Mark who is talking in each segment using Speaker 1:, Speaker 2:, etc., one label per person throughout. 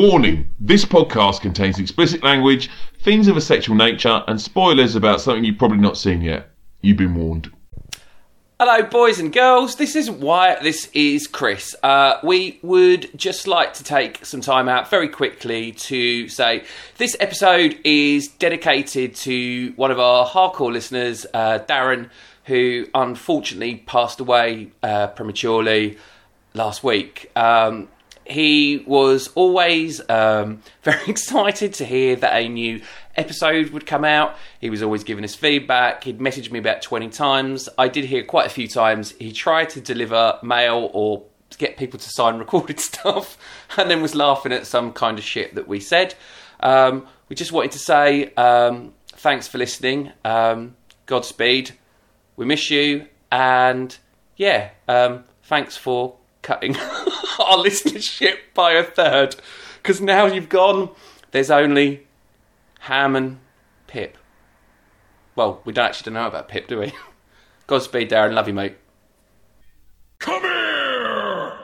Speaker 1: Warning this podcast contains explicit language, themes of a sexual nature, and spoilers about something you've probably not seen yet. You've been warned.
Speaker 2: Hello, boys and girls. This is Wyatt. This is Chris. Uh, we would just like to take some time out very quickly to say this episode is dedicated to one of our hardcore listeners, uh, Darren, who unfortunately passed away uh, prematurely last week. Um, he was always um, very excited to hear that a new episode would come out. He was always giving us feedback. He'd messaged me about 20 times. I did hear quite a few times he tried to deliver mail or get people to sign recorded stuff and then was laughing at some kind of shit that we said. Um, we just wanted to say um, thanks for listening. Um, Godspeed. We miss you. And yeah, um, thanks for cutting our listenership by a third. Because now you've gone, there's only Ham and Pip. Well, we don't actually don't know about Pip, do we? Godspeed, Darren. Love you, mate.
Speaker 1: Come here!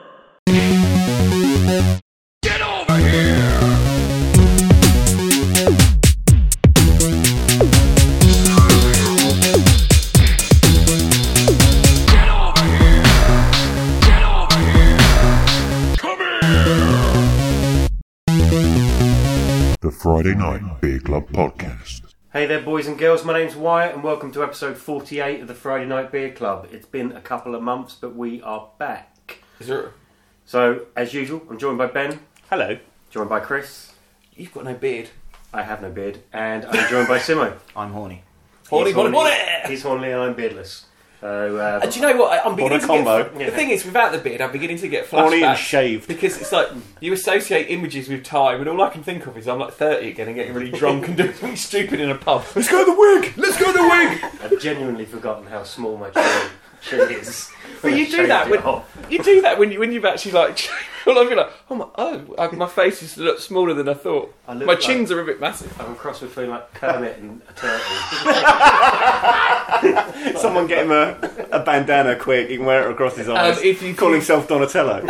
Speaker 3: The Friday Night Beer Club Podcast.
Speaker 4: Hey there, boys and girls. My name's Wyatt, and welcome to episode 48 of the Friday Night Beer Club. It's been a couple of months, but we are back.
Speaker 2: Is there?
Speaker 4: So, as usual, I'm joined by Ben,
Speaker 2: Hello.
Speaker 4: joined by Chris.
Speaker 2: You've got no beard.
Speaker 4: I have no beard, and I'm joined by Simo.
Speaker 5: I'm horny.
Speaker 2: Horny,
Speaker 4: He's
Speaker 2: horny, horny.
Speaker 4: He's horny, and I'm beardless. So, uh,
Speaker 2: And do you know what? I- I'm beginning to
Speaker 5: combo.
Speaker 2: get. The thing is, without the beard, I'm beginning to get flashbacks.
Speaker 5: Horny and shaved.
Speaker 2: Because it's like you associate images with time, and all I can think of is I'm like 30 again and getting really drunk and doing something stupid in a pub. Let's go to the wig. Let's go to the wig.
Speaker 4: I've genuinely forgotten how small my chin chin is.
Speaker 2: But you do that when you do that when you when you've actually like. Well, I feel like oh my oh I, my face is a lot smaller than I thought.
Speaker 4: I
Speaker 2: my
Speaker 4: look like-
Speaker 2: chins are a bit massive.
Speaker 4: I'm cross between like Kermit and a turtle.
Speaker 5: Someone get him a, Um, a bandana quick. He can wear it across his eyes.
Speaker 2: Um, if you-
Speaker 5: call himself Donatello.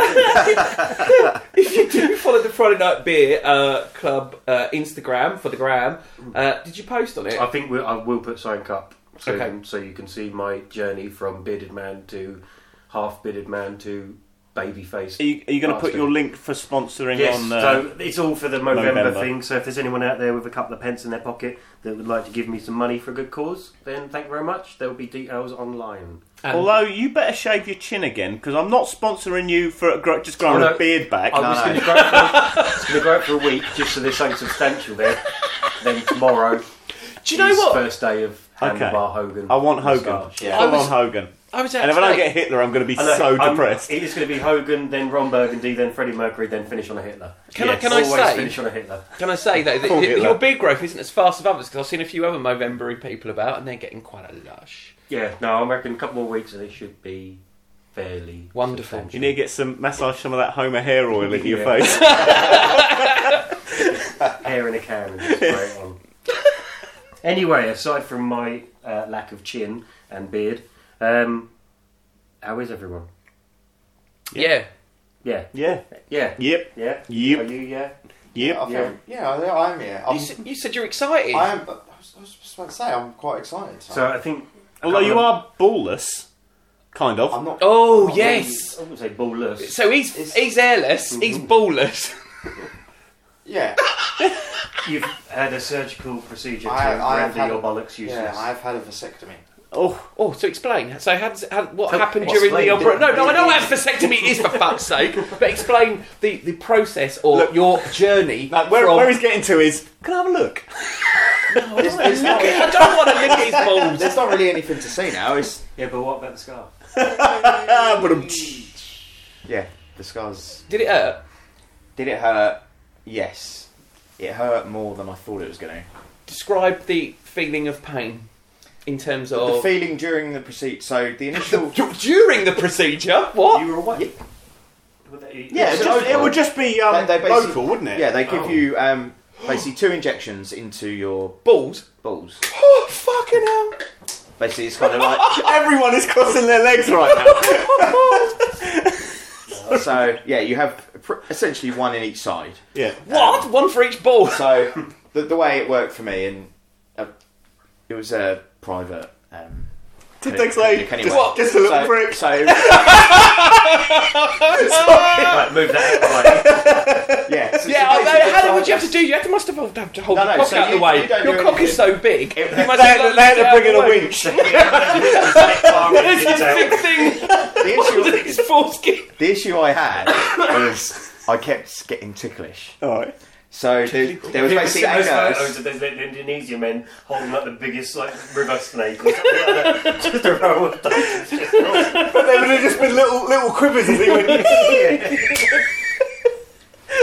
Speaker 2: if you do follow the Friday Night Beer uh, Club uh, Instagram for the gram, uh, did you post on it?
Speaker 4: I think we I will put something up so,
Speaker 2: Okay.
Speaker 4: you, so you can see my journey from bearded man to half bearded man to baby face.
Speaker 5: Are you, are you going to put
Speaker 4: bastard.
Speaker 5: your link for sponsoring
Speaker 4: Yes,
Speaker 5: on? Uh,
Speaker 4: so it's all for the November,
Speaker 5: November.
Speaker 4: thing. So if there's anyone out there with a couple of pence in their pocket that would like to give me some money for a good cause, then thank you very much. There will be details online.
Speaker 2: And-
Speaker 5: Although you better shave your chin again because I'm not sponsoring you for gr- just growing
Speaker 4: Oh, no.
Speaker 5: a beard back.
Speaker 4: I was going to grow it for- just gonna grow it for a week just so there's something substantial there. Then tomorrow,
Speaker 2: do you know
Speaker 4: is
Speaker 2: what?
Speaker 4: first day of
Speaker 5: Okay.
Speaker 4: Handlebar Hogan.
Speaker 5: I want Hogan.
Speaker 4: moustache.
Speaker 5: Yeah.
Speaker 2: I
Speaker 5: I
Speaker 2: was-
Speaker 5: want Hogan.
Speaker 2: I was
Speaker 5: And
Speaker 2: out
Speaker 5: if I don't
Speaker 2: today.
Speaker 5: get Hitler, I'm going to be
Speaker 4: I know,
Speaker 5: so
Speaker 4: I'm-
Speaker 5: depressed.
Speaker 4: It's going to be Hogan, then Ron Burgundy, then Freddie Mercury, then finish on a Hitler.
Speaker 2: Can I
Speaker 5: Yes.
Speaker 2: can I
Speaker 4: Always
Speaker 2: say
Speaker 4: finish on a Hitler.
Speaker 2: can I say though that
Speaker 5: Call
Speaker 2: that
Speaker 5: Hitler.
Speaker 2: your beard growth isn't as fast as others because I've seen a few other Movembery people about and they're getting quite a lush.
Speaker 4: Yeah, no, I reckon a couple more weeks and it should be fairly
Speaker 2: Wonderful.
Speaker 5: You need to get some massage some of that Homer hair oil into your
Speaker 4: Yeah.
Speaker 5: face.
Speaker 4: hair in a can and just spray it on. Anyway, aside from my uh, lack of chin and beard, um, how is everyone?
Speaker 2: Yeah.
Speaker 4: Yeah,
Speaker 5: yeah.
Speaker 4: yeah,
Speaker 5: Yep.
Speaker 4: yeah.
Speaker 5: Yep.
Speaker 4: Are you? Yeah.
Speaker 5: Yep.
Speaker 6: I feel, yeah, I, I'm here. I'm,
Speaker 2: You, said, you said you're excited.
Speaker 6: I am. I was, I was just about to say, I'm quite excited.
Speaker 4: So I think.
Speaker 5: Although you are ballless, kind of.
Speaker 6: I'm not.
Speaker 2: oh
Speaker 4: I
Speaker 2: yes.
Speaker 4: would say ballless.
Speaker 2: So he's
Speaker 6: It's- Mm-hmm.
Speaker 2: he's airless. He's ballless.
Speaker 6: Yeah,
Speaker 4: You've had a surgical procedure to
Speaker 6: I- I have
Speaker 4: render
Speaker 6: had-
Speaker 4: your bollocks useless.
Speaker 6: yeah. I've had a vasectomy.
Speaker 5: Oh,
Speaker 2: Oh, so explain. So, how does, how, what
Speaker 4: So,
Speaker 2: happened
Speaker 4: explain
Speaker 2: during the
Speaker 4: the-
Speaker 2: operation? No, no, I know what vasectomy is for fuck's sake. But explain the, the process or
Speaker 5: Look-
Speaker 2: your journey.
Speaker 5: Now, where,
Speaker 2: from,
Speaker 5: where he's getting to is, can I have a look?
Speaker 6: There's, there's not,
Speaker 2: I don't want to lick his balls.
Speaker 6: there's not really anything to see now. It's
Speaker 4: Yeah, but what about the scarf?
Speaker 5: Ah, ba-dum.
Speaker 6: yeah. The scars.
Speaker 2: Did it hurt?
Speaker 6: Did it hurt? Yes. It hurt more than I thought it was going to.
Speaker 2: Describe the feeling of pain in terms
Speaker 6: The
Speaker 2: of
Speaker 6: feeling during the procedure. So Oh. the initial.
Speaker 2: D- during the procedure. What?
Speaker 4: You were away.
Speaker 6: Yeah,
Speaker 5: It's
Speaker 6: so
Speaker 5: just- it would just be um,
Speaker 6: They- they basically-
Speaker 5: local, wouldn't it?
Speaker 6: Yeah, they give
Speaker 4: Oh.
Speaker 6: you um, basically two injections into your
Speaker 2: balls.
Speaker 6: balls.
Speaker 2: Oh fucking hell!
Speaker 6: Basically, it's kind of like
Speaker 5: Everyone is crossing their legs right now.
Speaker 6: so yeah, you have pr- essentially one in each side.
Speaker 5: Yeah.
Speaker 7: What? One for each ball.
Speaker 6: So the, the way it worked for me, and uh, it was a private. Um,
Speaker 5: Did
Speaker 6: clinic-
Speaker 5: they say
Speaker 6: clinic anyway.
Speaker 5: just, just a little
Speaker 6: so,
Speaker 5: prick?
Speaker 6: So
Speaker 4: Right, move that out of the way.
Speaker 6: yeah, so-
Speaker 7: Yeah,
Speaker 6: so
Speaker 7: I
Speaker 6: basically
Speaker 7: know. How
Speaker 6: the
Speaker 7: would you have
Speaker 6: side-
Speaker 7: to do? You had to must have had to hold
Speaker 6: No,
Speaker 7: your
Speaker 6: no,
Speaker 7: cock
Speaker 6: so
Speaker 7: out
Speaker 6: you-
Speaker 7: the way.
Speaker 6: you don't
Speaker 7: Your
Speaker 6: do
Speaker 7: cock is so big.
Speaker 6: It-
Speaker 7: you must
Speaker 5: They
Speaker 7: have
Speaker 5: had, to-
Speaker 7: like
Speaker 5: they had
Speaker 7: lifted
Speaker 5: to
Speaker 7: out
Speaker 5: bring in
Speaker 7: the
Speaker 5: a
Speaker 7: way.
Speaker 5: winch.
Speaker 7: There's this big thing
Speaker 6: The
Speaker 7: under
Speaker 6: issue,
Speaker 7: his foreskin.
Speaker 6: the issue I had was I kept getting ticklish.
Speaker 5: All right.
Speaker 6: So there, there was
Speaker 4: People see
Speaker 6: basically a
Speaker 4: those
Speaker 6: nurse.
Speaker 4: photos of those little Indonesia men holding up the biggest like river snake or something like that. Just a row of dice. Just awesome.
Speaker 5: But they would have just been little little cribbers as he went.
Speaker 4: yeah.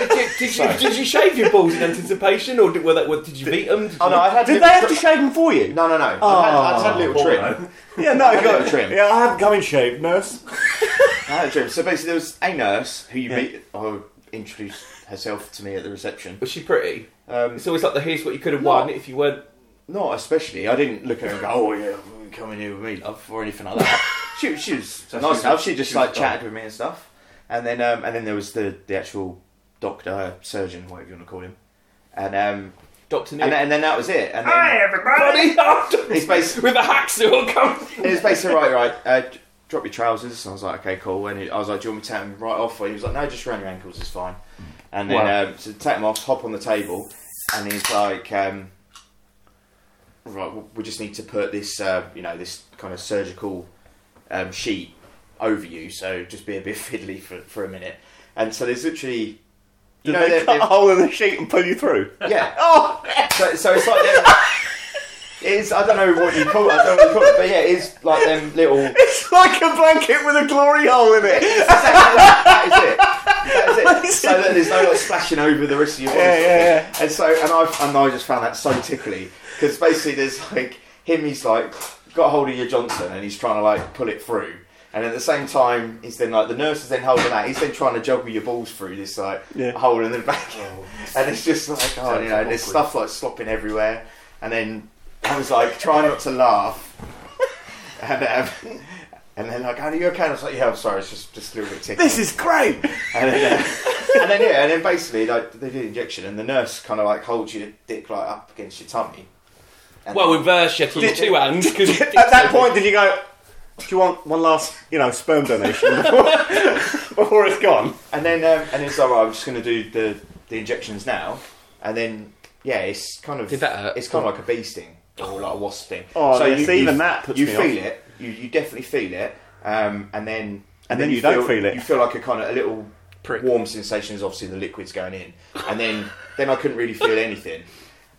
Speaker 7: Did, did, you, did you shave your balls in anticipation, or did, were that, did you beat them? Did
Speaker 6: Oh
Speaker 7: you-
Speaker 6: no, I had.
Speaker 5: Did
Speaker 6: little
Speaker 5: they have
Speaker 6: tri-
Speaker 5: to shave them for you?
Speaker 6: No, no, no. I, had, I just had a little trim.
Speaker 4: Although,
Speaker 5: Yeah, no, I
Speaker 6: little trim.
Speaker 5: Yeah, I haven't come and shaved, nurse.
Speaker 6: I had a trim. So basically, there was a nurse who you meet or introduced herself to me at the reception.
Speaker 7: Was she pretty?
Speaker 6: Um,
Speaker 7: It's always like the here's what you could have
Speaker 6: No.
Speaker 7: won if you weren't.
Speaker 6: Not especially. I didn't look at her and go, "Oh yeah, come in here with me, love," or anything like that. she, she was
Speaker 4: she
Speaker 6: nice
Speaker 4: was-
Speaker 6: enough. She just
Speaker 4: she was
Speaker 6: like chatted with me and stuff. And then, um, and then there was the the actual doctor, surgeon, whatever you want to call him. And um,
Speaker 7: Doctor Nick.
Speaker 6: and, then- and then that was it. And
Speaker 4: Hi
Speaker 6: then
Speaker 4: everybody!
Speaker 6: it's basically
Speaker 7: with a hacksaw come.
Speaker 6: it was basically right, right. Uh, d- drop your trousers. I was like, okay, cool. And he, I was like, do you want me to take them right off? And he was like, no, just around your ankles is fine. And then
Speaker 7: Wow.
Speaker 6: um, so take them off, hop on the table, and he's like, um, right, w- we just need to put this, uh, you know, this kind of surgical um, sheet over you. So just be a bit fiddly for for a minute. And so there's literally.
Speaker 5: Did
Speaker 6: You
Speaker 5: they
Speaker 6: know, they're-
Speaker 5: cut a hole in the sheet and pull you through?
Speaker 6: they're- yeah,
Speaker 5: Oh,
Speaker 6: so, so it's like them, it's I don't know what you call it, I don't know what you call it, but yeah, it's like them little
Speaker 5: it's like a blanket with a glory hole in it.
Speaker 6: that is it. That is it. So that there's no like splashing over the rest of your body.
Speaker 5: Yeah, yeah, yeah.
Speaker 6: And so, and I and I just found that so tickly because basically there's like him. He's like got hold of your Johnson and he's trying to like pull it through. And at the same time, he's then like the nurse is then holding that. He's then trying to juggle your balls through this like
Speaker 5: Yeah.
Speaker 6: hole in the back, and it's just like oh, you know, and there's
Speaker 4: awkward.
Speaker 6: stuff like slopping everywhere. And then I was like trying not to laugh, and um, and then like, "Are you okay?" And I was like, "Yeah, I'm sorry. It's just just a little bit tickly."
Speaker 5: This is great.
Speaker 6: And then, uh, and then yeah, and then basically like they do the injection, and the nurse kind of like holds your dick like up against your tummy. And
Speaker 7: Well, reverse shit with two hands. Cause
Speaker 5: At that point, did you go? Do you want one last, you know, sperm donation before, before it's gone?
Speaker 6: and then um, and it's like right, I'm just going to do the the injections now, and then yeah, it's kind of
Speaker 7: Did that hurt?
Speaker 6: it's kind of like a bee sting or like a wasp sting.
Speaker 5: Oh, yes, even that puts
Speaker 6: you
Speaker 5: me
Speaker 6: feel
Speaker 5: off.
Speaker 6: it, you you definitely feel it, um, and then.
Speaker 5: And then you don't feel it.
Speaker 6: You feel like a kind of a little
Speaker 7: Prick.
Speaker 6: warm sensation is obviously the liquid's going in, and then then I couldn't really feel anything,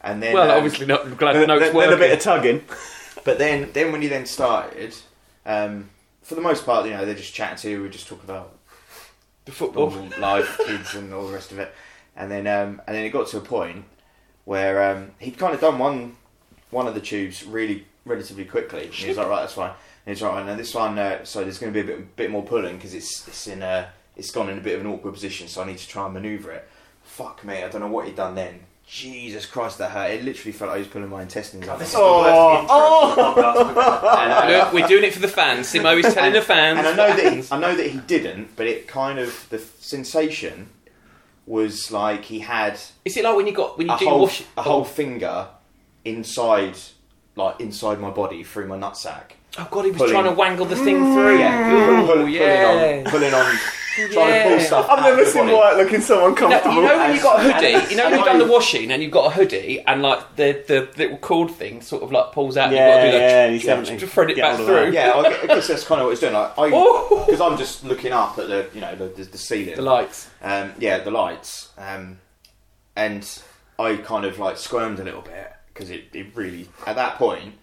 Speaker 6: and then
Speaker 7: well,
Speaker 6: um,
Speaker 7: obviously not. I'm glad
Speaker 5: Then,
Speaker 7: no, it's
Speaker 5: then a
Speaker 7: working.
Speaker 5: bit of tugging.
Speaker 6: But then, then when you then started, um, for the most part, you know, they're just chatting to you. We just talk about
Speaker 7: The football.
Speaker 6: normal life, kids, and all the rest of it. And then, um, and then it got to a point where um, he'd kind of done one, one of the tubes really relatively quickly. And he was like, right, that's fine. And he's right, now this one, uh, so there's going to be a bit, bit more pulling because it's it's in a, it's gone in a bit of an awkward position. So I need to try and manoeuvre it. Fuck me, I don't know what he'd done then. Jesus Christ, that hurt! It literally felt like he was pulling my intestines. out.
Speaker 4: This is the
Speaker 5: Oh,
Speaker 4: worst intro to the podcast.
Speaker 6: And, uh,
Speaker 7: Look, we're doing it for the fans. Simo is telling the fans.
Speaker 6: and I know that he, I know that he didn't, but it kind of the sensation was like he had
Speaker 7: Is it like when you got when you
Speaker 6: a
Speaker 7: do
Speaker 6: whole
Speaker 7: wash?
Speaker 6: a whole finger inside like inside my body through my nutsack.
Speaker 7: Oh god, he was
Speaker 6: pulling. Mm,
Speaker 7: trying to wangle the thing through.
Speaker 6: Yeah, pull- pull-
Speaker 7: yeah.
Speaker 6: pulling on, pulling on, trying to
Speaker 7: Yeah.
Speaker 6: pull stuff.
Speaker 5: I've
Speaker 6: out of
Speaker 5: never
Speaker 6: my
Speaker 5: seen
Speaker 6: body.
Speaker 5: Wyatt looking so
Speaker 7: No,
Speaker 5: uncomfortable.
Speaker 7: you know when you got a
Speaker 6: And-
Speaker 7: hoodie, you know when
Speaker 6: and
Speaker 7: you've
Speaker 6: I-
Speaker 7: done the washing and you've got a hoodie and like the, the little cord thing sort of like pulls out.
Speaker 5: Yeah,
Speaker 7: you've got to do
Speaker 5: yeah,
Speaker 7: that.
Speaker 5: and he's having to
Speaker 7: to thread it
Speaker 5: get
Speaker 7: back
Speaker 5: hold of that.
Speaker 7: through.
Speaker 6: Yeah, I gu- I guess that's kind of what it's doing. Like, I
Speaker 7: Oh.
Speaker 6: because I'm just looking up at the you know the, the, the ceiling.
Speaker 7: The lights.
Speaker 6: um, yeah, the lights, um, and I kind of like squirmed a little bit because it, it really at that point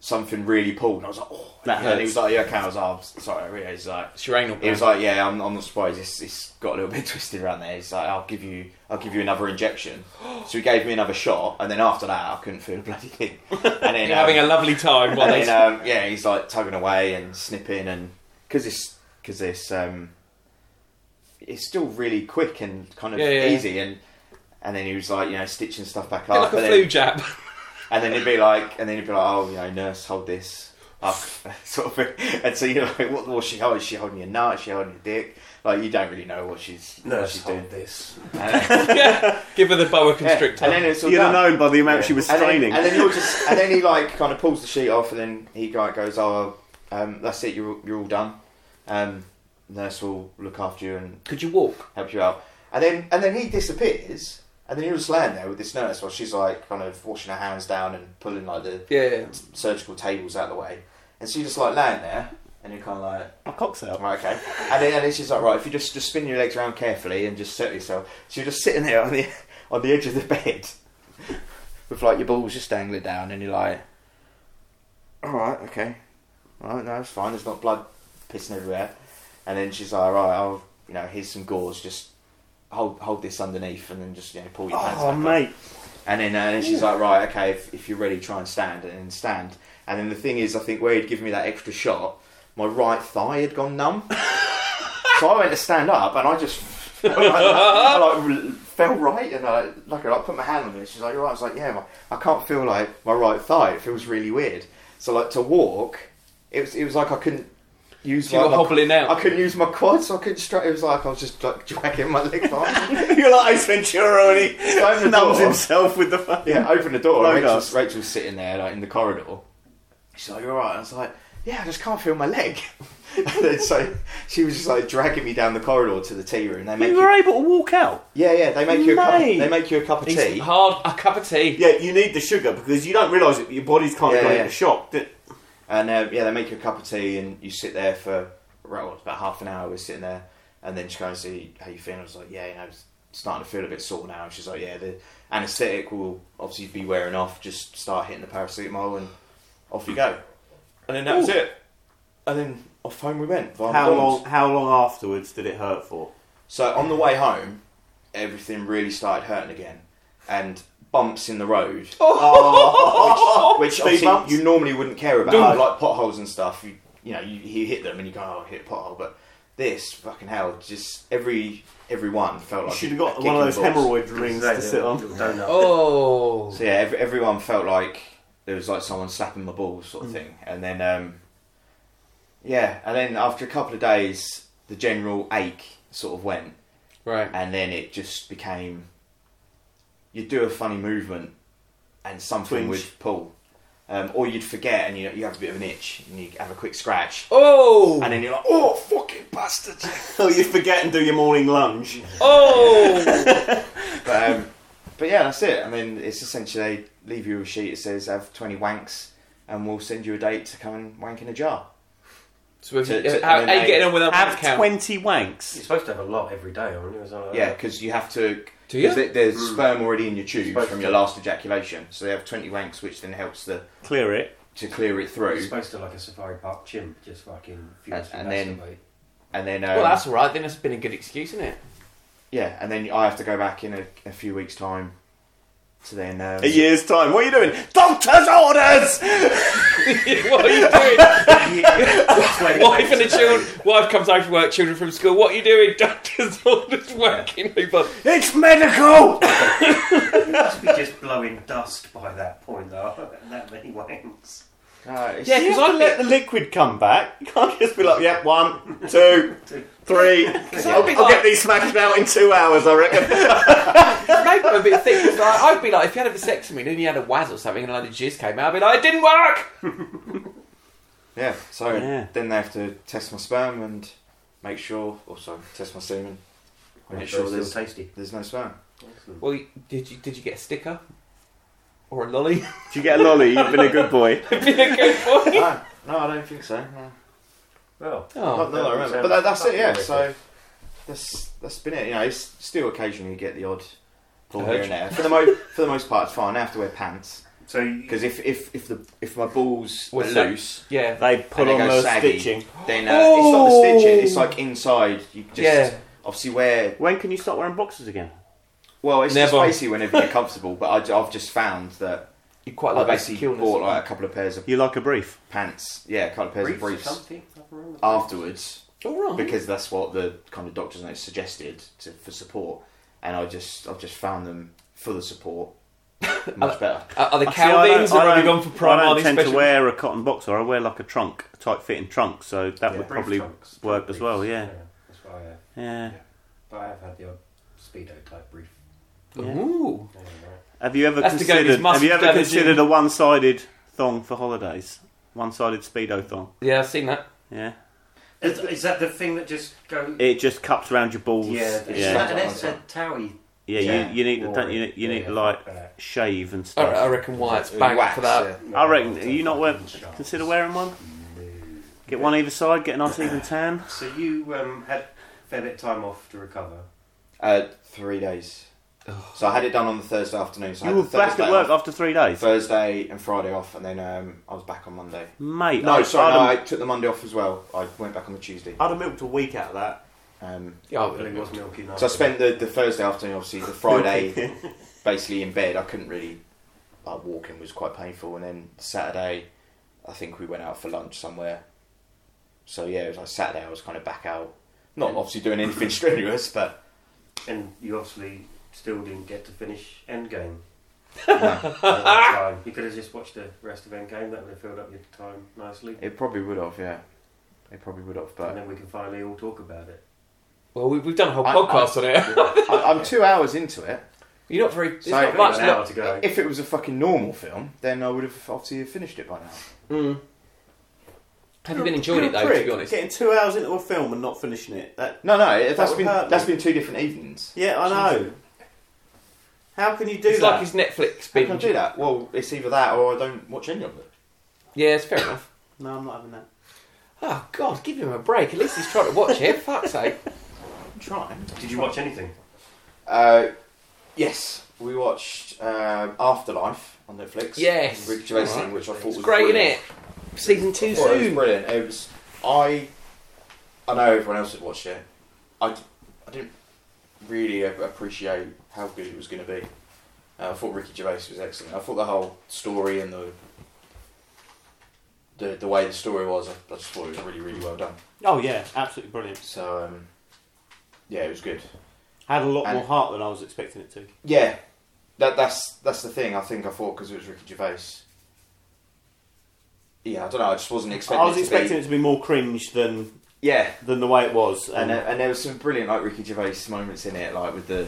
Speaker 6: something really pulled, and I was like, oh,
Speaker 5: That
Speaker 6: and he
Speaker 5: hurts.
Speaker 6: was like, yeah, okay, I was like, I'm sorry, yeah, he's like,
Speaker 7: It's your anal
Speaker 6: he was
Speaker 7: gland.
Speaker 6: like, yeah, I'm, I'm not surprised. It's, it's got a little bit twisted around there. He's like, I'll give you, I'll give you another injection. So he gave me another shot, and then after that, I couldn't feel a bloody thing. And then
Speaker 7: You're having a lovely time while
Speaker 6: and
Speaker 7: they.
Speaker 6: then, um, yeah, he's like tugging away and snipping, and because it's because it's um, it's still really quick and kind of
Speaker 7: Yeah, yeah.
Speaker 6: easy, and and then he was like, you know, stitching stuff back
Speaker 7: Bit like
Speaker 6: up,
Speaker 7: a
Speaker 6: and
Speaker 7: flu
Speaker 6: then,
Speaker 7: jab.
Speaker 6: and then he'd be like, and then he'd be like, oh, you know, nurse, hold this, Like, sort of thing. And so you're like, what was she holding? Is she holding your nut? Is she holding your dick? Like, you don't really know what she's,
Speaker 4: No,
Speaker 6: what she's
Speaker 4: just hold
Speaker 6: doing.
Speaker 4: this.
Speaker 6: And,
Speaker 7: yeah. Give her the boa
Speaker 6: yeah, and
Speaker 7: constrictor.
Speaker 6: then it's all
Speaker 5: You'd have
Speaker 6: done.
Speaker 5: known by the amount she was
Speaker 6: And then-
Speaker 5: straining.
Speaker 6: And then, he just, and then he like kind of pulls the sheet off, and then he like goes, "Oh, um, that's it. You're all- you're all done. Um, nurse will look after you and
Speaker 7: Could you walk?
Speaker 6: help you out." And then and then he disappears, and then you're just laying there with this nurse while she's like kind of washing her hands down and pulling like the
Speaker 7: Yeah.
Speaker 6: surgical tables out of the way, and she's just like laying there, and you're kind of like.
Speaker 5: My cock's out.
Speaker 6: Right, okay. And then, and then she's like, right, if you just, just spin your legs around carefully and just settle yourself. So you're just sitting there on the on the edge of the bed with like your balls just dangling down, and you're like, all right, okay, all right, no, it's fine. There's not blood pissing everywhere. And then she's like, all right, I'll, you know, here's some gauze. Just hold hold this underneath, and then just you know pull your pants.
Speaker 5: Oh,
Speaker 6: back up.
Speaker 5: mate.
Speaker 6: And then, uh, and then she's like, right, okay, if, if you're ready, try and stand. And then stand. And then the thing is, I think where he'd given me that extra shot, my right thigh had gone numb. so I went to stand up and I just. I, like, I like, fell right and I like I like, put my hand on it. She's like, "You're right." I was like, "Yeah, my, I can't feel like my right thigh. It feels really weird." So like to walk, it was it was like I couldn't use.
Speaker 7: So you
Speaker 6: like,
Speaker 7: were
Speaker 6: my-
Speaker 7: hobbling out.
Speaker 6: I couldn't use my quads. I couldn't straight. It was like I was just like dragging my leg behind.
Speaker 5: You're like Ace Ventura and he
Speaker 6: Open the
Speaker 5: numbs
Speaker 6: door.
Speaker 5: himself with the fucking.
Speaker 6: Yeah, open the door.
Speaker 5: Like
Speaker 6: and Rachel's,
Speaker 5: us.
Speaker 6: Rachel's sitting there, like in the corridor. She's like, "You're right." I was like, "Yeah, I just can't feel my leg." and then so she was just like dragging me down the corridor to the tea room. They make
Speaker 5: You
Speaker 6: you,
Speaker 5: were able to walk out.
Speaker 6: yeah, yeah. They make you a cup. Of,
Speaker 5: Mate.
Speaker 6: they make you a cup of tea.
Speaker 7: Hard a cup of tea.
Speaker 5: Yeah, you need the sugar because you don't realise it. Your body's kind
Speaker 6: Yeah,
Speaker 5: of gone
Speaker 6: yeah.
Speaker 5: into shock. That
Speaker 6: And uh, yeah, they make you a cup of tea, and you sit there for well, it's about half an hour. We're sitting there, and then she goes, "See how you feeling?" I was like, "Yeah, you know, it's starting to feel a bit sore now." And she's like, "Yeah, the anaesthetic will obviously be wearing off. Just start hitting the paracetamol, and off you go." And then that was it. And then off home we went. via
Speaker 5: How
Speaker 6: McDonald's.
Speaker 5: long? How long afterwards did it hurt for?
Speaker 6: So on the way home, everything really started hurting again, and bumps in the road, which
Speaker 5: Speed
Speaker 6: obviously
Speaker 5: Oh. bumps?
Speaker 6: you normally wouldn't care about,
Speaker 5: No.
Speaker 6: like potholes and stuff. You you know you, you hit them and you go, oh, I hit a pothole, but this fucking hell, just every every one felt
Speaker 5: You
Speaker 6: like
Speaker 5: should have
Speaker 6: a
Speaker 5: got
Speaker 6: kick
Speaker 5: one
Speaker 6: in
Speaker 5: of
Speaker 6: the
Speaker 5: those
Speaker 6: balls.
Speaker 5: hemorrhoid rings to
Speaker 4: eh?
Speaker 5: sit on.
Speaker 4: Donut.
Speaker 7: Oh.
Speaker 6: So yeah, ev everyone felt like there was like someone slapping my balls, sort
Speaker 5: Mm.
Speaker 6: of thing. And then, um, yeah, and then after a couple of days, the general ache sort of went,
Speaker 7: Right.
Speaker 6: and then it just became. You'd do a funny movement, and something
Speaker 5: Twinge.
Speaker 6: would pull, um, or you'd forget, and you you have a bit of an itch, and you have a quick scratch,
Speaker 7: Oh.
Speaker 6: and then you're like, "Oh, fucking bastard!"
Speaker 5: Oh, you forget and do your morning lunge.
Speaker 7: Oh.
Speaker 6: But um, but yeah, that's it. I mean, it's essentially they leave you a sheet. It says have twenty wanks, and we'll send you a date to come and wank in a jar.
Speaker 7: so if,
Speaker 6: To- to-
Speaker 7: how,
Speaker 6: and
Speaker 7: how
Speaker 6: then
Speaker 7: you getting on with that
Speaker 5: Have
Speaker 7: bank account?
Speaker 5: twenty wanks.
Speaker 4: You're supposed to have a lot every day, aren't you? Or something like
Speaker 6: Yeah,
Speaker 4: that.
Speaker 6: because you have to.
Speaker 7: Uh, Do Mm. you?
Speaker 6: 'cause there- There's sperm already in your tube
Speaker 4: Supposed
Speaker 6: from
Speaker 4: to.
Speaker 6: your last ejaculation, so they have twenty wanks, which then helps the
Speaker 5: Clear it.
Speaker 6: to clear it
Speaker 4: You're
Speaker 6: through,
Speaker 4: supposed to like a safari park chimp, just fucking furiously
Speaker 6: and then-
Speaker 4: masturbate.
Speaker 6: and then um,
Speaker 7: Well, that's all right. Then that's been a good excuse, isn't it?
Speaker 6: yeah, and then I have to go back in a, a few weeks' time to then. Um,
Speaker 5: A year's time. What are you doing? Doctor's orders.
Speaker 7: what are you doing?
Speaker 4: Wait,
Speaker 7: wife and the children. Wife comes home from work. Children from school. What are you doing? Doctor's orders working. People.
Speaker 5: It's medical.
Speaker 4: must be just blowing dust by that point, though. That many wanks.
Speaker 6: uh, it's-
Speaker 7: Yeah,
Speaker 5: You
Speaker 7: because
Speaker 5: have
Speaker 7: I
Speaker 5: to let
Speaker 7: let.
Speaker 5: the liquid come back. You can't just be like, yep, one, two, three.
Speaker 7: I'd
Speaker 5: I'll,
Speaker 7: be
Speaker 5: I'll
Speaker 7: like-
Speaker 5: get these smashed out in two hours, I reckon.
Speaker 7: Maybe I'm a bit thick. 'cause Like, I'd be like, if you had a vasectomy and then you had a waz or something, and a load of jizz came out, I'd be like, it didn't work.
Speaker 6: yeah. So
Speaker 5: Yeah.
Speaker 6: then they have to test my sperm and make sure, also test my semen, make
Speaker 4: Make
Speaker 6: sure
Speaker 4: sure it's
Speaker 6: there's
Speaker 4: still tasty.
Speaker 6: there's no sperm.
Speaker 7: Well, you- did you did you get a sticker or a lolly?
Speaker 5: If you get a lolly, you've been a good boy.
Speaker 7: Been a good boy.
Speaker 6: No, no, I don't think so. No.
Speaker 4: Well,
Speaker 7: Oh,
Speaker 6: Not that I remember. But that, that's it, yeah. So that's that's been it. You know, it's still occasionally you get the odd ball here and there. For the mo- for the most part, it's fine. I have to wear pants
Speaker 4: so you,
Speaker 6: because if, if if the if my balls were
Speaker 7: What's that?
Speaker 6: loose,
Speaker 7: yeah.
Speaker 5: They put
Speaker 6: And it
Speaker 5: on
Speaker 6: goes
Speaker 5: the
Speaker 6: saggy.
Speaker 5: stitching.
Speaker 6: then uh, it's not
Speaker 7: Oh!
Speaker 6: the stitching. It's like inside. You just
Speaker 7: Yeah.
Speaker 6: obviously wear.
Speaker 5: When can you start wearing boxes again?
Speaker 6: Well, it's
Speaker 7: Never.
Speaker 6: just basically whenever you're comfortable. But I, have just found that
Speaker 7: You quite
Speaker 6: I
Speaker 7: like that
Speaker 6: basically
Speaker 7: security.
Speaker 6: bought like a couple of pairs of
Speaker 5: You like a brief?
Speaker 6: pants. Yeah, a couple of pairs
Speaker 4: briefs or
Speaker 6: of briefs
Speaker 4: something? Nothing wrong with that.
Speaker 5: Um,
Speaker 6: afterwards.
Speaker 7: All right.
Speaker 2: Uh-huh.
Speaker 6: because that's what the kind of doctors note suggested to, for support, and I just I've just found them for the support Much better.
Speaker 2: Are, are the
Speaker 5: See, I don't-
Speaker 2: Calvins or
Speaker 5: I
Speaker 2: have you
Speaker 5: don't-
Speaker 2: gone for Prime?
Speaker 5: I
Speaker 2: Are
Speaker 5: don't
Speaker 2: these
Speaker 5: tend to
Speaker 2: special-
Speaker 5: wear a cotton boxer. I wear like a trunk, tight fitting trunk, so that would
Speaker 4: Brief
Speaker 5: probably
Speaker 4: trunks,
Speaker 5: work
Speaker 4: briefs,
Speaker 5: as well. Yeah,
Speaker 4: That's why I have.
Speaker 5: yeah.
Speaker 4: But I have had the odd speedo type brief.
Speaker 2: Ooh.
Speaker 4: Yeah, right.
Speaker 5: Have you ever
Speaker 2: That's to go with
Speaker 5: considered? Have you ever
Speaker 2: mustard,
Speaker 5: considered a one-sided thong for holidays? One-sided speedo thong.
Speaker 2: Yeah, I've seen that.
Speaker 5: Yeah,
Speaker 4: Is, is that the thing that just goes?
Speaker 5: it just cups around your balls.
Speaker 4: yeah, it's
Speaker 5: yeah,
Speaker 4: like an S- a towie.
Speaker 5: yeah.
Speaker 6: Yeah.
Speaker 5: You, you need, don't you? You need to like
Speaker 4: Yeah.
Speaker 5: shave and
Speaker 2: I,
Speaker 5: stuff.
Speaker 2: I reckon Wyatt's
Speaker 6: Ooh,
Speaker 2: bang
Speaker 6: wax,
Speaker 2: for that.
Speaker 6: yeah.
Speaker 5: I reckon are you not wear, consider wearing one. Get one either side. Get a nice even tan.
Speaker 4: So you um, had a fair bit of time off to recover.
Speaker 6: Uh, three days. So I had it done on the Thursday afternoon. So I
Speaker 5: You
Speaker 6: had
Speaker 5: were
Speaker 6: the
Speaker 5: back
Speaker 6: Thursday
Speaker 5: at work
Speaker 6: off,
Speaker 5: after three days,
Speaker 6: Thursday and Friday off, and then um, I was back on Monday.
Speaker 5: mate.
Speaker 6: No,
Speaker 5: I'd-
Speaker 6: sorry, no,
Speaker 5: I'd-
Speaker 6: I took the Monday off as well. I went back on the Tuesday.
Speaker 5: I'd have milked a week out of that.
Speaker 6: Um,
Speaker 2: Yeah, I
Speaker 4: Well, it
Speaker 2: would.
Speaker 4: was milky night.
Speaker 6: so I spent the, the Thursday afternoon, obviously, the Friday basically in bed. I couldn't really, like, walking was quite painful. And then Saturday, I think we went out for lunch somewhere. So yeah, it was like Saturday, I was kind of back out. Not obviously doing anything strenuous, but
Speaker 4: and you obviously still didn't get to finish Endgame.
Speaker 6: no,
Speaker 4: at that time. You could have just watched the rest of Endgame. That would have filled up your time nicely.
Speaker 6: it probably would have, yeah. It probably would have, but
Speaker 4: and then we can finally all talk about it.
Speaker 2: Well, we, we've done a whole
Speaker 6: I-
Speaker 2: podcast on it.
Speaker 6: I, I'm two hours into it.
Speaker 2: You're not very. It's
Speaker 6: Sorry,
Speaker 2: not
Speaker 6: I've
Speaker 2: much.
Speaker 4: got an hour to go.
Speaker 6: If it was a fucking normal film, then I would have obviously finished it by now.
Speaker 2: Mm. Have you been enjoying it though? To be honest,
Speaker 5: Getting two hours into a film and not finishing it. That,
Speaker 6: No, no, it- that's
Speaker 5: would
Speaker 6: been
Speaker 5: hurt
Speaker 6: that's
Speaker 5: me.
Speaker 6: been two different evenings.
Speaker 5: yeah, I know. How can you do
Speaker 2: it's
Speaker 5: that?
Speaker 2: like his Netflix
Speaker 6: How can I
Speaker 2: binge.
Speaker 6: do that? Well, it's either that or I don't watch any of it.
Speaker 2: Yeah, it's fair enough.
Speaker 5: no, I'm not having that.
Speaker 2: Oh God, give him a break. At least he's trying to watch it. Fuck's sake.
Speaker 6: I'm trying.
Speaker 4: Did you watch anything?
Speaker 6: Uh, yes, we watched um Afterlife on Netflix.
Speaker 2: Yes.
Speaker 6: Rick Gervais,
Speaker 2: All right.
Speaker 6: which I thought
Speaker 2: It's
Speaker 6: was
Speaker 2: great,
Speaker 6: brilliant.
Speaker 2: innit? Season two
Speaker 6: Well, it was
Speaker 2: soon.
Speaker 6: brilliant. It was. I. I know everyone else had watched it. I. d- I didn't really a- appreciate how good it was going to be. Uh, I thought Ricky Gervais was excellent. I thought the whole story and the. The, the way the story was, I, I just thought it was really really well done.
Speaker 5: Oh yeah, absolutely brilliant.
Speaker 6: So um, yeah, it was good.
Speaker 5: Had a lot
Speaker 6: And-
Speaker 5: more heart than I was expecting it to.
Speaker 6: Yeah, that that's that's the thing. I think I thought because it was Ricky Gervais. Yeah, I don't know. I just wasn't expecting.
Speaker 5: I was
Speaker 6: it to
Speaker 5: expecting
Speaker 6: Be,
Speaker 5: it to be more cringe than
Speaker 6: yeah,
Speaker 5: than the way it was.
Speaker 6: and
Speaker 5: And uh,
Speaker 6: there, and there was some brilliant like Ricky Gervais moments in it, like with the,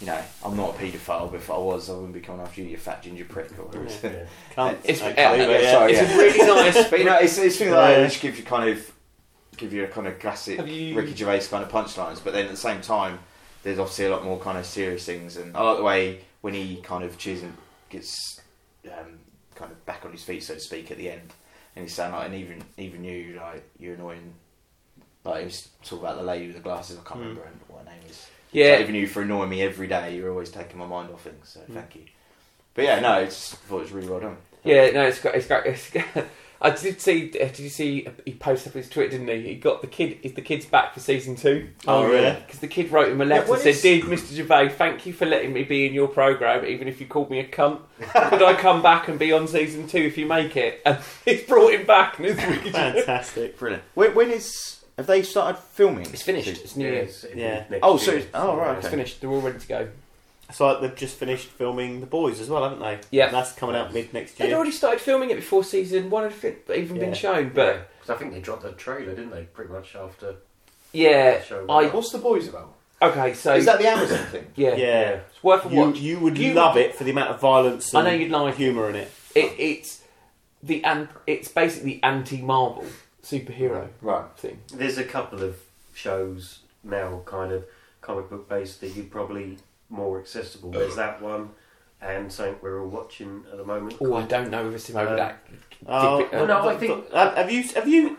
Speaker 6: you know, I'm not a paedophile, but if I was, I wouldn't be coming after you, you fat ginger prick. Or whatever. it is.
Speaker 5: can't,
Speaker 2: It's-
Speaker 5: okay,
Speaker 2: yeah,
Speaker 5: but
Speaker 6: yeah, sorry.
Speaker 2: It's a really nice.
Speaker 6: but you know, it's it's things like
Speaker 5: Yeah.
Speaker 6: that which give you kind of give you a kind of classic
Speaker 2: Have you-
Speaker 6: Ricky Gervais kind of punchlines, but then at the same time, there's obviously a lot more kind of serious things, and I like the way when he kind of cheers and gets um, kind of back on his feet, so to speak, at the end, and he's saying like, and even even you like you're annoying. Like he was talking about the lady with the glasses. I can't remember her- what her name is. Yeah.
Speaker 2: Yeah,
Speaker 6: even you for annoying me every day, you're always taking my mind off things, so thank you. But yeah, no, it's, I thought it was really well done.
Speaker 2: yeah. No, it's great. It's great. It's great. I did see. uh, Did you see? He posted up his Twitter, didn't he? He got the kid. Is the kid's back for season two?
Speaker 5: Oh, really?
Speaker 2: Because the kid wrote him a letter
Speaker 6: what
Speaker 2: and said,
Speaker 6: is-
Speaker 2: "Dear Mr. Gervais, thank you for letting me be in your program, even if you called me a cunt. Could I come back and be on season two if you make it?" And he's brought him back, and it's really
Speaker 5: fantastic.
Speaker 6: Brilliant. When, when is. Have they started filming?
Speaker 2: It's finished. It's New Year's.
Speaker 4: Yes, it
Speaker 5: Yeah.
Speaker 4: was next
Speaker 6: Oh, so
Speaker 4: year.
Speaker 6: it's- oh, right,
Speaker 2: It's
Speaker 6: okay.
Speaker 2: finished. They're all ready to go.
Speaker 5: It's like they've just finished filming The Boys as well, haven't they?
Speaker 2: Yeah.
Speaker 5: And that's coming out mid next
Speaker 2: They'd
Speaker 5: year.
Speaker 2: already started filming it before season one had even
Speaker 5: Yeah.
Speaker 2: been shown,
Speaker 4: Yeah,
Speaker 2: but
Speaker 4: 'cause I think they dropped the trailer, didn't they? Pretty much after.
Speaker 2: yeah,
Speaker 4: Show
Speaker 2: I
Speaker 6: What's the boys about?
Speaker 2: okay. So
Speaker 6: Is that the Amazon thing?
Speaker 2: yeah,
Speaker 5: Yeah.
Speaker 2: it's worth a
Speaker 5: You,
Speaker 2: watch.
Speaker 5: you would
Speaker 2: You-
Speaker 5: love it for the amount of violence.
Speaker 2: I
Speaker 5: And
Speaker 2: know you'd like it.
Speaker 5: humour in it.
Speaker 2: it. It's the and it's basically anti Marvel superhero
Speaker 6: Right.
Speaker 2: thing.
Speaker 4: There's a couple of shows now, kind of comic book based, that you probably more accessible. There's that one, and something we're all watching at the moment.
Speaker 2: Oh, I don't know if it's him over
Speaker 4: Uh,
Speaker 2: that.
Speaker 5: Oh,
Speaker 2: Well,
Speaker 4: no, I think-
Speaker 5: Have have you? Have you?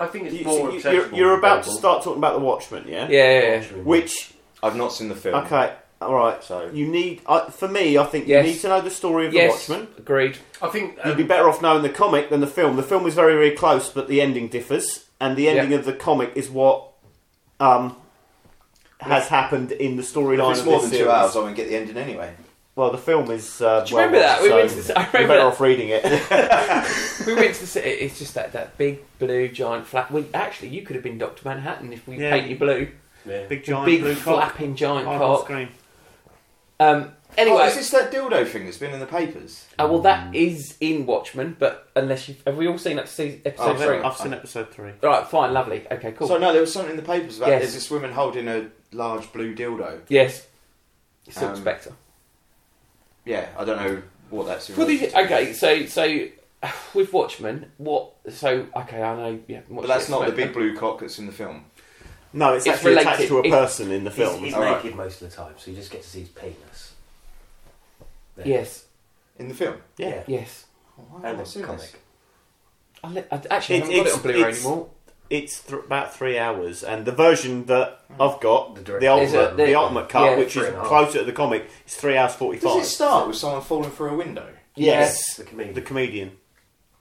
Speaker 4: I think it's
Speaker 5: you
Speaker 4: more
Speaker 5: so
Speaker 4: accessible.
Speaker 5: you're, you're
Speaker 4: than
Speaker 5: about to
Speaker 4: Marvel.
Speaker 5: start talking about The Watchmen, yeah?
Speaker 2: Yeah, yeah, yeah.
Speaker 4: Watchmen.
Speaker 5: Which
Speaker 6: I've not seen the film.
Speaker 5: okay, all right.
Speaker 6: So-
Speaker 5: you need I for me, I think
Speaker 2: Yes.
Speaker 5: you need to know the story of
Speaker 2: yes,
Speaker 5: The Watchmen.
Speaker 2: agreed.
Speaker 4: I think um,
Speaker 5: You'd be better off knowing the comic than the film. The film is very very close, but the ending differs, and the ending
Speaker 2: Yeah.
Speaker 5: of the comic is what um has happened in the storyline.
Speaker 6: If it's
Speaker 5: of
Speaker 6: more
Speaker 5: this
Speaker 6: than two
Speaker 5: series.
Speaker 6: hours, I won't get the ending anyway.
Speaker 5: Well, the film is. Uh,
Speaker 2: Do you
Speaker 5: well
Speaker 2: remember that?
Speaker 5: watched,
Speaker 2: We
Speaker 5: so
Speaker 2: went to the- I
Speaker 5: You're
Speaker 2: remember
Speaker 5: better
Speaker 2: that.
Speaker 5: off reading it.
Speaker 2: we went to the city. It's just that that big blue giant flap. We actually, you could have been Doctor Manhattan if we
Speaker 5: Yeah.
Speaker 2: paint you blue.
Speaker 4: yeah.
Speaker 5: Big giant
Speaker 2: big
Speaker 5: blue cock.
Speaker 2: flapping giant
Speaker 5: Hide on
Speaker 2: cock.
Speaker 5: screen.
Speaker 2: Um, Anyway,
Speaker 6: Oh, is this that dildo thing that's been in the papers?
Speaker 2: uh, well, that is in Watchmen, but unless you have we all seen that se- episode
Speaker 6: I've
Speaker 2: three?
Speaker 6: seen it.
Speaker 2: All
Speaker 6: I've
Speaker 5: I've seen episode three.
Speaker 2: right, fine, lovely. Okay, cool.
Speaker 6: So no, there was something in the papers about
Speaker 2: Yes.
Speaker 6: there's this woman holding a large blue dildo.
Speaker 2: yes, Silk
Speaker 6: Um,
Speaker 2: Spectre.
Speaker 6: Yeah, I don't know what that's. in
Speaker 2: Well, the,
Speaker 6: relation to.
Speaker 2: okay, so so with Watchmen, what? So okay, I know. Yeah,
Speaker 6: But that's not the big blue cock that's in the film.
Speaker 5: No, it's,
Speaker 2: It's
Speaker 5: actually
Speaker 2: related.
Speaker 5: attached to a
Speaker 2: It-
Speaker 5: person in the
Speaker 4: He's,
Speaker 5: film.
Speaker 4: he's
Speaker 6: All right.
Speaker 4: naked most of the time, so you just get to see his penis. There.
Speaker 2: Yes,
Speaker 6: In the film.
Speaker 5: yeah.
Speaker 2: yes.
Speaker 6: Why
Speaker 4: And
Speaker 6: haven't Oh, I
Speaker 4: the
Speaker 6: seen
Speaker 4: comic.
Speaker 6: this?
Speaker 2: I, li- I actually haven't got
Speaker 5: It's-
Speaker 2: it
Speaker 5: it's-
Speaker 2: on Blu-ray
Speaker 5: it's-
Speaker 2: anymore.
Speaker 5: It's th- about three hours, and the version that I've got,
Speaker 4: The
Speaker 5: the,
Speaker 4: direct-
Speaker 2: There's a-
Speaker 5: ultimate,
Speaker 2: there-
Speaker 5: the ultimate cut,
Speaker 2: yeah,
Speaker 5: which
Speaker 4: three
Speaker 5: is
Speaker 4: and a half.
Speaker 5: closer to the comic, is three hours forty-five.
Speaker 6: Does it start with someone falling through a window?
Speaker 5: Yes.
Speaker 4: The comedian.
Speaker 5: The comedian.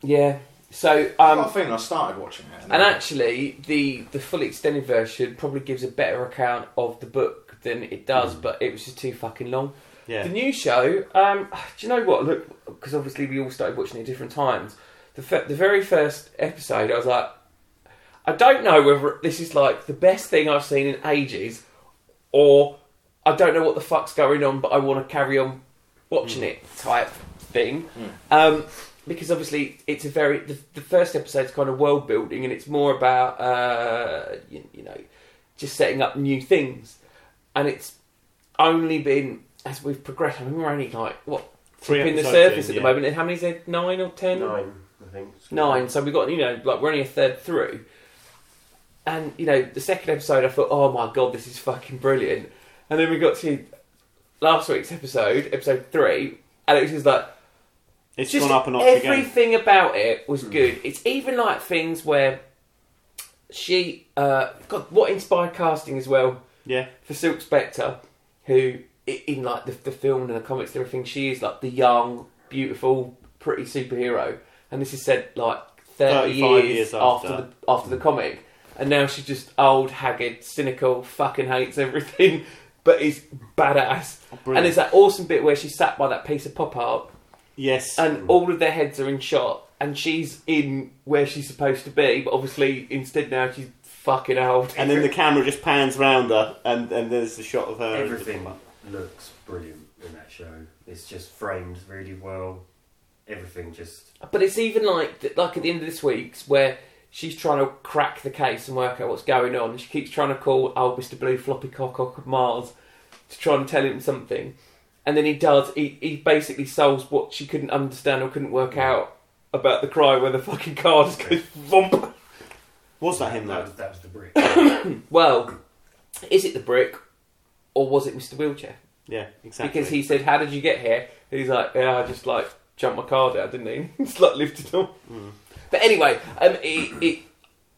Speaker 2: Yeah. So
Speaker 6: I've got
Speaker 2: um,
Speaker 6: a feeling I started watching it.
Speaker 2: and actually the the full extended version probably gives a better account of the book than it does,
Speaker 6: Hmm.
Speaker 2: but it was just too fucking long.
Speaker 5: Yeah.
Speaker 2: The new show, um, do you know what? Look, because obviously we all started watching it at different times. The fir- the very first episode, I was like, I don't know whether this is like the best thing I've seen in ages, or I don't know what the fuck's going on, but I want to carry on watching it type thing. Um, because obviously it's a very the, the first episode's kind of world building and it's more about uh, you, you know just setting up new things, and it's only been as we've progressed. I mean, we're only like what
Speaker 5: Three
Speaker 2: tipping the
Speaker 5: episodes
Speaker 2: surface at the
Speaker 5: in, yeah.
Speaker 2: moment. And how many is there? Nine or ten?
Speaker 4: Nine, I think.
Speaker 2: nine. So we got you know like we're only a third through, and you know the second episode I thought oh my god this is fucking brilliant, and then we got to last week's episode episode three, and it was just like
Speaker 5: It's
Speaker 2: just
Speaker 5: gone up and up again. Hmm.
Speaker 2: everything about it was good. It's even like things where she uh, God what inspired casting as well
Speaker 5: Yeah.
Speaker 2: for Silk Spectre, who i- in like the, the film and the comics and everything, she is like the young, beautiful, pretty superhero, and this is said like thirty years,
Speaker 5: 35 years
Speaker 2: after
Speaker 5: after. Hmm.
Speaker 2: the after the comic, and now she's just old, haggard, cynical, fucking hates everything, but is badass. And
Speaker 5: Oh, brilliant.
Speaker 2: there's that awesome bit where she sat by that piece of pop art
Speaker 5: Yes.
Speaker 2: and all of their heads are in shot, and she's in where she's supposed to be, but obviously instead now she's fucking old.
Speaker 5: and then the camera just pans round her, and, and there's the shot of her. in the
Speaker 4: Everything
Speaker 5: pop-up.
Speaker 4: looks brilliant in that show. It's just framed really well. Everything just.
Speaker 2: But it's even like like at the end of this week's where she's trying to crack the case and work out what's going on. She keeps trying to call old Mister Blue Floppy Cock of Mars to try and tell him something, and then he does. He he basically solves what she couldn't understand or couldn't work out about the crime where the fucking car just goes vomp.
Speaker 5: Was that him
Speaker 4: That
Speaker 5: though?
Speaker 4: was, that was the brick.
Speaker 2: Well, is it the brick, or was it Mister Wheelchair?
Speaker 5: Yeah, exactly.
Speaker 2: Because he said, "How did you get here?" And he's like, "Yeah, I just like jumped my car down, didn't he?" it's like lifted up.
Speaker 5: Mm.
Speaker 2: But anyway, um, it, it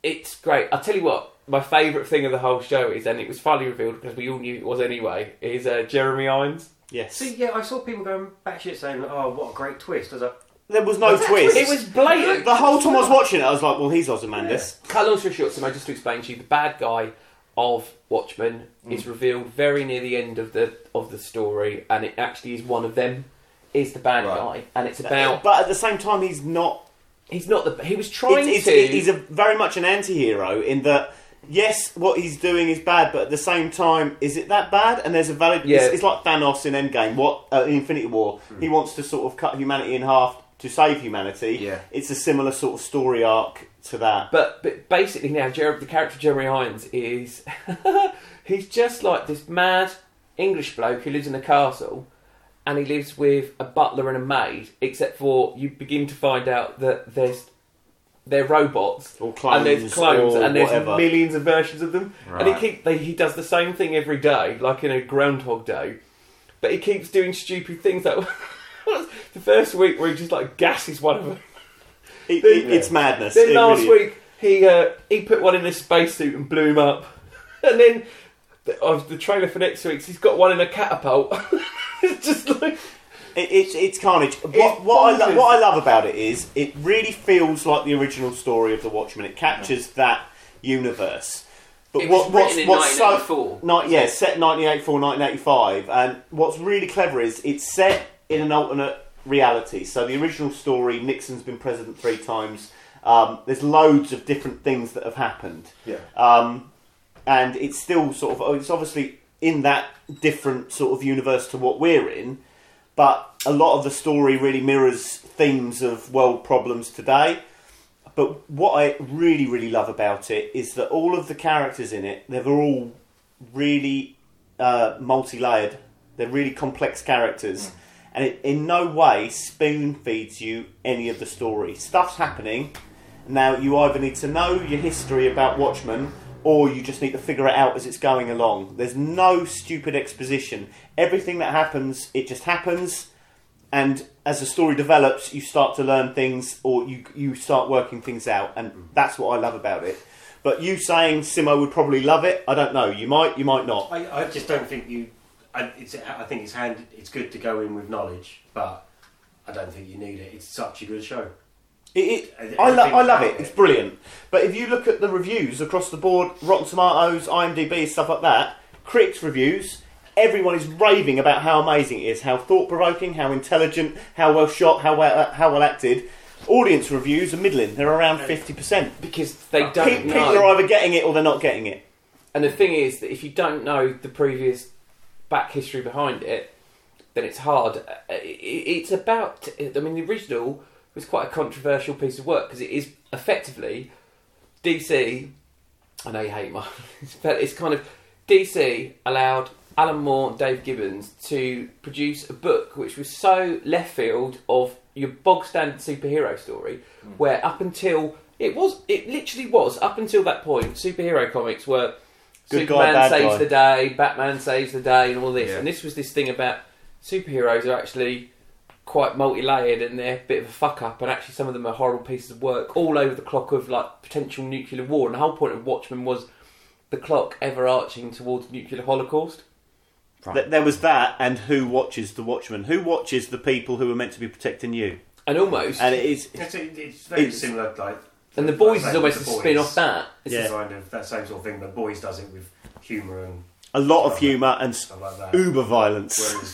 Speaker 2: it's great. I will tell you what, my favourite thing of the whole show is, and it was finally revealed because we all knew it was anyway, is uh, Jeremy Irons.
Speaker 5: Yes.
Speaker 4: See, yeah, I saw people going batshit saying, "Oh, what a great twist!" I was like,
Speaker 5: there was no
Speaker 4: that
Speaker 5: Oh, twist.
Speaker 2: It was blatant.
Speaker 5: the whole time I was watching it, I was like, well, he's Ozymandias.
Speaker 2: Cut a long story short, so just to explain to you, the bad guy of Watchmen
Speaker 5: Mm.
Speaker 2: is revealed very near the end of the of the story, and it actually is one of them. Is the bad
Speaker 6: Right.
Speaker 2: guy, and it's
Speaker 5: Uh,
Speaker 2: about
Speaker 5: But at the same time, he's not.
Speaker 2: he's not the he was trying
Speaker 5: It's,
Speaker 2: to
Speaker 5: it's, he's a, very much an anti hero in that, yes, what he's doing is bad, but at the same time, is it that bad? And there's a valid.
Speaker 2: Yeah. Hmm.
Speaker 5: It's, it's like Thanos in Endgame, what uh, in Infinity War. He wants to sort of cut humanity in half to save humanity.
Speaker 6: Yeah.
Speaker 5: It's a similar sort of story arc to that.
Speaker 2: But but basically now, Jer- the character of Jeremy Irons is he's just like this mad English bloke who lives in a castle, and he lives with a butler and a maid. Except for you begin to find out that there's they're robots
Speaker 5: Or
Speaker 2: and there's
Speaker 5: clones,
Speaker 2: clones
Speaker 5: or
Speaker 2: and there's
Speaker 5: whatever.
Speaker 2: millions of versions of them. And
Speaker 6: Right.
Speaker 2: he keep they, he does the same thing every day, like in a Groundhog Day. But he keeps doing stupid things. Like the first week where he just like gasses one of them.
Speaker 5: It,
Speaker 2: Then-
Speaker 5: it- It's madness.
Speaker 2: Then
Speaker 5: It
Speaker 2: last
Speaker 5: really is.
Speaker 2: week he uh, he put one in a spacesuit and blew him up, and then the, of the trailer for next week's he's got one in a catapult. it's just like
Speaker 5: It, it's it's carnage. What,
Speaker 2: It's
Speaker 5: what, I lo-
Speaker 2: bonkers.
Speaker 5: what I love about it is it really feels like the original story of the Watchmen. It captures that universe. But
Speaker 2: It
Speaker 5: what,
Speaker 2: was
Speaker 5: what's
Speaker 2: written in
Speaker 5: what's so
Speaker 2: 1984.
Speaker 5: not yeah set 1984 1985 and what's really clever is it's set in an alternate reality. So the original story Nixon's been president three times. Um, there's loads of different things that have happened.
Speaker 6: Yeah.
Speaker 5: Um, and it's still sort of oh, it's obviously in that different sort of universe to what we're in, but a lot of the story really mirrors themes of world problems today. But what I really, really love about it is that all of the characters in it, they're all really uh, multi layered. They're really complex characters. And it in no way spoon feeds you any of the story. Stuff's happening. Now, you either need to know your history about Watchmen or you just need to figure it out as it's going along. There's no stupid exposition. Everything that happens, it just happens and as the story develops, you start to learn things or you you start working things out, and that's what I love about it. But you saying Simo would probably love it, I don't know. You might, you might not.
Speaker 4: I, I just don't think you. I, it's, I think it's hand. It's good to go in with knowledge, but I don't think you need it. It's such a good show.
Speaker 5: It, it,
Speaker 4: I- I
Speaker 5: I, lo-
Speaker 4: think-
Speaker 5: I love it. It's brilliant. But if you look at the reviews across the board, Rotten Tomatoes, IMDb, stuff like that, critics' reviews, everyone is raving about how amazing it is, how thought provoking, how intelligent, how well shot, how well, uh, how well acted. Audience reviews are middling. They're around fifty percent.
Speaker 2: because they don't
Speaker 5: Pe-
Speaker 2: know.
Speaker 5: People are either getting it or they're not getting it.
Speaker 2: And the thing is that if you don't know the previous back history behind it, then it's hard. Uh, it- It's about. I mean, the original was quite a controversial piece of work because it is effectively DC. I know you hate my, but it's kind of DC allowed Alan Moore and Dave Gibbons to produce a book which was so left field of your bog standard superhero story,
Speaker 5: Hmm.
Speaker 2: where up until it was, it literally was up until that point, superhero comics were
Speaker 5: Good guy,
Speaker 2: Superman
Speaker 5: bad
Speaker 2: saves
Speaker 5: guy.
Speaker 2: the day, Batman saves the day, and all this.
Speaker 6: Yeah.
Speaker 2: And this was this thing about superheroes are actually quite multi-layered and they're a bit of a fuck up and actually some of them are horrible pieces of work all over the clock of like potential nuclear war and the whole point of Watchmen was the clock ever arching towards nuclear holocaust
Speaker 5: Th- there was that, and who watches the Watchmen? Who watches the people who are meant to be protecting you?
Speaker 2: and almost
Speaker 5: And
Speaker 2: and,
Speaker 5: it is.
Speaker 4: It's, it's very
Speaker 5: It's-
Speaker 4: similar, like.
Speaker 2: the boys
Speaker 4: like
Speaker 2: is almost a
Speaker 4: The Boys.
Speaker 2: spin off that It's
Speaker 4: It's
Speaker 5: Yeah.
Speaker 4: yeah. kind of that same sort of thing. The boys does it with humour and
Speaker 5: A lot of humour and s-
Speaker 4: stuff like that.
Speaker 5: uber violence.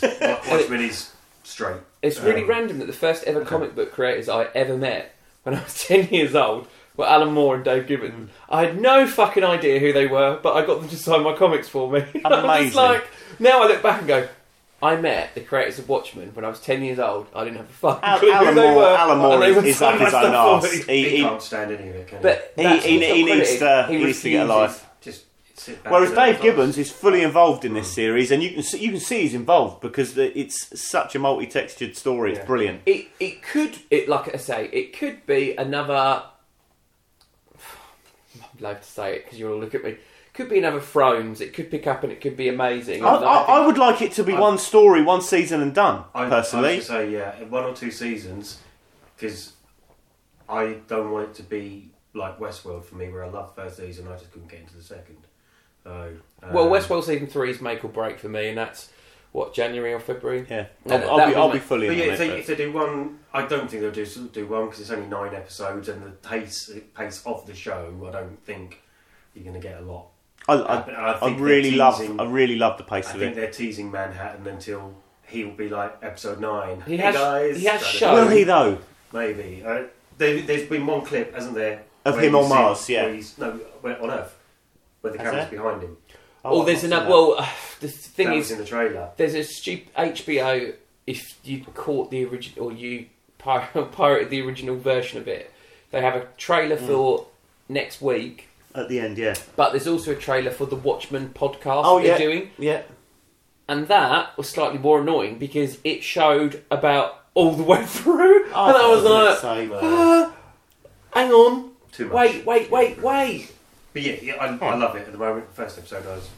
Speaker 4: Whereas Wa- Watchmen is straight.
Speaker 2: It's really
Speaker 4: Um,
Speaker 2: random that the first ever comic book creators I ever met when I was 10 years old were Alan Moore and Dave Gibbons. I had no fucking idea who they were, but I got them to sign my comics for me. And I'm just
Speaker 5: Amazing.
Speaker 2: like, now I look back and go, I met the creators of Watchmen when I was 10 years old. I didn't have a fucking
Speaker 5: Al-
Speaker 2: clue who
Speaker 5: Alan
Speaker 2: they
Speaker 5: Moore,
Speaker 2: were.
Speaker 5: Alan Moore
Speaker 2: and they
Speaker 5: is,
Speaker 2: were
Speaker 5: is up
Speaker 2: signing
Speaker 5: his
Speaker 2: my
Speaker 5: own
Speaker 2: stuff for
Speaker 5: arse.
Speaker 2: me.
Speaker 5: He,
Speaker 4: He,
Speaker 5: he-
Speaker 4: can't stand any of it, can
Speaker 2: But
Speaker 5: He-
Speaker 2: that's
Speaker 5: he-
Speaker 2: what's
Speaker 5: he
Speaker 2: not
Speaker 5: needs
Speaker 2: credited.
Speaker 5: to- he needs to get
Speaker 2: refuses.
Speaker 5: a life.
Speaker 4: he? Just sit back
Speaker 5: whereas
Speaker 4: and let
Speaker 5: Dave
Speaker 4: it
Speaker 5: Gibbons
Speaker 4: dance.
Speaker 5: is fully involved in this series, and you can see, you can see he's involved because the, it's such a multi-textured story. It's
Speaker 4: Yeah.
Speaker 5: brilliant.
Speaker 2: It, it could, it like I say, it could be another. I'd love to say it because you'll all look at me. Could be another Thrones. It could pick up and it could be amazing.
Speaker 5: I, I, I would like it to be one story, one season, and done.
Speaker 4: I, I
Speaker 5: personally,
Speaker 4: was gonna say yeah, in one or two seasons, because I don't want it to be like Westworld for me, where I loved first season, I just couldn't get into the second. So, um,
Speaker 2: Well, Westworld season three is make or break for me, and that's what January or February.
Speaker 5: yeah,
Speaker 2: No, no,
Speaker 5: I'll, I'll
Speaker 2: that
Speaker 5: be,
Speaker 2: would
Speaker 5: I'll
Speaker 2: make-
Speaker 5: be fully.
Speaker 4: But
Speaker 5: in
Speaker 4: yeah,
Speaker 5: on
Speaker 4: if
Speaker 5: it,
Speaker 4: they,
Speaker 5: but-
Speaker 4: if they do one, I don't think they'll do do one because it's only nine episodes, and the pace pace of the show, I don't think you're going to get a lot.
Speaker 5: I,
Speaker 4: but
Speaker 5: I,
Speaker 4: I
Speaker 5: I
Speaker 4: think they're
Speaker 5: really love,
Speaker 4: teasing-
Speaker 5: I really love the
Speaker 4: I
Speaker 5: pace of it.
Speaker 4: think they're teasing Manhattan until he'll be like episode nine.
Speaker 2: He
Speaker 4: Hey
Speaker 2: has-
Speaker 4: guys,
Speaker 2: he has
Speaker 4: Kind of-
Speaker 2: shown-
Speaker 5: Will he though?
Speaker 4: Maybe. Uh, there, there's been one clip, hasn't there?
Speaker 5: Of
Speaker 4: where
Speaker 5: him
Speaker 4: you
Speaker 5: on
Speaker 4: see-
Speaker 5: Mars, yeah.
Speaker 4: where he's- no, where, on Earth. Where the
Speaker 5: Has
Speaker 4: camera's
Speaker 5: there?
Speaker 4: behind him.
Speaker 2: Oh,
Speaker 5: I've
Speaker 2: there's
Speaker 5: not
Speaker 2: another.
Speaker 5: seen that.
Speaker 2: Well, the thing
Speaker 4: that
Speaker 2: is,
Speaker 4: was in the trailer.
Speaker 2: there's a stupid HBO. If you caught the original, or you pir- pirated the original version of it, they have a trailer
Speaker 5: Mm.
Speaker 2: for next week.
Speaker 5: at the end, yeah.
Speaker 2: But there's also a trailer for the Watchmen podcast
Speaker 5: Oh,
Speaker 2: that they're
Speaker 5: yeah.
Speaker 2: doing.
Speaker 5: Yeah.
Speaker 2: and that was slightly more annoying because it showed about all the way through,
Speaker 5: Oh,
Speaker 2: and I was like, "Uh, "Hang on,
Speaker 4: Too much.
Speaker 2: wait, wait, wait, wait."
Speaker 4: But yeah, yeah I, I love it at the moment. First episode I was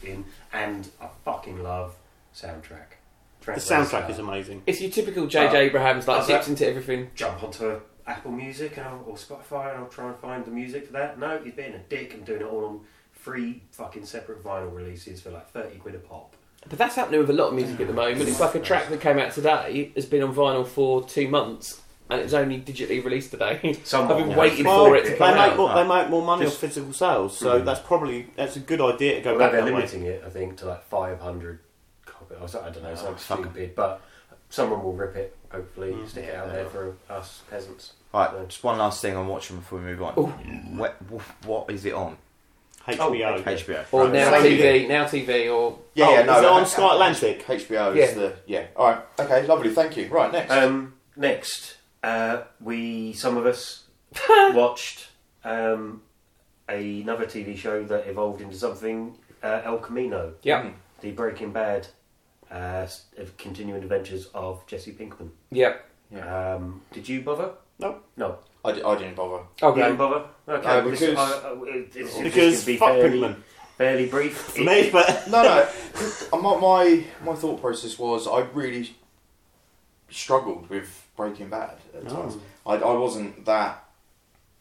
Speaker 4: in, and I fucking love soundtrack. Track
Speaker 5: the soundtrack
Speaker 4: later.
Speaker 5: is amazing.
Speaker 2: It's your typical J.J.
Speaker 4: Uh,
Speaker 5: Oh.
Speaker 2: Abrams, like
Speaker 4: how's
Speaker 2: dips
Speaker 4: that?
Speaker 2: into everything.
Speaker 4: Jump onto Apple Music and I'll, or Spotify, and I'll try and find the music for that. No, you're being a dick and doing it all on three fucking separate vinyl releases for like thirty quid a pop.
Speaker 2: But that's happening with a lot of music at the moment. It's like a track that came out today has been on vinyl for two months, and it's only digitally released today.
Speaker 4: Someone
Speaker 2: I've been
Speaker 4: will
Speaker 2: waiting
Speaker 4: have
Speaker 2: for
Speaker 4: to
Speaker 2: it to
Speaker 4: pick
Speaker 2: come
Speaker 5: They make
Speaker 2: out.
Speaker 5: more, they make more money
Speaker 4: Just- Mm-hmm.
Speaker 5: off physical sales, so that's probably that's a good idea to go
Speaker 4: Well,
Speaker 5: back
Speaker 4: they're
Speaker 5: that way.
Speaker 4: limiting it, I think, to like 500 copy. I, was, I don't know, it's something stupid, but someone will rip it, hopefully, stick it out there for us peasants.
Speaker 6: Right, just one last thing on Watchmen before we move on. Wh- wh- what is it on?
Speaker 4: Oh,
Speaker 5: HBO.
Speaker 6: HBO.
Speaker 2: Or
Speaker 6: Right.
Speaker 2: now
Speaker 6: Same
Speaker 2: TV,
Speaker 6: thing.
Speaker 2: now TV, or
Speaker 6: Yeah,
Speaker 5: Oh,
Speaker 6: yeah,
Speaker 5: is
Speaker 6: no.
Speaker 5: it on
Speaker 6: uh,
Speaker 5: Sky Atlantic?
Speaker 6: HBO
Speaker 2: Yeah.
Speaker 6: is the yeah. All right, okay, lovely. Thank you. Right, next.
Speaker 4: Um, next, uh, we some of us watched um, another TV show that evolved into something uh, El Camino,
Speaker 2: yeah,
Speaker 4: the Breaking Bad uh, s- of continuing adventures of Jesse Pinkman.
Speaker 2: yeah.
Speaker 4: Um, did you bother?
Speaker 5: No.
Speaker 4: No.
Speaker 6: I, di- I didn't bother.
Speaker 4: You
Speaker 2: Okay.
Speaker 4: didn't bother? Okay.
Speaker 6: No,
Speaker 4: well, this-
Speaker 6: because-
Speaker 4: I- I- it- it's just
Speaker 5: Because
Speaker 4: gonna be
Speaker 5: fuck
Speaker 4: fairly,
Speaker 5: Pinkman.
Speaker 4: fairly brief.
Speaker 5: For me, but
Speaker 6: No, no. uh, my, my my thought process was I really struggled with Breaking Bad at times. I, I wasn't that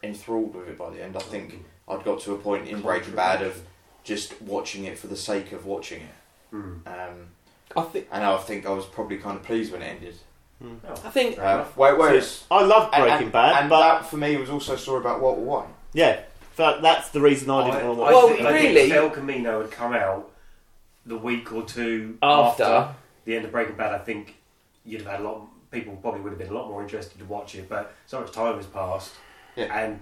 Speaker 6: enthralled with it by the end. I think I'd got to a point in Breaking Bad of just watching it for the sake of watching it. Um,
Speaker 2: I think
Speaker 6: and I think I was probably kind of pleased when it ended.
Speaker 2: I think
Speaker 6: Uh, where- whereas
Speaker 5: I love
Speaker 6: and-
Speaker 5: Breaking
Speaker 6: and,
Speaker 5: Bad,
Speaker 6: and
Speaker 5: but
Speaker 6: that for me was also a story about Walter White.
Speaker 5: yeah, that, that's the reason I didn't
Speaker 4: I-
Speaker 5: want to
Speaker 4: I
Speaker 5: watch.
Speaker 2: Well,
Speaker 4: think- I think
Speaker 2: really-
Speaker 4: if El Camino had come out the week or two
Speaker 2: After.
Speaker 4: the end of Breaking Bad, I think you'd have had a lot. People probably would have been a lot more interested to watch it, but so much time has passed,
Speaker 6: Yeah.
Speaker 4: and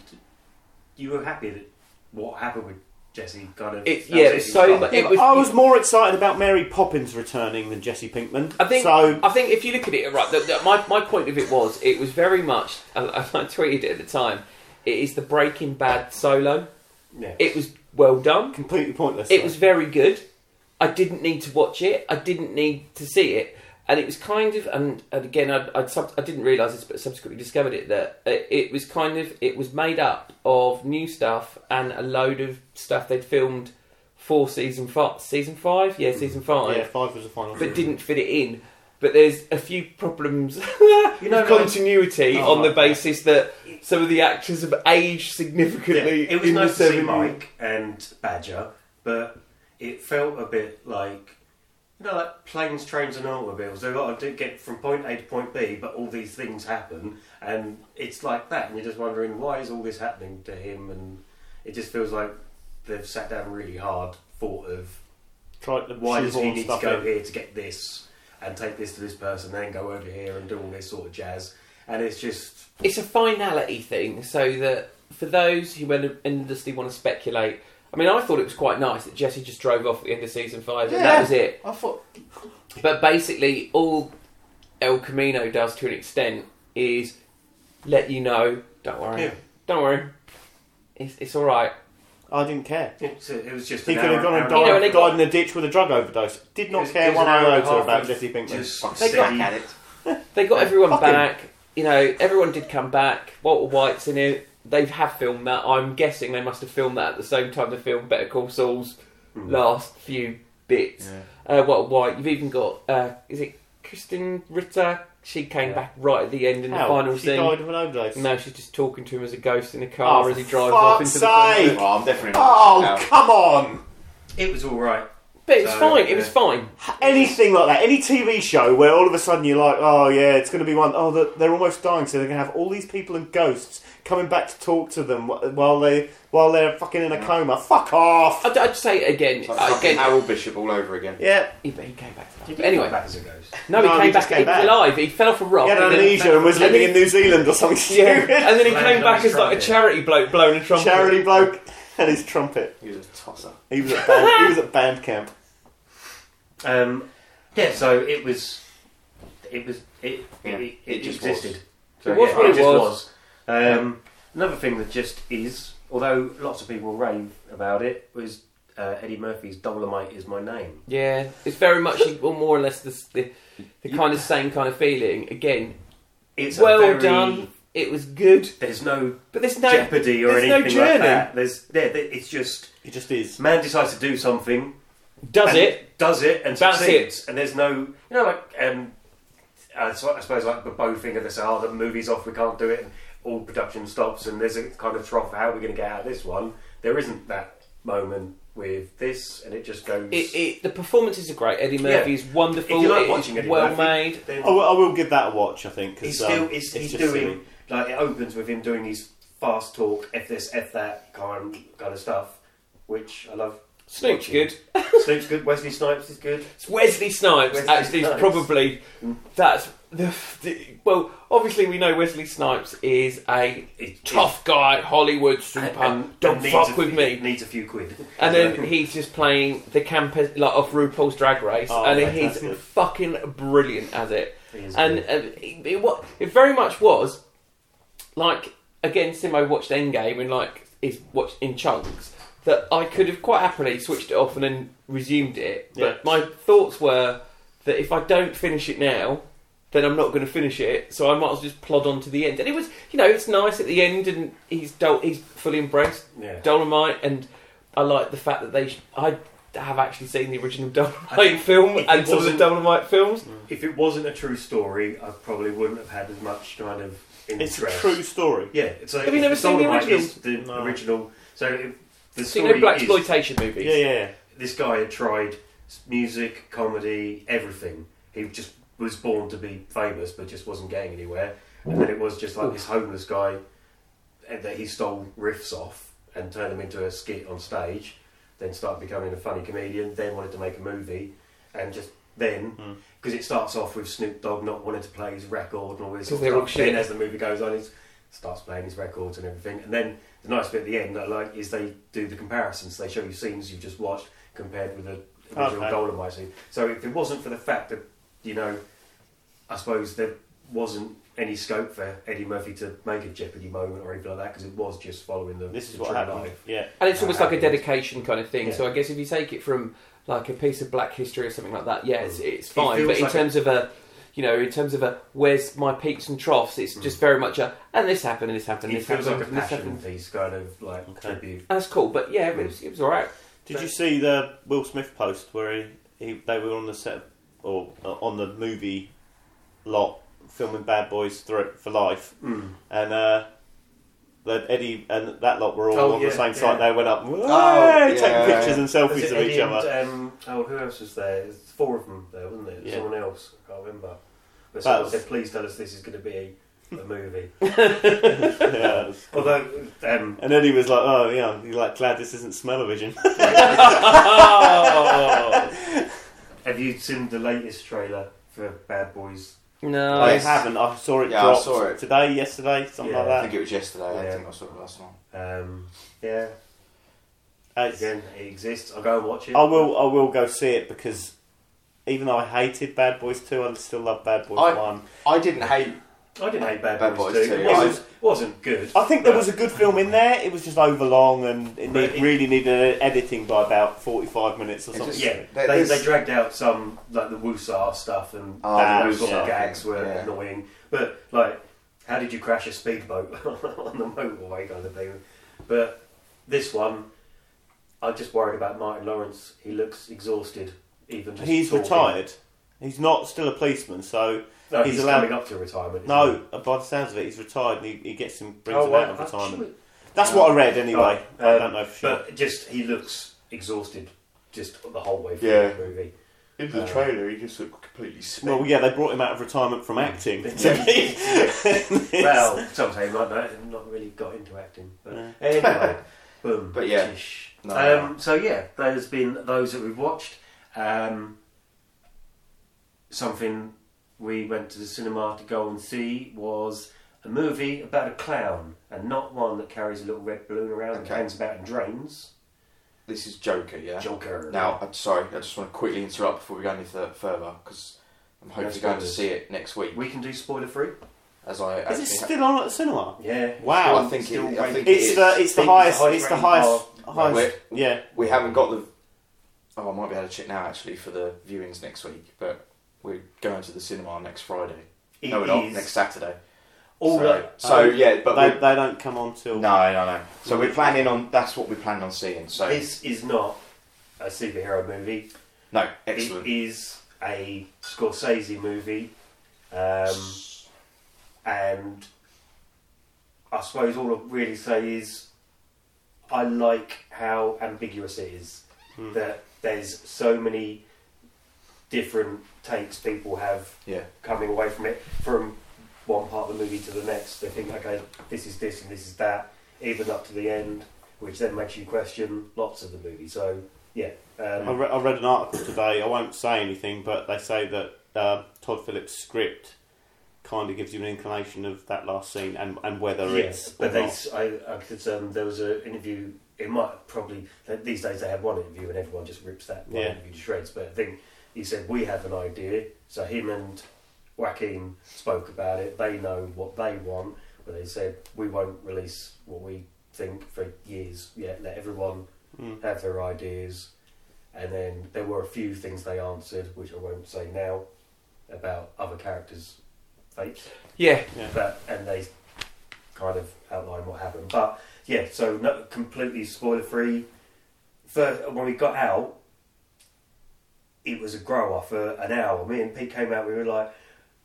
Speaker 4: you were happy that what happened with Jesse kind of.
Speaker 2: It- yeah,
Speaker 4: absolutely
Speaker 2: it's so
Speaker 4: fine.
Speaker 2: much-
Speaker 5: it.
Speaker 2: it was-
Speaker 5: I was more excited about Mary Poppins returning than Jesse Pinkman.
Speaker 2: I think
Speaker 5: so.
Speaker 2: I think if you look at it right, the, the, my my point of it was it was very much and I, I tweeted it at the time. It is the Breaking Bad solo.
Speaker 4: Yeah.
Speaker 2: It was well done.
Speaker 5: completely pointless.
Speaker 2: It was very good. I didn't need to watch it. I didn't need to see it. And it was kind of, and, and again, I, I, sub- I didn't realise this, but subsequently discovered it that it, it was kind of, it was made up of new stuff and a load of stuff they'd filmed for season five, season five, yeah, season five,
Speaker 5: yeah, five was the final.
Speaker 2: but didn't fit it in. But there's a few problems, you know,
Speaker 4: no,
Speaker 2: continuity
Speaker 5: Oh,
Speaker 2: on the
Speaker 5: right.
Speaker 2: basis that some of the actors have aged significantly.
Speaker 4: it was
Speaker 2: in
Speaker 4: nice
Speaker 2: the
Speaker 4: to
Speaker 2: seven
Speaker 4: see
Speaker 2: years.
Speaker 4: Mike and Badger, but it felt a bit like you know, like planes, trains, and automobiles. They've got to do- get from point A to point B, but all these things happen, and it's like that. And you're just wondering why is all this happening to him, and it just feels like they've sat down really hard, thought of
Speaker 5: tried to
Speaker 4: why does he
Speaker 5: shoehorn
Speaker 4: need to
Speaker 5: stuff
Speaker 4: go
Speaker 5: in.
Speaker 4: here to get this, and take this to this person, then go over here and do all this sort of jazz. And it's just
Speaker 2: it's a finality thing, so that for those who en- endlessly want to speculate, I mean, I thought it was quite nice that Jesse just drove off at the end of season five, and that was it.
Speaker 6: I thought
Speaker 2: But basically, all El Camino does to an extent is let you know, don't worry,
Speaker 4: Yeah.
Speaker 2: don't worry, it's, it's all right.
Speaker 5: I didn't care.
Speaker 4: it's, it was just
Speaker 5: He
Speaker 4: an
Speaker 5: could have
Speaker 4: hour-
Speaker 5: gone
Speaker 4: hour
Speaker 2: You
Speaker 5: and
Speaker 2: know,
Speaker 5: died,
Speaker 2: and they got-
Speaker 5: died in a ditch with a drug overdose. Did not
Speaker 4: It was- it
Speaker 5: care
Speaker 4: was
Speaker 5: one
Speaker 4: an hour and a
Speaker 5: iota
Speaker 4: half
Speaker 5: about
Speaker 4: of
Speaker 5: Jesse Pinkman.
Speaker 4: just
Speaker 6: fucking
Speaker 2: They got-
Speaker 6: steady at it.
Speaker 2: They got everyone
Speaker 5: Fuck him.
Speaker 2: back. You know, everyone did come back. Walter White's in it. They have filmed that. I'm guessing they must have filmed that at the same time they filmed Better Call Saul's
Speaker 4: Hmm.
Speaker 2: last few bits. Uh, Walter White. You've even got uh, is it Kristen Ritter? She came
Speaker 4: Yeah.
Speaker 2: back right at the end in
Speaker 5: How?
Speaker 2: the final
Speaker 5: she
Speaker 2: scene.
Speaker 5: died of an overdose.
Speaker 2: No, she's just talking to him as a ghost in a car
Speaker 5: Oh,
Speaker 2: as he
Speaker 5: for
Speaker 2: drives off
Speaker 5: fuck's
Speaker 2: into the
Speaker 5: sake!
Speaker 6: Well, I'm definitely. not
Speaker 5: Oh,
Speaker 6: out.
Speaker 5: come on!
Speaker 4: It was all right.
Speaker 2: But it was
Speaker 4: So,
Speaker 2: fine. It was
Speaker 4: yeah.
Speaker 2: fine.
Speaker 5: Anything like that, any TV show where all of a sudden you're like, oh yeah, it's going to be one, oh, they're- they're almost dying, so they're going to have all these people and ghosts coming back to talk to them wh- while they while they're fucking in a coma. Fuck off!
Speaker 2: I'd, I'd say it again.
Speaker 6: It's like fucking
Speaker 2: again.
Speaker 6: Harold Bishop all over again.
Speaker 5: Yeah,
Speaker 2: He, but he came back to life.
Speaker 4: But
Speaker 2: But anyway,
Speaker 4: back as it goes.
Speaker 2: no,
Speaker 5: No,
Speaker 2: he
Speaker 5: he
Speaker 2: came
Speaker 5: just
Speaker 2: back.
Speaker 5: came
Speaker 2: He was
Speaker 5: back.
Speaker 2: alive. He fell off a rock.
Speaker 5: he had
Speaker 4: Oh,
Speaker 2: and then-
Speaker 5: amnesia and was
Speaker 2: and then
Speaker 5: living
Speaker 2: he-
Speaker 5: in New Zealand or something
Speaker 2: Yeah, and
Speaker 5: stupid.
Speaker 2: then he
Speaker 4: Landed
Speaker 2: came
Speaker 4: on
Speaker 2: back
Speaker 4: his
Speaker 2: as like a
Speaker 4: trumpet.
Speaker 2: charity bloke blowing a trumpet.
Speaker 5: Charity bloke and his trumpet.
Speaker 6: He was a tosser.
Speaker 5: He was at band, he was at band camp.
Speaker 4: Um, yeah, so it was, it was, it
Speaker 6: Yeah,
Speaker 4: it, it,
Speaker 6: it just
Speaker 4: existed.
Speaker 6: was.
Speaker 4: So,
Speaker 2: It was what it
Speaker 4: just
Speaker 2: was.
Speaker 4: Um, another thing that just is, although lots of people rave about it, was uh, Eddie Murphy's "Dolomite Is My Name."
Speaker 2: Yeah, it's very much, well, more or less the, the, the kind of same kind of feeling. Again,
Speaker 4: It's a
Speaker 2: well
Speaker 4: very-
Speaker 2: done. It was good,
Speaker 4: There's no
Speaker 2: but there's no
Speaker 4: jeopardy or
Speaker 2: there's no
Speaker 4: anything
Speaker 2: journey.
Speaker 4: like that. There's yeah, there- it's just
Speaker 5: He just is.
Speaker 4: man decides to do something,
Speaker 2: Does
Speaker 4: and
Speaker 2: it?
Speaker 4: Does it and
Speaker 2: That's
Speaker 4: succeeds. And there's no, you know, like um, I s- I suppose like the bow finger. They say, "Oh, the movie's off. We can't do it." And all production stops, and there's a kind of trough. How are we going to get out of this one? There isn't that moment with this, and it just goes.
Speaker 2: It, it? The performances are great. Eddie Murphy is wonderful.
Speaker 4: if you
Speaker 2: It
Speaker 4: like
Speaker 2: is
Speaker 4: watching it,
Speaker 2: well
Speaker 4: Murphy,
Speaker 2: made.
Speaker 4: then
Speaker 5: I will, I will give that a watch, I think. 'cause,
Speaker 4: he's
Speaker 5: um,
Speaker 4: still he's,
Speaker 5: Oh, it's
Speaker 4: he's
Speaker 5: just
Speaker 4: doing
Speaker 5: silly.
Speaker 4: like it opens with him doing his fast talk, f this, f that kind kind of stuff, which I love.
Speaker 2: Snoop's good.
Speaker 4: Snoop's good. Wesley Snipes is good.
Speaker 2: It's Wesley Snipes
Speaker 4: Wesley
Speaker 2: actually is
Speaker 4: Snipes. Mm.
Speaker 2: probably that's the, the, well, obviously we know Wesley Snipes is a
Speaker 4: It-
Speaker 2: tough guy, Hollywood super. Don't
Speaker 4: needs
Speaker 2: fuck
Speaker 4: a-
Speaker 2: with me.
Speaker 4: Needs a few quid.
Speaker 2: And then he's just playing the campus like off RuPaul's Drag Race,
Speaker 5: Oh,
Speaker 2: and
Speaker 5: fantastic.
Speaker 2: he's fucking brilliant at it.
Speaker 4: He is
Speaker 2: and
Speaker 4: good.
Speaker 2: uh, it, it, wa- it very much was like again, Simo watched Endgame and like is watched in chunks. That I could have quite happily switched it off and then resumed it, but
Speaker 5: Yeah.
Speaker 2: my thoughts were that if I don't finish it now, then I'm not going to finish it. So I might as well just plod on to the end. And it was, you know, it's nice at the end, and he's dol- he's fully embraced
Speaker 4: Yeah.
Speaker 2: Dolomite, and I like the fact that they. Sh- I have actually seen the original Dolomite film
Speaker 4: if it
Speaker 2: and some of the
Speaker 4: wasn't-
Speaker 2: Dolomite films.
Speaker 4: if it wasn't a true story, I probably wouldn't have had as much kind of
Speaker 5: It's
Speaker 4: interest.
Speaker 5: a true story.
Speaker 4: Yeah. So
Speaker 2: Have you never seen the original?
Speaker 4: Is the
Speaker 5: No.
Speaker 4: original. So if the
Speaker 2: So you know
Speaker 4: story
Speaker 2: black
Speaker 4: is
Speaker 2: exploitation movies.
Speaker 5: Yeah, yeah, yeah.
Speaker 4: this guy had tried s- music, comedy, everything. He just was born to be famous, but just wasn't getting anywhere. And then it was just like this homeless guy uh, that he stole riffs off and turned them into a skit on stage. Then started becoming a funny comedian. Then wanted to make a movie, and just then because it starts off with Snoop Dogg not wanting to play his record and all this.
Speaker 2: 'Cause
Speaker 4: Sort
Speaker 2: they're all
Speaker 4: of stuff. Then
Speaker 2: shit.
Speaker 4: as the movie goes on, he starts playing his records and everything. And then the nice bit at the end, I like, is they do the comparisons. They show you scenes you've just watched compared with the original
Speaker 5: Okay.
Speaker 4: Dolomite scene. So if it wasn't for the fact that, you know, I suppose there wasn't any scope for Eddie Murphy to make a Jeopardy moment or anything like that because it was just following the
Speaker 5: This is
Speaker 4: the
Speaker 5: what
Speaker 4: true
Speaker 5: happened.
Speaker 4: life.
Speaker 5: Yeah.
Speaker 2: And it's almost like a
Speaker 4: Yeah.
Speaker 2: dedication kind of thing.
Speaker 4: Yeah.
Speaker 2: So I guess if you take it from like a piece of black history or something like that, yeah, it's, it's
Speaker 4: Mm. It
Speaker 2: fine.
Speaker 4: feels
Speaker 2: But in
Speaker 4: like
Speaker 2: terms of a, you know, in terms of a where's my peaks and troughs, it's just very much a and this happened and this happened and
Speaker 4: Mm. It
Speaker 2: this
Speaker 4: feels
Speaker 2: happened
Speaker 4: like a
Speaker 2: and this
Speaker 4: passion
Speaker 2: happened.
Speaker 4: piece, kind of like tribute.
Speaker 2: That's cool, but yeah, it was, it was all right.
Speaker 5: Did you see the Will Smith post where he, he they were on the set of- or uh, on the movie lot filming Bad Boys through, for Life,
Speaker 4: Mm.
Speaker 5: and uh, that Eddie and that lot were all
Speaker 4: Oh,
Speaker 5: on
Speaker 4: yeah,
Speaker 5: the same
Speaker 4: yeah.
Speaker 5: site. They went up,
Speaker 6: Oh,
Speaker 5: "Hey,"
Speaker 6: yeah.
Speaker 5: taking pictures and
Speaker 4: Was
Speaker 5: selfies
Speaker 4: it
Speaker 5: of
Speaker 4: Eddie
Speaker 5: each other.
Speaker 4: and, um, oh, who else was there? There's four of them there, wasn't there?
Speaker 5: Yeah.
Speaker 4: Someone else, I can't remember.
Speaker 5: That
Speaker 4: But someone
Speaker 5: was-
Speaker 4: said, "Please tell us this is going to be a, a movie."
Speaker 5: yeah, that was cool.
Speaker 4: Although, um,
Speaker 5: and Eddie was like, "Oh, yeah, you're like glad this isn't Smell-O-Vision."
Speaker 4: have you seen the latest trailer for Bad Boys?
Speaker 2: No,
Speaker 5: I
Speaker 6: Yes.
Speaker 5: haven't. I saw it
Speaker 6: Yeah, I
Speaker 5: dropped
Speaker 6: saw it.
Speaker 5: today, yesterday, something
Speaker 4: Yeah,
Speaker 6: I
Speaker 5: like
Speaker 6: think
Speaker 5: that.
Speaker 6: it was yesterday. I
Speaker 4: Yeah.
Speaker 6: think I saw it last night.
Speaker 4: Um, yeah,
Speaker 5: It's-
Speaker 4: again, it exists. I'll go and watch it.
Speaker 5: I will. I will go see it because even though I hated Bad Boys Two, I still love Bad Boys
Speaker 6: I-
Speaker 5: One.
Speaker 6: I didn't hate.
Speaker 4: I didn't hate Bad,
Speaker 6: Bad
Speaker 4: Boys, 2.
Speaker 6: Boys too,
Speaker 4: It
Speaker 6: yeah.
Speaker 4: wasn't, wasn't good.
Speaker 5: I think there
Speaker 4: but
Speaker 5: was a good film in there. It was just overlong and it
Speaker 4: But
Speaker 5: need,
Speaker 4: it-
Speaker 5: really needed editing by about forty-five minutes or
Speaker 6: It
Speaker 5: something.
Speaker 6: just-
Speaker 4: Yeah, they,
Speaker 6: There- there's-
Speaker 4: they dragged out some like the Wusar stuff and
Speaker 6: Oh,
Speaker 5: Ah, the
Speaker 4: those sort
Speaker 5: Wusa
Speaker 4: of gags
Speaker 6: thing,
Speaker 4: were
Speaker 6: yeah.
Speaker 4: annoying. But like, how did you crash a speedboat on the motorway kind of thing? But this one, I'm just worried about Martin Lawrence. He looks exhausted. Even just
Speaker 5: He's
Speaker 4: talking.
Speaker 5: retired. He's not still a policeman, so
Speaker 4: No,
Speaker 5: He's
Speaker 4: he's,
Speaker 5: allowed-
Speaker 4: coming up to retirement. isn't
Speaker 5: no. By the sounds of it, he's retired and he, he gets him
Speaker 4: he?
Speaker 5: brings him out of retirement.
Speaker 4: actually-
Speaker 5: That's what I read anyway.
Speaker 4: Oh,
Speaker 5: I
Speaker 4: um,
Speaker 5: don't know for sure.
Speaker 4: But just he looks exhausted, just the whole way through
Speaker 6: Yeah.
Speaker 4: the movie.
Speaker 6: In
Speaker 4: the Uh,
Speaker 6: trailer, he just looked completely spent.
Speaker 5: Well, yeah, they brought him out of retirement from acting.
Speaker 4: Yeah. well, sometimes I don't, not really got into acting. But
Speaker 5: No.
Speaker 4: anyway, boom.
Speaker 6: But yeah.
Speaker 4: Tish.
Speaker 6: No,
Speaker 4: um, So yeah, there's been those that we've watched. Um, something we went to the cinema to go and see was a movie about a clown, and not one that carries a little red balloon around and
Speaker 6: Okay.
Speaker 4: hangs about and drains.
Speaker 6: This is Joker, yeah.
Speaker 4: Joker.
Speaker 6: Now, I'm sorry, I just want to quickly interrupt before we go any fur- further because I'm hoping
Speaker 4: Let's
Speaker 6: to go
Speaker 4: do
Speaker 6: to
Speaker 4: this.
Speaker 6: see it next week.
Speaker 4: we can do spoiler free.
Speaker 6: As I
Speaker 5: Is
Speaker 6: actually
Speaker 5: it still on at the cinema?
Speaker 4: Yeah.
Speaker 5: Wow.
Speaker 6: I think
Speaker 4: Still
Speaker 6: it, I think
Speaker 5: It's
Speaker 6: it
Speaker 5: the
Speaker 6: is.
Speaker 5: it's the
Speaker 4: Think it's
Speaker 5: highest
Speaker 4: the highest
Speaker 5: it's the
Speaker 4: rating
Speaker 5: highest
Speaker 4: of-
Speaker 5: highest
Speaker 6: Wait.
Speaker 5: yeah
Speaker 6: we haven't got the. Oh, I might be able to check now actually for the viewings next week, but we're going to the cinema next Friday.
Speaker 4: It
Speaker 6: no, we're not
Speaker 4: is
Speaker 6: next Saturday.
Speaker 4: All Oh,
Speaker 6: so,
Speaker 4: that-
Speaker 6: so yeah, but
Speaker 5: they,
Speaker 6: we're-
Speaker 5: they don't come on till
Speaker 6: no, no, no. So we're planning on that's what we're planning on seeing. So
Speaker 4: This is not a superhero movie.
Speaker 6: no, excellent.
Speaker 4: It is a Scorsese movie, um, and I suppose all I really say is I like how ambiguous it is.
Speaker 6: Hmm.
Speaker 4: That there's so many different takes people have
Speaker 6: yeah,
Speaker 4: coming away from it from one part of the movie to the next. They think, okay, this is this and this is that, even up to the end, which then makes you question lots of the movie. So yeah,
Speaker 5: I,
Speaker 4: um,
Speaker 5: re- I read an article today I won't say anything but they say that uh, Todd um, Phillips' script kind of gives you an inclination of that last scene and, and whether it's.
Speaker 4: Yes, but
Speaker 5: or
Speaker 4: they,
Speaker 5: not.
Speaker 4: s- I, I could, um, there was an interview. It might probably like, these days they have one interview and everyone just rips that one
Speaker 5: Yeah.
Speaker 4: interview to shreds. But I think he said we have an idea, so him and Joaquin spoke about it. They know what they want, but they said we won't release what we think for years yet. Let everyone
Speaker 5: Mm.
Speaker 4: have their ideas, and then there were a few things they answered, which I won't say now, about other characters' fates
Speaker 2: Yeah,
Speaker 4: but and they kind of outline what happened. But yeah, so no, completely spoiler free. First, when we got out, it was a grow off for an hour. Me and Pete came out. We were like,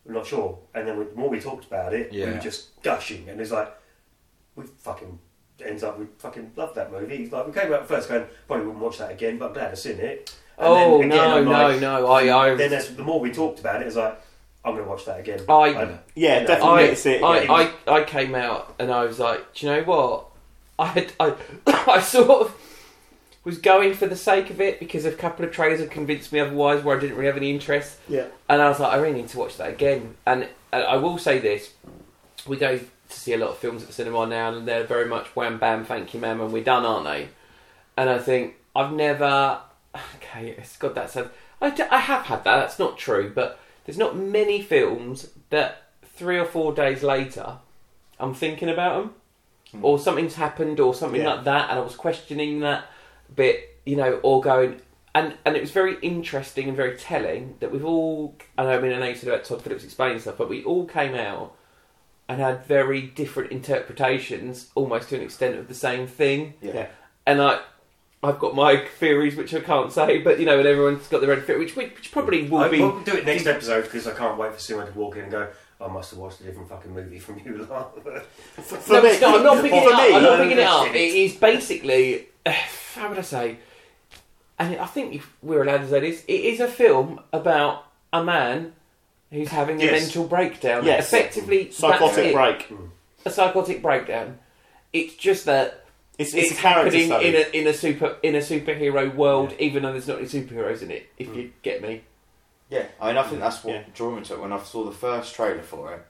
Speaker 4: we're not sure. And then we, the more we talked about it, we
Speaker 1: Yeah.
Speaker 4: were just gushing. And it's like, we fucking ends up we fucking love that movie. Like we came out first going, probably wouldn't watch that again, but I'm glad I've seen it. And
Speaker 2: Oh,
Speaker 4: then again,
Speaker 2: no,
Speaker 4: I'm
Speaker 2: no,
Speaker 4: like-
Speaker 2: no, I- I-
Speaker 4: Then that's, the more we talked about it, it's like, I'm gonna watch that again.
Speaker 2: I-
Speaker 5: Yeah,
Speaker 4: you know,
Speaker 5: definitely.
Speaker 2: I,
Speaker 5: it's it,
Speaker 2: I,
Speaker 5: yeah.
Speaker 2: I, I came out and I was like, do you know what? I had, I, I sort of was going for the sake of it because a couple of trailers had convinced me otherwise, where I didn't really have any interest.
Speaker 5: Yeah.
Speaker 2: And I was like, I really need to watch that again. And, and I will say this: we go to see a lot of films at the cinema now, and they're very much wham bam, thank you, ma'am, and we're done, aren't they? And I think I've never. Okay, it's God, that's a. I, d- I have had that. That's not true, but there's not many films that three or four days later I'm thinking about them, or something's happened, or something
Speaker 5: Yeah.
Speaker 2: like that, and I was questioning that bit, you know, or going. And, and it was very interesting and very telling that we've all, I know, I mean, I know you said about Todd Phillips explaining stuff, but we all came out and had very different interpretations, almost to an extent, of the same thing.
Speaker 5: Yeah.
Speaker 2: And I, I've got my theories, which I can't say, but you know, and everyone's got their own theory, which, which probably will
Speaker 4: I,
Speaker 2: be.
Speaker 4: we'll do it next episode because I can't wait for someone to walk in and go, I must have watched a different fucking movie from you last.
Speaker 5: For, for
Speaker 2: No,
Speaker 5: me,
Speaker 2: it's not, I'm not
Speaker 5: for
Speaker 2: picking it up.
Speaker 5: me, uh,
Speaker 2: I'm not
Speaker 4: no,
Speaker 2: picking it
Speaker 4: that's
Speaker 2: up.
Speaker 4: it.
Speaker 2: It is basically, how would I say? And I think if we're allowed to say this. It is a film about a man who's having a
Speaker 5: Yes.
Speaker 2: mental breakdown.
Speaker 5: Yes.
Speaker 2: Effectively, that's
Speaker 5: psychotic
Speaker 2: it.
Speaker 5: break.
Speaker 2: A psychotic breakdown. It's just that
Speaker 5: It's,
Speaker 2: it's,
Speaker 5: it's, a character
Speaker 2: happening
Speaker 5: study.
Speaker 2: in a in a super in a superhero world, even though there's not any superheroes in it. If
Speaker 5: Mm.
Speaker 2: you get me,
Speaker 6: Yeah, I mean, I think that's what
Speaker 5: Yeah.
Speaker 6: drew me to it when I saw the first trailer for it.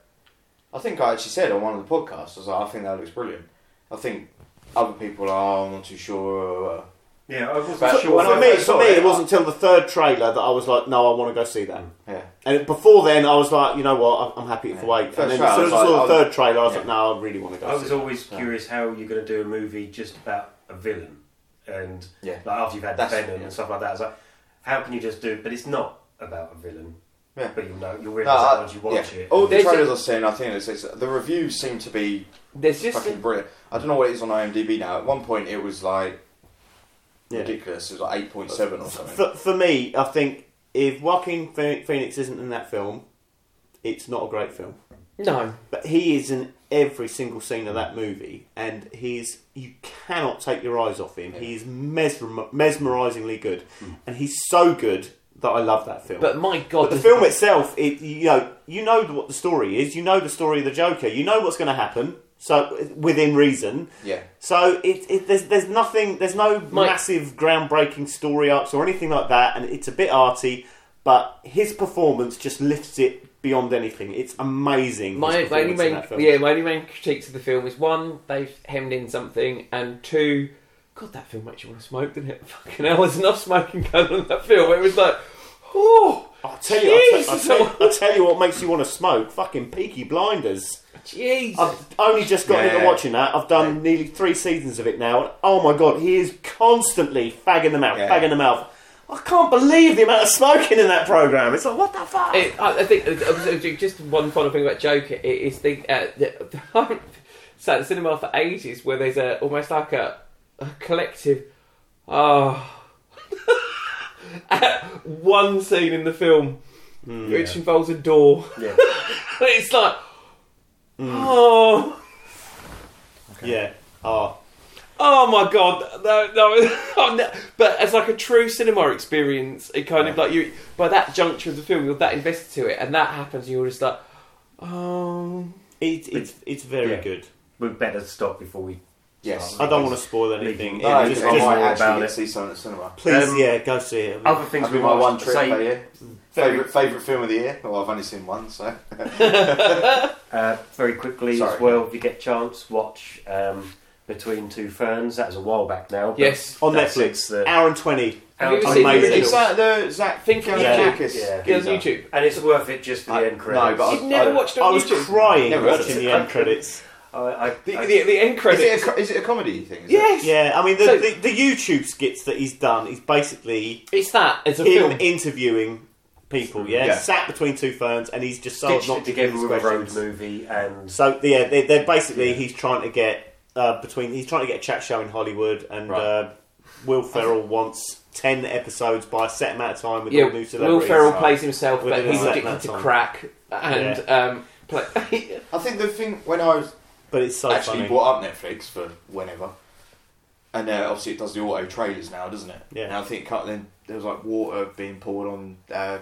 Speaker 6: I think I actually said on one of the podcasts, I was like, I think that looks brilliant. I think other people are, "Oh, I'm not too sure. uh,
Speaker 4: yeah, I wasn't
Speaker 6: But-
Speaker 4: sure.
Speaker 6: when
Speaker 5: for
Speaker 6: I
Speaker 5: me,
Speaker 6: first
Speaker 5: for
Speaker 6: saw
Speaker 5: me,
Speaker 6: it,
Speaker 5: it wasn't until the third trailer that I was like, no, I want to go see that.
Speaker 6: Yeah.
Speaker 5: And before then, I was like, you know what, I'm- I'm happy to
Speaker 6: Mm. Yeah.
Speaker 5: wait.
Speaker 6: First
Speaker 5: and then
Speaker 6: trailer,
Speaker 5: as soon
Speaker 6: I was
Speaker 5: as I saw
Speaker 6: like,
Speaker 5: the
Speaker 6: I'll-
Speaker 5: third trailer, I was
Speaker 6: yeah.
Speaker 5: like, no, I really want to go
Speaker 4: I
Speaker 5: see
Speaker 4: was
Speaker 5: that.
Speaker 4: always curious how you're going to do a movie just about a villain, and
Speaker 6: Yeah.
Speaker 4: like after you've had
Speaker 6: That's-
Speaker 4: Venom
Speaker 6: yeah.
Speaker 4: and stuff like that, I was like, how can you just do? But it's not about a villain.
Speaker 6: Yeah.
Speaker 4: But you'll know, you'll
Speaker 6: No,
Speaker 4: realise that
Speaker 6: I,
Speaker 4: once you
Speaker 6: yeah. Oh.
Speaker 4: watch it.
Speaker 6: All the
Speaker 2: There's
Speaker 6: trailers
Speaker 2: a-
Speaker 6: I've seen, I think it's, it's, the reviews seem to be
Speaker 2: there's just
Speaker 6: fucking brilliant. I don't know what it is on IMDb now. At one point, it was like
Speaker 5: Yeah.
Speaker 6: ridiculous. It was like 8.7 or something.
Speaker 5: For, for me, I think if Joaquin Phoe- Phoenix isn't in that film, it's not a great film.
Speaker 2: no.
Speaker 5: But he is in every single scene of that movie, and he's you cannot take your eyes off him. He is mesmer, mesmerizingly good, and he's so good that I love that film.
Speaker 2: But my god,
Speaker 5: But the
Speaker 2: there's-
Speaker 5: film itself, it you know, you know what the story is. You know the story of the Joker. You know what's going to happen. So within reason.
Speaker 6: Yeah.
Speaker 5: So it, it there's there's nothing there's no
Speaker 2: My-
Speaker 5: massive groundbreaking story arcs or anything like that, and it's a bit arty, but his performance just lifts it beyond anything. It's amazing.
Speaker 2: My,
Speaker 5: his
Speaker 2: my only
Speaker 5: performance in
Speaker 2: main
Speaker 5: that film.
Speaker 2: yeah, my only main critiques of the film is one, they've hemmed in something, and two, God, that film makes you want to smoke, didn't it? Fucking hell, there's enough smoking going on in that film. It was like, oh,
Speaker 5: I'll tell you, I'll, tell, I'll,
Speaker 2: Jesus.
Speaker 5: tell, I'll tell you what makes you want to smoke. Fucking Peaky Blinders.
Speaker 2: Jesus.
Speaker 5: I've only just got
Speaker 6: Yeah.
Speaker 5: into watching that. I've done nearly three seasons of it now. And oh my god, he is constantly fagging them out,
Speaker 6: Yeah.
Speaker 5: fagging them out. I can't believe the amount of smoking in that program. It's like what the fuck.
Speaker 2: It, I I think uh, just one final thing about Joker it is the, uh, the I've sat in cinema for ages where there's a almost like a, a collective oh at one scene in the film which involves a door.
Speaker 4: Yeah.
Speaker 2: it's like oh
Speaker 5: Yeah. Oh.
Speaker 2: oh my god no no, oh, no. but as like a true cinema experience it kind of like you by that juncture of the film you're that invested to it and that happens and you're just like oh
Speaker 5: It, it's it's very
Speaker 4: Yeah.
Speaker 5: good.
Speaker 4: We'd better stop before we
Speaker 6: Yes.
Speaker 5: I don't want to spoil anything.
Speaker 4: Leaking.
Speaker 5: It
Speaker 6: No,
Speaker 5: just,
Speaker 6: I
Speaker 5: just-
Speaker 6: might
Speaker 4: more
Speaker 6: actually
Speaker 4: about
Speaker 6: get to
Speaker 4: it.
Speaker 6: see something at cinema.
Speaker 5: please,
Speaker 4: Um,
Speaker 5: yeah, go see it.
Speaker 4: Other things
Speaker 6: That'd
Speaker 4: we
Speaker 6: be my
Speaker 4: watched,
Speaker 6: one trip
Speaker 4: say,
Speaker 6: per year. Favorite favorite film of the year. Well, I've only seen one, so
Speaker 4: Uh, very quickly
Speaker 6: Sorry.
Speaker 4: as well, if you get a chance, watch um, Between Two Ferns. That was a while back now. but
Speaker 2: Yes.
Speaker 5: On
Speaker 4: that's-
Speaker 5: Netflix,
Speaker 4: it's the-
Speaker 5: hour and twenty.
Speaker 2: Have you ever
Speaker 4: Amazing.
Speaker 2: seen the
Speaker 5: Amazing.
Speaker 6: Is
Speaker 2: original?
Speaker 6: that the Zach
Speaker 2: Think of
Speaker 5: Yeah.
Speaker 2: Jack.
Speaker 6: Galifianakis
Speaker 2: Get
Speaker 4: Yeah.
Speaker 2: on
Speaker 6: geezer?
Speaker 2: YouTube.
Speaker 4: And it's worth it just for
Speaker 6: I-
Speaker 4: the end credits.
Speaker 6: no, but
Speaker 2: You've never
Speaker 6: uh, I-
Speaker 2: watched it
Speaker 5: I
Speaker 2: on
Speaker 5: was
Speaker 2: YouTube.
Speaker 5: crying
Speaker 6: Never heard of
Speaker 5: watching
Speaker 6: it.
Speaker 5: the end credits.
Speaker 4: I, I,
Speaker 2: The,
Speaker 4: I,
Speaker 2: the, the end
Speaker 6: Is it,
Speaker 2: credits.
Speaker 6: a, co- is it a comedy thing? Is
Speaker 2: yes.
Speaker 5: Yeah, I mean the,
Speaker 2: So-
Speaker 5: the the YouTube skits that he's done is basically
Speaker 2: It's that. It's a
Speaker 5: him
Speaker 2: film.
Speaker 5: interviewing people. Yeah?
Speaker 6: Yeah.
Speaker 5: sat between two ferns, and he's just so
Speaker 4: stitched it
Speaker 5: not
Speaker 4: together with a road movie and
Speaker 5: So yeah, they, they're basically he's trying to get uh, between he's trying to get a chat show in Hollywood, and
Speaker 2: Right.
Speaker 5: uh, Will Ferrell wants ten episodes by a set amount of time with
Speaker 2: Yeah,
Speaker 5: all new celebrities.
Speaker 2: Will Ferrell plays himself, but
Speaker 5: Within
Speaker 2: he's
Speaker 5: that
Speaker 2: addicted
Speaker 5: amount
Speaker 2: to
Speaker 5: of time.
Speaker 2: crack and um, play.
Speaker 6: it? I think the thing when I was
Speaker 5: but it's so
Speaker 6: actually
Speaker 5: funny.
Speaker 6: brought up Netflix for whenever, and uh, obviously it does the auto trailers now, doesn't it?
Speaker 5: Yeah.
Speaker 6: And I think it cut- then there was like water being poured on uh,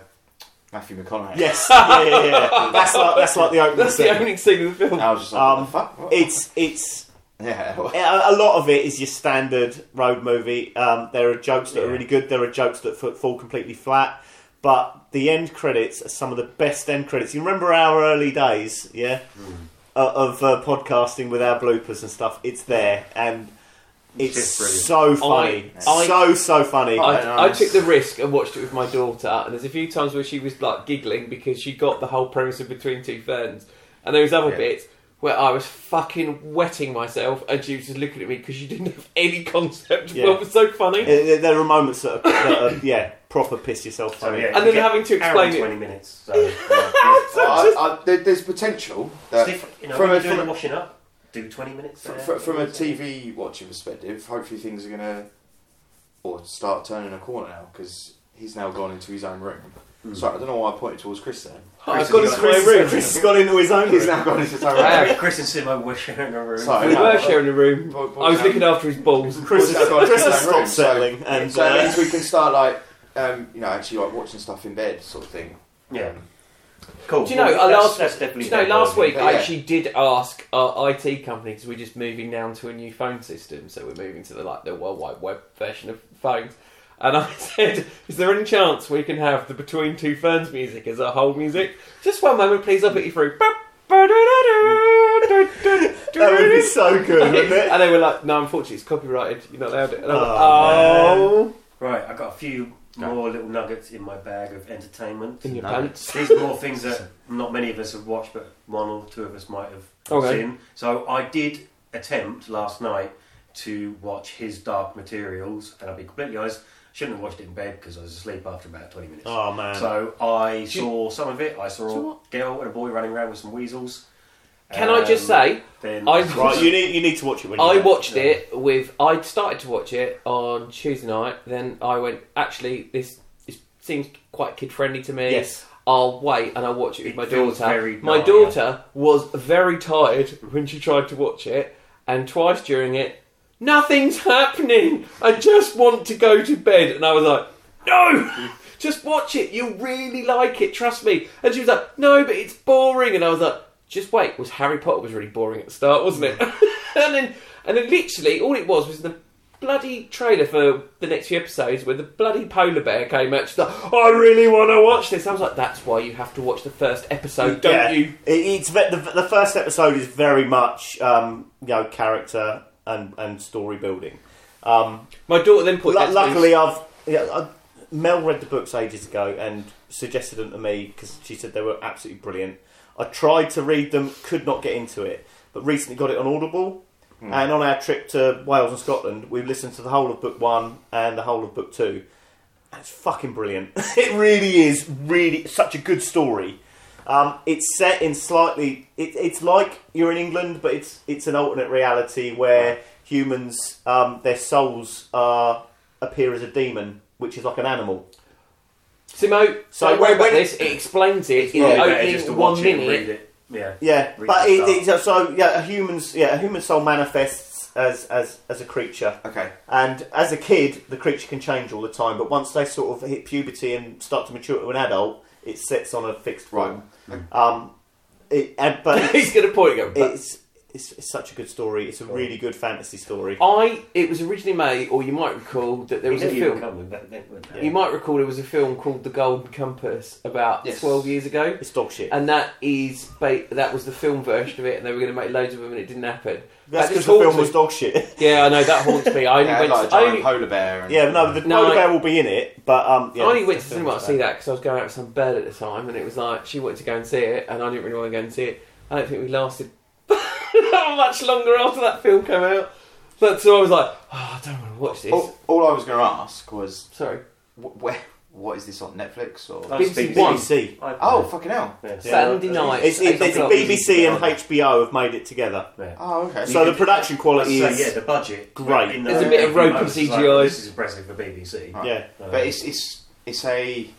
Speaker 6: Matthew McConaughey.
Speaker 5: Yes, yeah, yeah, yeah. that's like that's like the opening
Speaker 2: That's
Speaker 5: scene.
Speaker 2: the only scene of the film.
Speaker 6: And I was just like,
Speaker 5: Um,
Speaker 6: what the fuck? What?
Speaker 5: It's it's
Speaker 6: yeah.
Speaker 5: a a lot of it is your standard road movie. Um, there are jokes that are
Speaker 6: Yeah.
Speaker 5: really good. There are jokes that f- fall completely flat. But the end credits are some of the best end credits. You remember our early days, yeah, O- of uh, podcasting with our bloopers and stuff. It's there, and it's
Speaker 4: It's brilliant.
Speaker 5: so funny,
Speaker 2: I-
Speaker 5: so so funny.
Speaker 2: I, I
Speaker 6: Nice.
Speaker 2: took the risk and watched it with my daughter, and there's a few times where she was like giggling because she got the whole premise of Between Two Ferns, and there was other
Speaker 4: Yeah.
Speaker 2: bits where I was fucking wetting myself, and she was just looking at me because she didn't have any concept of
Speaker 5: Yeah.
Speaker 2: what was so funny.
Speaker 5: Uh, there- there are moments that are, that are yeah, proper piss yourself
Speaker 4: so,
Speaker 5: funny.
Speaker 4: yeah,
Speaker 2: And
Speaker 4: you
Speaker 2: then
Speaker 4: get
Speaker 2: having to
Speaker 4: hour and
Speaker 2: explain it.
Speaker 4: twenty minutes. So, yeah.
Speaker 6: Well, I, I, there, there's potential
Speaker 4: It's
Speaker 6: that
Speaker 4: different, you know, when
Speaker 6: from a
Speaker 4: you're doing
Speaker 6: from,
Speaker 4: the
Speaker 6: a-
Speaker 4: washing up, do twenty minutes
Speaker 6: fr-
Speaker 4: there.
Speaker 6: fr- from a TV watching perspective. Hopefully things are gonna or start turning a corner now because he's now gone into his own room. Sorry, I don't know why I pointed towards Chris then.
Speaker 2: Oh, I've
Speaker 6: Chris,
Speaker 2: got
Speaker 6: you
Speaker 2: to
Speaker 6: got-
Speaker 2: my room.
Speaker 5: Chris has gone into his own.
Speaker 6: He's
Speaker 5: room.
Speaker 6: now gone into his own
Speaker 2: Wow.
Speaker 6: room.
Speaker 4: Yeah, Chris and Simo were sharing a room.
Speaker 6: Sorry,
Speaker 2: We
Speaker 6: no.
Speaker 2: were sharing a room.
Speaker 6: Boy- boy
Speaker 2: I was
Speaker 6: sound-
Speaker 2: looking after his balls.
Speaker 5: Chris
Speaker 6: Well,
Speaker 5: has, Chris
Speaker 6: that's gone
Speaker 5: has
Speaker 6: into his own
Speaker 5: stopped
Speaker 6: room,
Speaker 5: settling, and
Speaker 6: So it
Speaker 5: uh,
Speaker 6: means we can start like, um, you know, actually like watching stuff in bed, sort of thing.
Speaker 4: Yeah. Cool.
Speaker 2: Do you know,
Speaker 4: Well,
Speaker 2: uh,
Speaker 4: that's,
Speaker 2: last-
Speaker 4: that's
Speaker 2: Do
Speaker 4: definitely
Speaker 2: you know, last week I
Speaker 6: Yeah.
Speaker 2: actually did ask our IT company because we're just moving down to a new phone system, so we're moving to the like the World Wide Web version of phones. And I said, "Is there any chance we can have the Between Two Ferns music as our whole music? Just one moment, please. I'll put you through."
Speaker 5: uh, that would be so good, wouldn't it?
Speaker 2: and they were like, "No, unfortunately, it's copyrighted. You're not allowed it." And I was like,
Speaker 5: Oh,
Speaker 2: "Oh,
Speaker 4: Right, I've got a few more little nuggets in my bag of entertainment.
Speaker 2: in your
Speaker 6: No.
Speaker 2: pants."
Speaker 4: These are more things that not many of us have watched, but one or two of us might have
Speaker 2: Okay.
Speaker 4: seen. So I did attempt last night to watch his Dark Materials, and I'll be completely honest, shouldn't have watched it in bed because I was asleep after about 20 minutes.
Speaker 5: Oh man.
Speaker 4: So I saw some of it. I saw a girl and a boy running around with some weasels.
Speaker 2: Can I just
Speaker 4: Um,
Speaker 2: say,
Speaker 4: Then
Speaker 2: I
Speaker 5: right, you need you need to watch it when you
Speaker 2: I
Speaker 5: get it.
Speaker 2: watched it with. I started to watch it on Tuesday night. Then I went. Actually, this, this seems quite kid friendly to me.
Speaker 5: Yes.
Speaker 2: I'll wait and I'll watch it with
Speaker 4: It
Speaker 2: my
Speaker 4: feels
Speaker 2: daughter.
Speaker 4: very
Speaker 2: My
Speaker 4: Narnia.
Speaker 2: daughter was very tired when she tried to watch it, and twice during it, nothing's happening. I just want to go to bed, and I was like, no. Just watch it. You'll really like it. Trust me. And she was like, "No, but it's boring." And I was like, "Just wait." Was Harry Potter was really boring at the start, wasn't it? and then, and then, literally, all it was was the bloody trailer for the next few episodes where the bloody polar bear came out. She's like, "I really want to watch this." I was like, "That's why you have to watch the first episode, don't
Speaker 5: Yeah.
Speaker 2: you?"
Speaker 5: It, it's ve- the, the first episode is very much um, you know character and and story building. Um,
Speaker 2: My daughter then put.
Speaker 5: lu-
Speaker 2: that to me.
Speaker 5: luckily, uh, I've yeah, I, Mel read the books ages ago and suggested them to me because she said they were absolutely brilliant. I tried to read them, could not get into it, but recently got it on Audible. And on our trip to Wales and Scotland, we listened to the whole of book one and the whole of book two. It's fucking brilliant. it really is. Really, such a good story. Um, it's set in slightly. It, it's like you're in England, but it's it's an alternate reality where humans, um, their souls are appear as a demon, which is like an animal.
Speaker 2: Simo. So
Speaker 5: So
Speaker 2: don't worry
Speaker 5: when-
Speaker 2: about
Speaker 5: when-
Speaker 2: this. It explains it in
Speaker 4: Probably
Speaker 2: the
Speaker 4: better just to
Speaker 2: opening
Speaker 4: watch
Speaker 2: one
Speaker 4: it and
Speaker 2: minute.
Speaker 4: read it. Yeah.
Speaker 5: Yeah,
Speaker 4: Read
Speaker 5: but
Speaker 4: the
Speaker 5: it, it's so yeah. A human's yeah, a human soul manifests as as as a creature,
Speaker 6: Okay.
Speaker 5: and as a kid, the creature can change all the time. But once they sort of hit puberty and start to mature to an adult, it sits on a fixed
Speaker 6: Right.
Speaker 5: form. Um, it, and, but
Speaker 2: He's going to point and go.
Speaker 5: it's it's, it's such a good story. It's a
Speaker 2: Oh.
Speaker 5: really good fantasy story.
Speaker 2: I it was originally made, or you might recall that there
Speaker 4: He
Speaker 2: was a
Speaker 4: knew you were
Speaker 2: film.
Speaker 4: coming back then, wouldn't he?
Speaker 2: You might recall there was a film called The Golden Compass about
Speaker 6: Yes.
Speaker 2: twelve years ago,
Speaker 5: It's dog shit.
Speaker 2: and that is ba- that was the film version of it, and they were going to make loads of them, and it didn't happen.
Speaker 5: That's
Speaker 2: That just
Speaker 5: because the film
Speaker 2: haunts
Speaker 5: was
Speaker 2: me.
Speaker 5: dog shit.
Speaker 2: Yeah, I know that haunts me. I only
Speaker 6: Yeah,
Speaker 2: went.
Speaker 6: like a
Speaker 2: to, I
Speaker 6: giant
Speaker 2: only,
Speaker 6: polar bear. And,
Speaker 5: yeah, no, the
Speaker 2: No,
Speaker 5: polar
Speaker 2: I-
Speaker 5: bear will be in it, but um, yeah,
Speaker 2: I only went to
Speaker 5: the
Speaker 2: the
Speaker 5: film
Speaker 2: cinema to
Speaker 5: was
Speaker 2: see
Speaker 5: bad.
Speaker 2: that because I was going out with some bird at the time, and it was like she wanted to go and see it, and I didn't really want to go and see it. I don't think we lasted much longer after that film came out. But so I was like, oh, I don't want to watch this.
Speaker 6: All, all I was going to ask was,
Speaker 2: Sorry.
Speaker 6: wh- where? What is this on Netflix or?
Speaker 4: Oh,
Speaker 2: BBC
Speaker 4: speak-
Speaker 2: One.
Speaker 5: BBC.
Speaker 4: I-
Speaker 6: oh, fucking hell!
Speaker 4: Yeah.
Speaker 2: Saturday
Speaker 4: Yeah,
Speaker 2: night.
Speaker 5: It's, it's, it's
Speaker 2: Eight o'clock.
Speaker 5: BBC and HBO have made it together.
Speaker 4: Yeah.
Speaker 6: Oh, okay.
Speaker 5: So the production quality
Speaker 4: So,
Speaker 5: is
Speaker 4: yeah, the budget.
Speaker 5: great.
Speaker 4: In
Speaker 2: There's a bit of rope
Speaker 4: I
Speaker 2: and
Speaker 4: was just like,
Speaker 2: CGI.
Speaker 4: This is impressive for BBC.
Speaker 6: Right.
Speaker 5: yeah.
Speaker 4: Uh,
Speaker 6: but it's it's it's a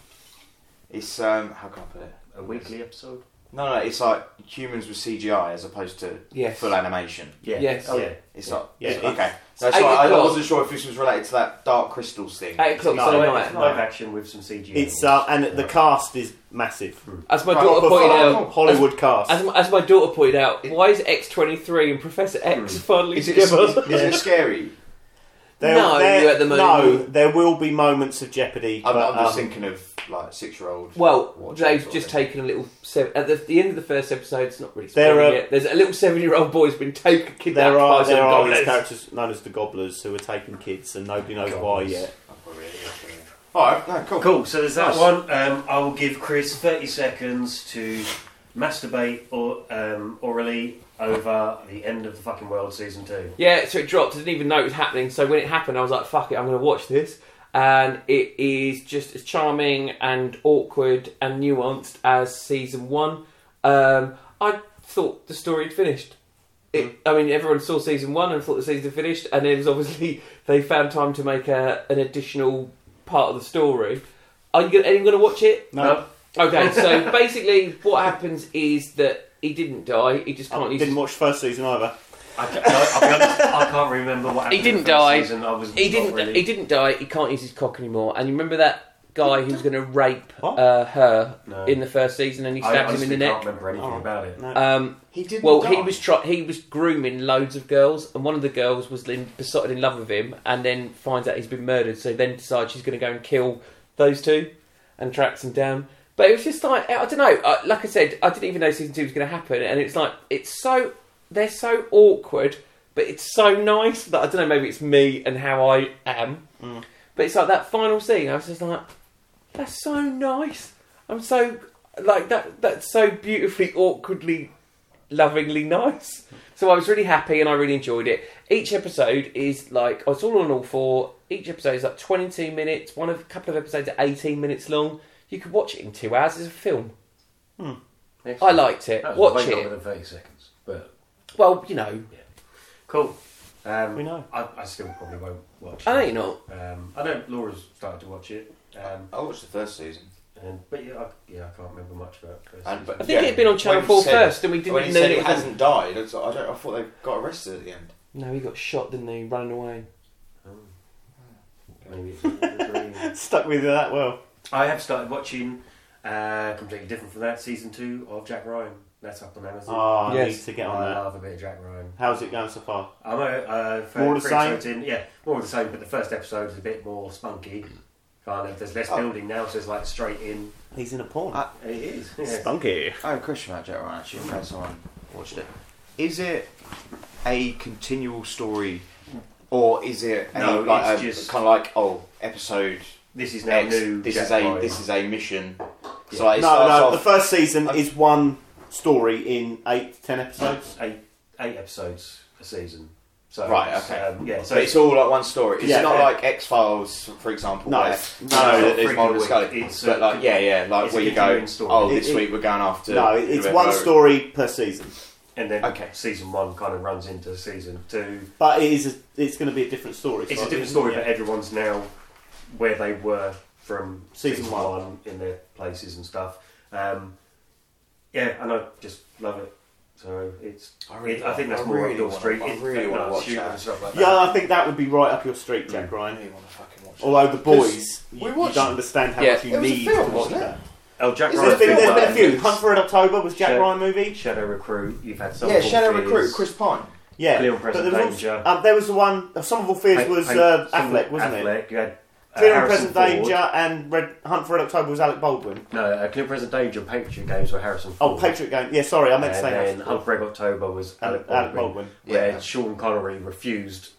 Speaker 6: it's um how can I put it?
Speaker 4: a weekly episode.
Speaker 6: No, no, it's like humans with CGI as opposed to
Speaker 2: Yes.
Speaker 6: full animation.
Speaker 4: Yeah.
Speaker 2: Yes.
Speaker 4: Oh yeah.
Speaker 6: It's not.
Speaker 5: Yeah,
Speaker 6: it's-
Speaker 5: it's-
Speaker 6: okay.
Speaker 2: it's
Speaker 6: No, so
Speaker 2: eight
Speaker 6: I, I
Speaker 2: o'clock.
Speaker 6: wasn't sure if this was related to that dark crystals thing.
Speaker 2: Eight o'clock
Speaker 5: No,
Speaker 2: Saturday
Speaker 5: no,
Speaker 4: Live,
Speaker 2: night.
Speaker 4: live action with some CGI.
Speaker 5: It's uh, and the cast is massive.
Speaker 2: As my
Speaker 6: Right,
Speaker 2: daughter
Speaker 6: proper
Speaker 2: pointed
Speaker 6: full-on
Speaker 2: out,
Speaker 5: Hollywood cast.
Speaker 2: As, my- as my daughter pointed out,
Speaker 6: It- Hmm.
Speaker 2: why is X twenty three and Professor X finally
Speaker 6: Is it, is,
Speaker 2: together?
Speaker 6: is it scary?
Speaker 5: There-
Speaker 2: No,
Speaker 5: there-
Speaker 2: you at the moment-
Speaker 5: No, there will be moments of jeopardy.
Speaker 6: I'm,
Speaker 5: but,
Speaker 6: I'm just
Speaker 5: um,
Speaker 6: thinking of like six year old.
Speaker 2: Well,
Speaker 6: Watch it,
Speaker 2: they've
Speaker 6: sort
Speaker 2: just
Speaker 6: of
Speaker 2: taken a little seven, at the, the end of the first episode. It's not really
Speaker 5: There
Speaker 2: spoiling
Speaker 5: are-
Speaker 2: it. There's a little seven-year-old boy's been taken kidnapped by
Speaker 5: there are
Speaker 2: some
Speaker 5: there are
Speaker 2: goblins.
Speaker 5: these characters known as the Gobblers who are taking kids, and nobody knows why yet.
Speaker 6: All right, no, cool.
Speaker 4: Cool. So there's that
Speaker 6: Nice.
Speaker 4: one. Um, I will give Chris 30 seconds to masturbate or um, orally over the end of the fucking world season two.
Speaker 2: Yeah, so it dropped. I didn't even know it was happening. So when it happened, I was like, "Fuck it, I'm going to watch this." And it is just as charming and awkward and nuanced as season one. Um, I thought the story had finished.
Speaker 5: Hmm.
Speaker 2: It, I mean, everyone saw season one and thought the season had finished, and it was obviously they found time to make a, an additional part of the story. Are you gonna, anyone going to watch it?
Speaker 5: No,
Speaker 2: Okay, so basically, what happens is that he didn't die. He just can't.
Speaker 5: I
Speaker 2: use
Speaker 5: Oh, didn't watch first season either.
Speaker 4: I, ca- no, I'll be honest, I can't remember what happened.
Speaker 2: He didn't
Speaker 4: in the first
Speaker 2: die.
Speaker 4: Season. I was
Speaker 2: He
Speaker 4: not
Speaker 2: didn't.
Speaker 4: Really.
Speaker 2: He didn't die. He can't use his cock anymore. And you remember that guy who was going to rape
Speaker 5: What?
Speaker 2: uh, her
Speaker 4: No.
Speaker 2: in the first season, and he
Speaker 4: Um, I
Speaker 2: stabbed him in the
Speaker 4: honestly can't
Speaker 2: neck.
Speaker 4: remember anything
Speaker 5: Oh.
Speaker 4: about it.
Speaker 2: Um,
Speaker 6: He didn't.
Speaker 2: well,
Speaker 6: die.
Speaker 2: he was try- he was grooming loads of girls, and one of the girls was in- besotted in love with him, and then finds out he's been murdered. So then decides she's going to go and kill those two, and tracks them down. But it was just like I don't know. Uh, like I said, I didn't even know season two was going to happen, and it's like it's so they're so awkward, but it's so nice that I don't know. Maybe it's me and how I am, but it's like that final scene. I was just like, that's so nice. I'm so like that. That's so beautifully, awkwardly, lovingly nice. So I was really happy and I really enjoyed it. Each episode is like oh, it's all on all four. Each episode is like 22 minutes. One of a couple of episodes are 18 minutes long. You could watch it in two hours as a film. I liked it.
Speaker 4: That was
Speaker 2: Watch
Speaker 4: way
Speaker 2: it.
Speaker 4: longer than 30 seconds. But
Speaker 2: Well, you know,
Speaker 4: cool. Um,
Speaker 5: We know.
Speaker 4: I, I still probably won't watch.
Speaker 2: I know
Speaker 4: it.
Speaker 2: you're not.
Speaker 4: Um, I know Laura's started to watch it. Um,
Speaker 6: I watched the first season.
Speaker 4: and, but yeah I, yeah, I can't remember much about it.
Speaker 6: And, but,
Speaker 2: I think
Speaker 6: yeah,
Speaker 2: it had been on Channel
Speaker 6: when he
Speaker 2: 4
Speaker 6: said-
Speaker 2: first, and we didn't
Speaker 6: when he
Speaker 2: know
Speaker 6: said
Speaker 2: it
Speaker 6: it
Speaker 2: was-
Speaker 6: hasn't died. I, was like, I don't. I thought they got arrested at the end.
Speaker 2: No, he got shot, didn't he? Running away.
Speaker 4: Maybe it's all-
Speaker 5: Stuck with it that well.
Speaker 4: I have started watching uh, completely different from that season two of Jack Ryan. That's up on Amazon.
Speaker 5: Ah, I
Speaker 2: Yes.
Speaker 5: need to get on
Speaker 4: I
Speaker 5: that.
Speaker 4: love a bit of Jack Ryan.
Speaker 5: How's it going so far?
Speaker 4: I'm a, uh, for-
Speaker 5: More of the
Speaker 4: for
Speaker 5: same?
Speaker 4: episodes In, yeah, more of the same. But the first episode is a bit more spunky. Kind of. There's less
Speaker 6: Oh.
Speaker 4: building now, so it's like straight in.
Speaker 5: He's in a porn.
Speaker 6: Uh,
Speaker 4: It is. Yeah.
Speaker 5: Spunky.
Speaker 6: I have a question about Jack Ryan. Actually, in case someone watched it, is it a continual story, or is it a,
Speaker 4: No,
Speaker 6: like
Speaker 4: it's just-
Speaker 6: kind of like oh episode
Speaker 4: This is now
Speaker 6: X?
Speaker 4: new.
Speaker 6: This
Speaker 4: Jack
Speaker 6: is a
Speaker 4: Ryan.
Speaker 6: this is a mission. So like, it
Speaker 5: No,
Speaker 6: starts
Speaker 5: no.
Speaker 6: off-
Speaker 5: The first season is one story in eight to ten episodes.
Speaker 4: eight eight episodes a season. So
Speaker 6: Right,
Speaker 4: it's,
Speaker 6: okay.
Speaker 4: Um, yeah. So
Speaker 6: So it's all like one story. It's
Speaker 5: Yeah.
Speaker 6: not
Speaker 5: Yeah.
Speaker 6: like X Files, for example.
Speaker 5: No,
Speaker 6: where,
Speaker 5: it's-
Speaker 6: you
Speaker 5: no,
Speaker 6: know,
Speaker 5: it's
Speaker 4: not
Speaker 6: there's
Speaker 4: freaking
Speaker 6: multiple
Speaker 4: week.
Speaker 6: scale.
Speaker 4: It's uh,
Speaker 6: but
Speaker 4: a-
Speaker 6: like, yeah, yeah, like
Speaker 4: it's a
Speaker 6: where you go,
Speaker 4: continuing story.
Speaker 6: oh, this
Speaker 5: It- it-
Speaker 6: week we're going after.
Speaker 5: No, it- it's one
Speaker 6: whoever."
Speaker 5: story per season,
Speaker 4: and then
Speaker 6: okay.
Speaker 4: season one kind of runs into season two.
Speaker 5: but it is a, it's going to be a different story.
Speaker 4: It's
Speaker 5: so
Speaker 4: a different
Speaker 5: it-
Speaker 4: story,
Speaker 5: yeah.
Speaker 4: but everyone's now where they were from
Speaker 5: Season
Speaker 4: season,
Speaker 5: one.
Speaker 4: one. in their places and stuff. Um, yeah, and I just love it. So it's.
Speaker 6: I
Speaker 4: I,
Speaker 6: really
Speaker 4: I think
Speaker 6: want-
Speaker 4: that's
Speaker 6: I
Speaker 4: more
Speaker 6: really
Speaker 4: up your
Speaker 6: want-
Speaker 4: street.
Speaker 6: I
Speaker 4: It's
Speaker 6: really
Speaker 4: like
Speaker 6: want to
Speaker 4: nuts,
Speaker 6: watch
Speaker 4: shooting
Speaker 6: that.
Speaker 4: and stuff like
Speaker 5: Yeah,
Speaker 4: that.
Speaker 5: I think that would be right up your street, Jack
Speaker 6: I
Speaker 5: Ryan.
Speaker 6: really want to fucking watch. it.
Speaker 5: Although the boys,
Speaker 6: Mm. We
Speaker 5: you, you
Speaker 6: watched
Speaker 5: don't understand how
Speaker 2: Yeah.
Speaker 5: much you
Speaker 6: It was a
Speaker 5: need
Speaker 6: film,
Speaker 5: to watch
Speaker 6: wasn't it?
Speaker 5: that.
Speaker 4: Oh, Jack
Speaker 6: Is
Speaker 4: Ryan.
Speaker 5: There's been, there's been a few.
Speaker 6: Right.
Speaker 5: Hunt for Red October was Jack
Speaker 4: Sure.
Speaker 5: Ryan movie.
Speaker 4: Shadow Recruit. You've had some.
Speaker 6: Yeah, Shadow Recruit, Chris Pine.
Speaker 5: Yeah,
Speaker 4: Clear and
Speaker 5: but there
Speaker 4: Present
Speaker 5: was
Speaker 4: Danger.
Speaker 5: also- um, there was the one. uh, Some of all fears was uh, Affleck, wasn't it?
Speaker 4: Affleck. You had uh,
Speaker 5: Clear and
Speaker 4: Harrison
Speaker 5: Present
Speaker 4: Ford.
Speaker 5: Danger and Red Hunt for Red October was Alec Baldwin.
Speaker 4: No, uh, Clear and Present Danger and Patriot Games were Harrison.
Speaker 5: Oh,
Speaker 4: Ford.
Speaker 5: Patriot Game. Yeah, sorry, I meant to
Speaker 4: And
Speaker 5: say
Speaker 4: then oh,
Speaker 5: that.
Speaker 4: Hunt for Red October was Alec
Speaker 5: Alec
Speaker 4: Baldwin,
Speaker 5: Alec Baldwin.
Speaker 4: where
Speaker 6: Yeah.
Speaker 4: Sean Connery refused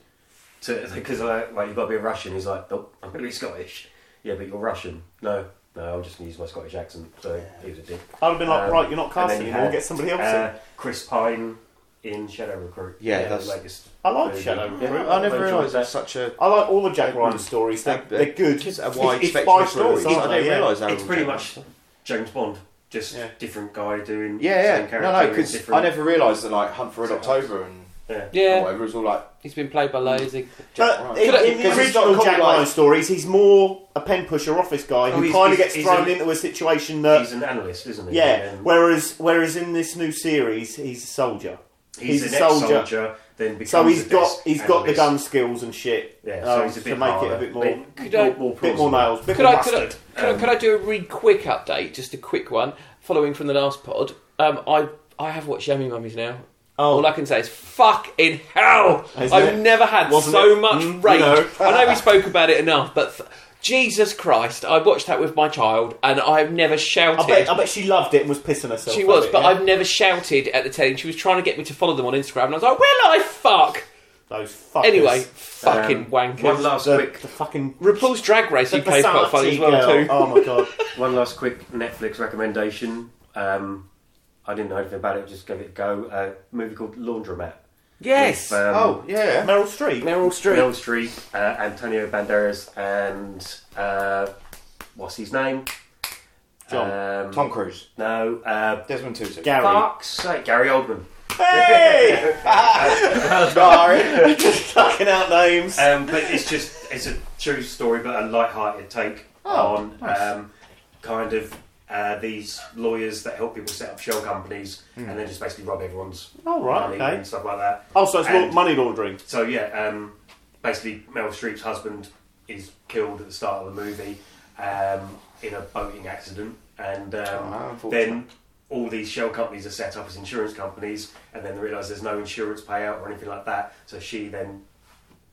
Speaker 4: to because like, well, you've got to be Russian. He's like, nope, I'm going to be Scottish. Yeah, but you're Russian. No, no, I'll just use my Scottish accent. So he was a dick.
Speaker 5: I'd have been like,
Speaker 4: Um,
Speaker 5: right, you're not
Speaker 4: and
Speaker 5: casting
Speaker 4: then you
Speaker 5: anymore.
Speaker 4: had,
Speaker 5: Get somebody else in.
Speaker 4: Uh, Chris Pine in Shadow Recruit.
Speaker 6: Yeah,
Speaker 4: the
Speaker 6: that's-
Speaker 4: latest.
Speaker 5: I like
Speaker 4: movie.
Speaker 5: Shadow
Speaker 4: Yeah,
Speaker 5: Recruit.
Speaker 6: I never
Speaker 4: enjoyed
Speaker 6: realised
Speaker 4: that.
Speaker 6: that's such a,
Speaker 5: I like all the Jack
Speaker 6: Mm.
Speaker 4: Hmm.
Speaker 5: Ryan stories. They're,
Speaker 6: a,
Speaker 5: they're good.
Speaker 6: a
Speaker 5: It's-
Speaker 6: wide
Speaker 5: it's
Speaker 6: spectrum
Speaker 5: five
Speaker 6: of stories.
Speaker 5: aren't
Speaker 6: I
Speaker 5: they?
Speaker 6: didn't
Speaker 5: Yeah.
Speaker 6: realise that.
Speaker 4: It's
Speaker 6: was
Speaker 4: pretty
Speaker 6: going
Speaker 4: much James Bond, just
Speaker 5: Yeah.
Speaker 4: different guy doing
Speaker 6: Yeah,
Speaker 4: same
Speaker 6: yeah.
Speaker 4: character.
Speaker 6: No, no,
Speaker 4: in
Speaker 6: because
Speaker 4: different-
Speaker 6: I never realised that like Hunt for Red October and
Speaker 4: Yeah.
Speaker 7: Yeah,
Speaker 6: whatever was all like.
Speaker 7: he's been played by loads
Speaker 4: Uh,
Speaker 7: of
Speaker 5: But
Speaker 6: Ryan.
Speaker 5: in, in the
Speaker 6: Because it's
Speaker 5: original
Speaker 6: not
Speaker 5: Jack
Speaker 6: called, like-
Speaker 5: Ryan stories, he's more a pen pusher office guy
Speaker 4: Oh,
Speaker 5: who
Speaker 4: he's-
Speaker 5: kind of
Speaker 4: he's-
Speaker 5: gets
Speaker 4: he's
Speaker 5: thrown
Speaker 4: an-
Speaker 5: into a situation that.
Speaker 4: He's an analyst, isn't he?
Speaker 5: Uh, yeah.
Speaker 4: And
Speaker 5: Whereas, whereas in this new series, he's a soldier.
Speaker 4: he's,
Speaker 5: he's
Speaker 4: an
Speaker 5: a soldier.
Speaker 4: ex-soldier. Then becomes
Speaker 5: So he's
Speaker 4: a
Speaker 5: got
Speaker 4: desk
Speaker 5: he's got the
Speaker 4: analyst.
Speaker 5: gun skills and shit.
Speaker 4: Yeah,
Speaker 5: um,
Speaker 4: so he's a bit
Speaker 5: to make
Speaker 4: harder,
Speaker 5: it a bit more,
Speaker 4: bit,
Speaker 7: Could I-
Speaker 4: more, more
Speaker 5: bit more
Speaker 4: plausible.
Speaker 5: nails, bit
Speaker 7: could
Speaker 5: more
Speaker 7: I, could, I,
Speaker 5: mustard.
Speaker 7: could,
Speaker 4: Um,
Speaker 7: I, could I do a really quick update? Just a quick one, following from the last pod. Um, I I have watched Yummy Mummies now.
Speaker 5: Oh.
Speaker 7: All I can say is fucking hell!
Speaker 5: Isn't
Speaker 7: I've
Speaker 5: it?
Speaker 7: never had
Speaker 5: Wasn't
Speaker 7: so
Speaker 5: it?
Speaker 7: much
Speaker 5: Mm,
Speaker 7: rage.
Speaker 5: you know.
Speaker 7: I know we spoke about it enough, but th- Jesus Christ, I watched that with my child, and I've never shouted.
Speaker 5: I bet, I bet she loved it and was pissing herself.
Speaker 7: She
Speaker 5: at
Speaker 7: was,
Speaker 5: it,
Speaker 7: but
Speaker 5: yeah?
Speaker 7: I've never shouted at the telly. She was trying to get me to follow them on Instagram, and I was like, "Will I fuck?"
Speaker 5: those fuckers.
Speaker 7: Anyway,
Speaker 4: Um,
Speaker 7: fucking wankers.
Speaker 4: One last
Speaker 5: the,
Speaker 4: quick,
Speaker 5: the fucking
Speaker 7: RuPaul's Drag Race
Speaker 5: the
Speaker 7: UK is quite funny
Speaker 5: Versace
Speaker 7: as well
Speaker 5: girl.
Speaker 7: too.
Speaker 5: Oh my god,
Speaker 4: one last quick Netflix recommendation. Um, I didn't know anything about it. Just gave it a go. Uh, a movie called Laundromat.
Speaker 7: Yes.
Speaker 4: With, um,
Speaker 6: Oh yeah.
Speaker 5: Meryl Streep.
Speaker 7: Meryl
Speaker 4: Meryl Streep, uh, Antonio Banderas, and uh, what's his name?
Speaker 5: John.
Speaker 4: Um,
Speaker 6: Tom Cruise,
Speaker 4: No. Uh,
Speaker 6: Desmond Tutu.
Speaker 5: Gary.
Speaker 4: fuck's sake, Gary Oldman.
Speaker 5: Hey,
Speaker 6: Sorry.
Speaker 5: just sucking out names.
Speaker 7: Uh,
Speaker 4: Um, but it's just it's a true story, but a light-hearted take
Speaker 5: Oh,
Speaker 4: on um, kind of uh, these lawyers that help people set up shell companies and then just basically rob everyone's
Speaker 5: Hmm. Oh, right,
Speaker 4: money
Speaker 5: okay.
Speaker 4: and stuff like that.
Speaker 5: oh, so it's
Speaker 4: and-
Speaker 5: law- money laundering.
Speaker 4: So yeah, um, basically Meryl Streep's husband is killed at the start of the movie um, in a boating accident, and
Speaker 6: Oh,
Speaker 4: um,
Speaker 6: unfortunate.
Speaker 4: then all these shell companies are set up as insurance companies, and then they realise there's no insurance payout or anything like that. So she then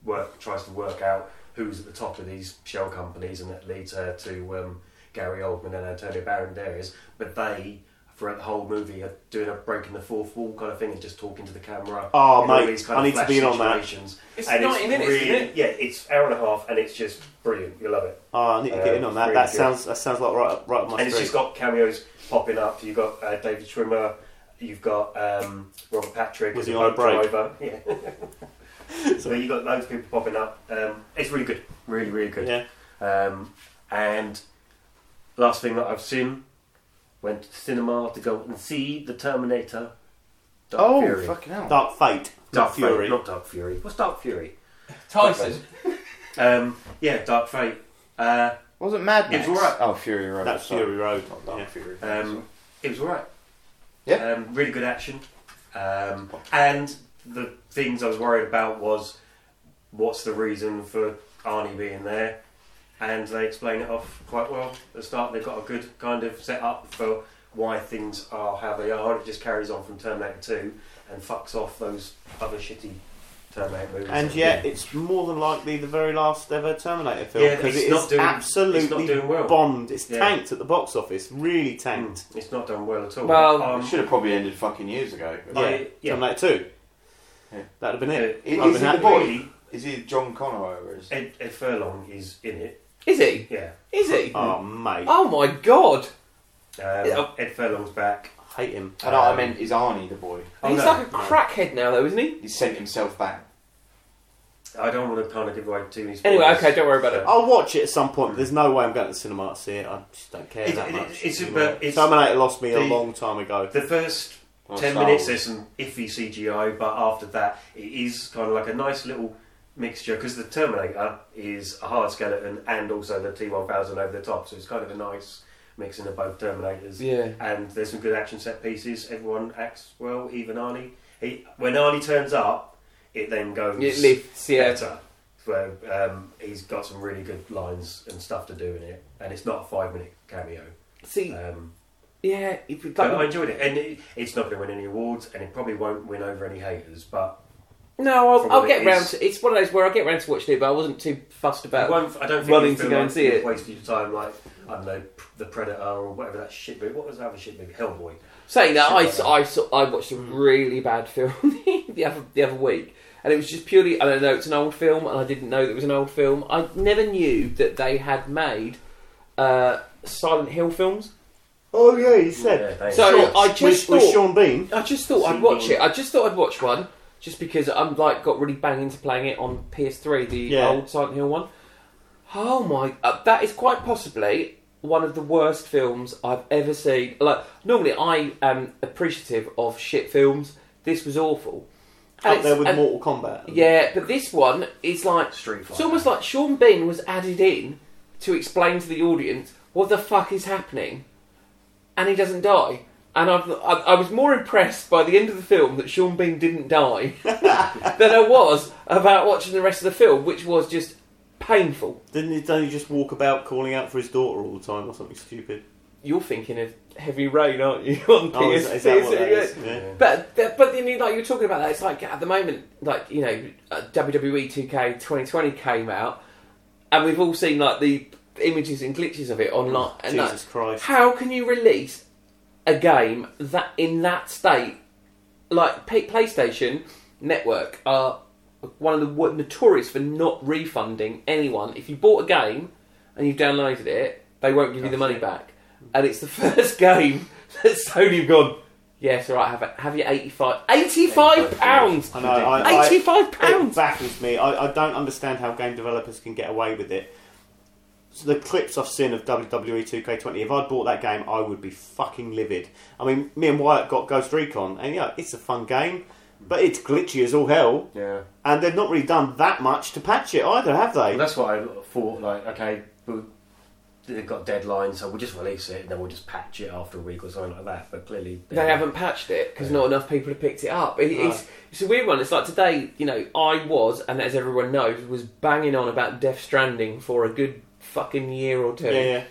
Speaker 4: work tries to work out who's at the top of these shell companies, and that leads her to um, Gary Oldman and Antonio Banderas. But they, throughout the whole movie, are doing a breaking the fourth wall kind of thing and just talking to the camera.
Speaker 5: Oh,
Speaker 4: in all
Speaker 5: mate,
Speaker 4: these
Speaker 5: I
Speaker 4: kind of
Speaker 5: need to
Speaker 4: flash
Speaker 5: be in on that.
Speaker 4: situations.
Speaker 7: It's 90 minutes,
Speaker 4: really,
Speaker 7: isn't it?
Speaker 4: Yeah, it's hour and a half, and it's just brilliant. You love it.
Speaker 5: Oh, I need to
Speaker 4: Uh,
Speaker 5: get in on that.
Speaker 4: really
Speaker 5: That
Speaker 4: good.
Speaker 5: sounds that sounds like right up- right up my
Speaker 4: and it's
Speaker 5: street.
Speaker 4: just got cameos popping up. You've got uh, David Schwimmer. You've got um, Robert Patrick
Speaker 5: Was
Speaker 4: as
Speaker 5: he
Speaker 4: a
Speaker 5: on a
Speaker 4: boat
Speaker 5: break?
Speaker 4: driver. Yeah. so you've got loads of people popping up. Um, it's really good, really, really good.
Speaker 5: Yeah.
Speaker 4: Um, and last thing that I've seen, went to the cinema to go and see the Terminator. Dark
Speaker 6: Oh
Speaker 4: Fury.
Speaker 6: fucking hell.
Speaker 5: Dark Fate,
Speaker 4: Dark
Speaker 5: Dark Fury.
Speaker 4: Fate, not Dark Fury. What's Dark Fury?
Speaker 7: Tyson.
Speaker 4: Um, yeah, Dark Fate. Uh,
Speaker 6: Wasn't Mad
Speaker 4: It was
Speaker 6: Max?
Speaker 4: alright.
Speaker 6: Oh Fury Road.
Speaker 5: That's
Speaker 6: sorry.
Speaker 5: Fury Road.
Speaker 6: Not Dark
Speaker 5: Yeah.
Speaker 6: Fury.
Speaker 4: Um, it was alright.
Speaker 6: Yeah.
Speaker 4: Um, really good action. Um, and the things I was worried about was what's the reason for Arnie being there? And they explain it off quite well at the start. They've got a good kind of set up for why things are how they are. It just carries on from Terminator 2 and fucks off those other shitty Terminator movies.
Speaker 5: And yet, it's more than likely the very last ever Terminator film
Speaker 4: Yeah,
Speaker 5: because
Speaker 4: it's
Speaker 5: it
Speaker 4: not
Speaker 5: is
Speaker 4: doing-
Speaker 5: absolutely
Speaker 4: it's not doing well.
Speaker 5: bombed. It's
Speaker 4: Yeah.
Speaker 5: tanked at the box office, really tanked.
Speaker 4: Mm, it's not done well at all. Um,
Speaker 7: Well,
Speaker 6: It should have probably ended fucking years ago.
Speaker 5: Yeah,
Speaker 4: I- Mm. yeah.
Speaker 5: Terminator Two.
Speaker 6: Yeah.
Speaker 5: That'd have been it.
Speaker 6: Is,
Speaker 5: I'd have
Speaker 6: is
Speaker 5: been
Speaker 6: he the
Speaker 5: happy.
Speaker 6: boy? Is he John Connor? Or is
Speaker 4: Ed, Ed Furlong is in it.
Speaker 7: Is he?
Speaker 4: Yeah.
Speaker 7: Is he?
Speaker 5: Oh mate,
Speaker 7: Oh my god!
Speaker 4: Um, Ed Furlong's back.
Speaker 5: I hate him.
Speaker 6: I know. I meant is Arnie the boy?
Speaker 4: Oh,
Speaker 7: He's
Speaker 4: no.
Speaker 7: like a crackhead now, though, isn't he?
Speaker 6: He sent himself back.
Speaker 4: I don't want to kind of give away too many spoilers. Uh,
Speaker 7: Anyway, okay, don't worry about it.
Speaker 5: I'll watch it at some point. But there's no way I'm going to the cinema to see it. I just don't care
Speaker 4: It-
Speaker 5: that
Speaker 4: it-
Speaker 5: much.
Speaker 4: it's- but it's-
Speaker 5: Terminator lost me
Speaker 4: the-
Speaker 5: a long time ago.
Speaker 4: The first
Speaker 6: Or
Speaker 4: ten
Speaker 6: Oh, Star
Speaker 4: minutes
Speaker 6: Wars.
Speaker 4: there's some iffy CGI, but after that it is kind of like a nice little mixture because the Terminator is a hard skeleton and also the T1000 over the top, so it's kind of a nice mixing of both Terminators.
Speaker 7: Yeah.
Speaker 4: And there's some good action set pieces. Everyone acts well, even Arnie. He, when Arnie turns up, it then goes
Speaker 7: It lifts, yeah.
Speaker 4: better. Where um, he's got some really good lines and stuff to do in it, and it's not a five minute cameo.
Speaker 2: See,
Speaker 4: Um,
Speaker 2: yeah, if you'd
Speaker 4: but I
Speaker 2: like,
Speaker 4: enjoyed it, and it, it's not going to win any awards, and it probably won't win over any haters. But
Speaker 2: no,
Speaker 4: for
Speaker 2: I'll, I'll
Speaker 4: what
Speaker 2: get
Speaker 4: it
Speaker 2: round
Speaker 4: is-
Speaker 2: to. It's one of those where I will get round to watching it, but I wasn't too fussed
Speaker 4: I,
Speaker 2: about.
Speaker 4: won't, I don't think
Speaker 2: willing
Speaker 4: you
Speaker 2: to
Speaker 4: feel
Speaker 2: go
Speaker 4: like
Speaker 2: and see
Speaker 4: you've
Speaker 2: it.
Speaker 4: Wasted your time, like I don't know, P- the Predator or whatever that shit movie. What was that other shit movie? Hellboy.
Speaker 2: Saying that, I,
Speaker 4: Shit like
Speaker 2: I, saw, I watched a
Speaker 4: Mm.
Speaker 2: really bad film the other the other week, and it was just purely I don't know it's an old film, and I didn't know that it was an old film. I never knew that they had made uh, Silent Hill films,
Speaker 5: Oh yeah, you said.
Speaker 4: Yeah, they-
Speaker 2: So-
Speaker 5: Sure.
Speaker 2: I just
Speaker 5: with,
Speaker 2: thought-
Speaker 5: with Sean Bean.
Speaker 2: I just thought I'd watch it. I just thought I'd watch one just because I'm like got really bang into playing it on PS3, the
Speaker 5: Yeah.
Speaker 2: old Silent Hill one. Oh my! Uh, that is quite possibly one of the worst films I've ever seen. Like normally I am appreciative of shit films. This was awful. And
Speaker 5: Up
Speaker 2: it's-
Speaker 5: there with
Speaker 2: and-
Speaker 5: Mortal Kombat.
Speaker 2: Yeah, but this one is like
Speaker 4: Street
Speaker 2: It's almost like Sean Bean was added in to explain to the audience what the fuck is happening, and he doesn't die. And I've, I, I was more impressed by the end of the film that Sean Bean didn't die than I was about watching the rest of the film, which was just painful.
Speaker 5: Didn't he, don't he just walk about calling out for his daughter all the time or something stupid?
Speaker 2: You're thinking of Heavy Rain, aren't you? On
Speaker 5: Oh, is,
Speaker 2: PS,
Speaker 5: is that what that is?
Speaker 2: yeah.
Speaker 5: Yeah.
Speaker 2: But but but then you like you were talking about that. It's like at the moment, like you know, uh, WWE 2K 2020 came out, and we've all seen like the images and glitches of it online. And, like,
Speaker 5: Jesus Christ.
Speaker 2: How can you release a game that in that state? Like P- PlayStation Network are one of the wo- notorious for not refunding anyone. If you bought a game and you downloaded it, they won't give you the money back. And it's the first game that Sony have gone. Yes, all right. Have it. Have your eighty-five. Eighty-five pounds.
Speaker 5: I know, I- I-
Speaker 2: Eighty-five
Speaker 5: It
Speaker 2: pounds.
Speaker 5: baffles me. I, I don't understand how game developers can get away with it. So the clips I've seen of E WWE 2K20, if I'd bought that game, I would be fucking livid. I mean, me and Wyatt got Ghost Recon, and yeah, it's a fun game, but it's glitchy as all hell,
Speaker 4: yeah.
Speaker 5: and they've not really done that much to patch it either, have they?
Speaker 4: Well, that's what I thought. Like, okay, but they've got deadlines, so we'll just release it, and then we'll just patch it after a week or something like that. But clearly,
Speaker 2: They haven't patched it because not enough people have picked it up. It, it's, it's a weird one. It's like today, you know, I was, and as everyone knows, was banging on about Death Stranding for a good fucking year or two,
Speaker 5: yeah, yeah.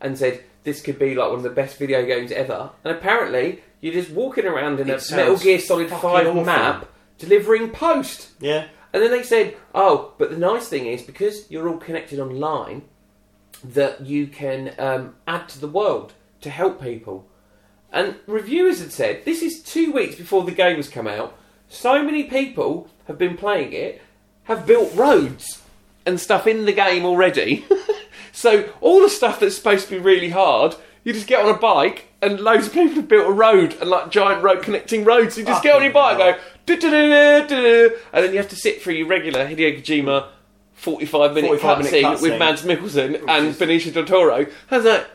Speaker 2: and said this could be like one of the best video games ever. And apparently, you're just walking around in
Speaker 4: It
Speaker 2: a
Speaker 4: sounds
Speaker 2: Metal Gear Solid
Speaker 4: fucking
Speaker 2: Five
Speaker 4: awful.
Speaker 2: map, delivering post.
Speaker 5: yeah.
Speaker 2: And then they said, oh, but the nice thing is because you're all connected online, that you can um, add to the world to help people. And reviewers had said, this is two weeks before the game has come out. So many people have been playing it, have built roads and stuff in the game already. so all the stuff that's supposed to be really hard, you just get on a bike and loads of people have built a road and like giant road connecting roads. You just get on your bike and go, "Du-du-du-du, du-du-du," and then you have to sit through your regular Hideo Kojima 45 minute
Speaker 5: 45 minute
Speaker 2: cutscene with
Speaker 5: cutscene.
Speaker 2: Mads Mikkelsen and Benicio del Toro. How's that?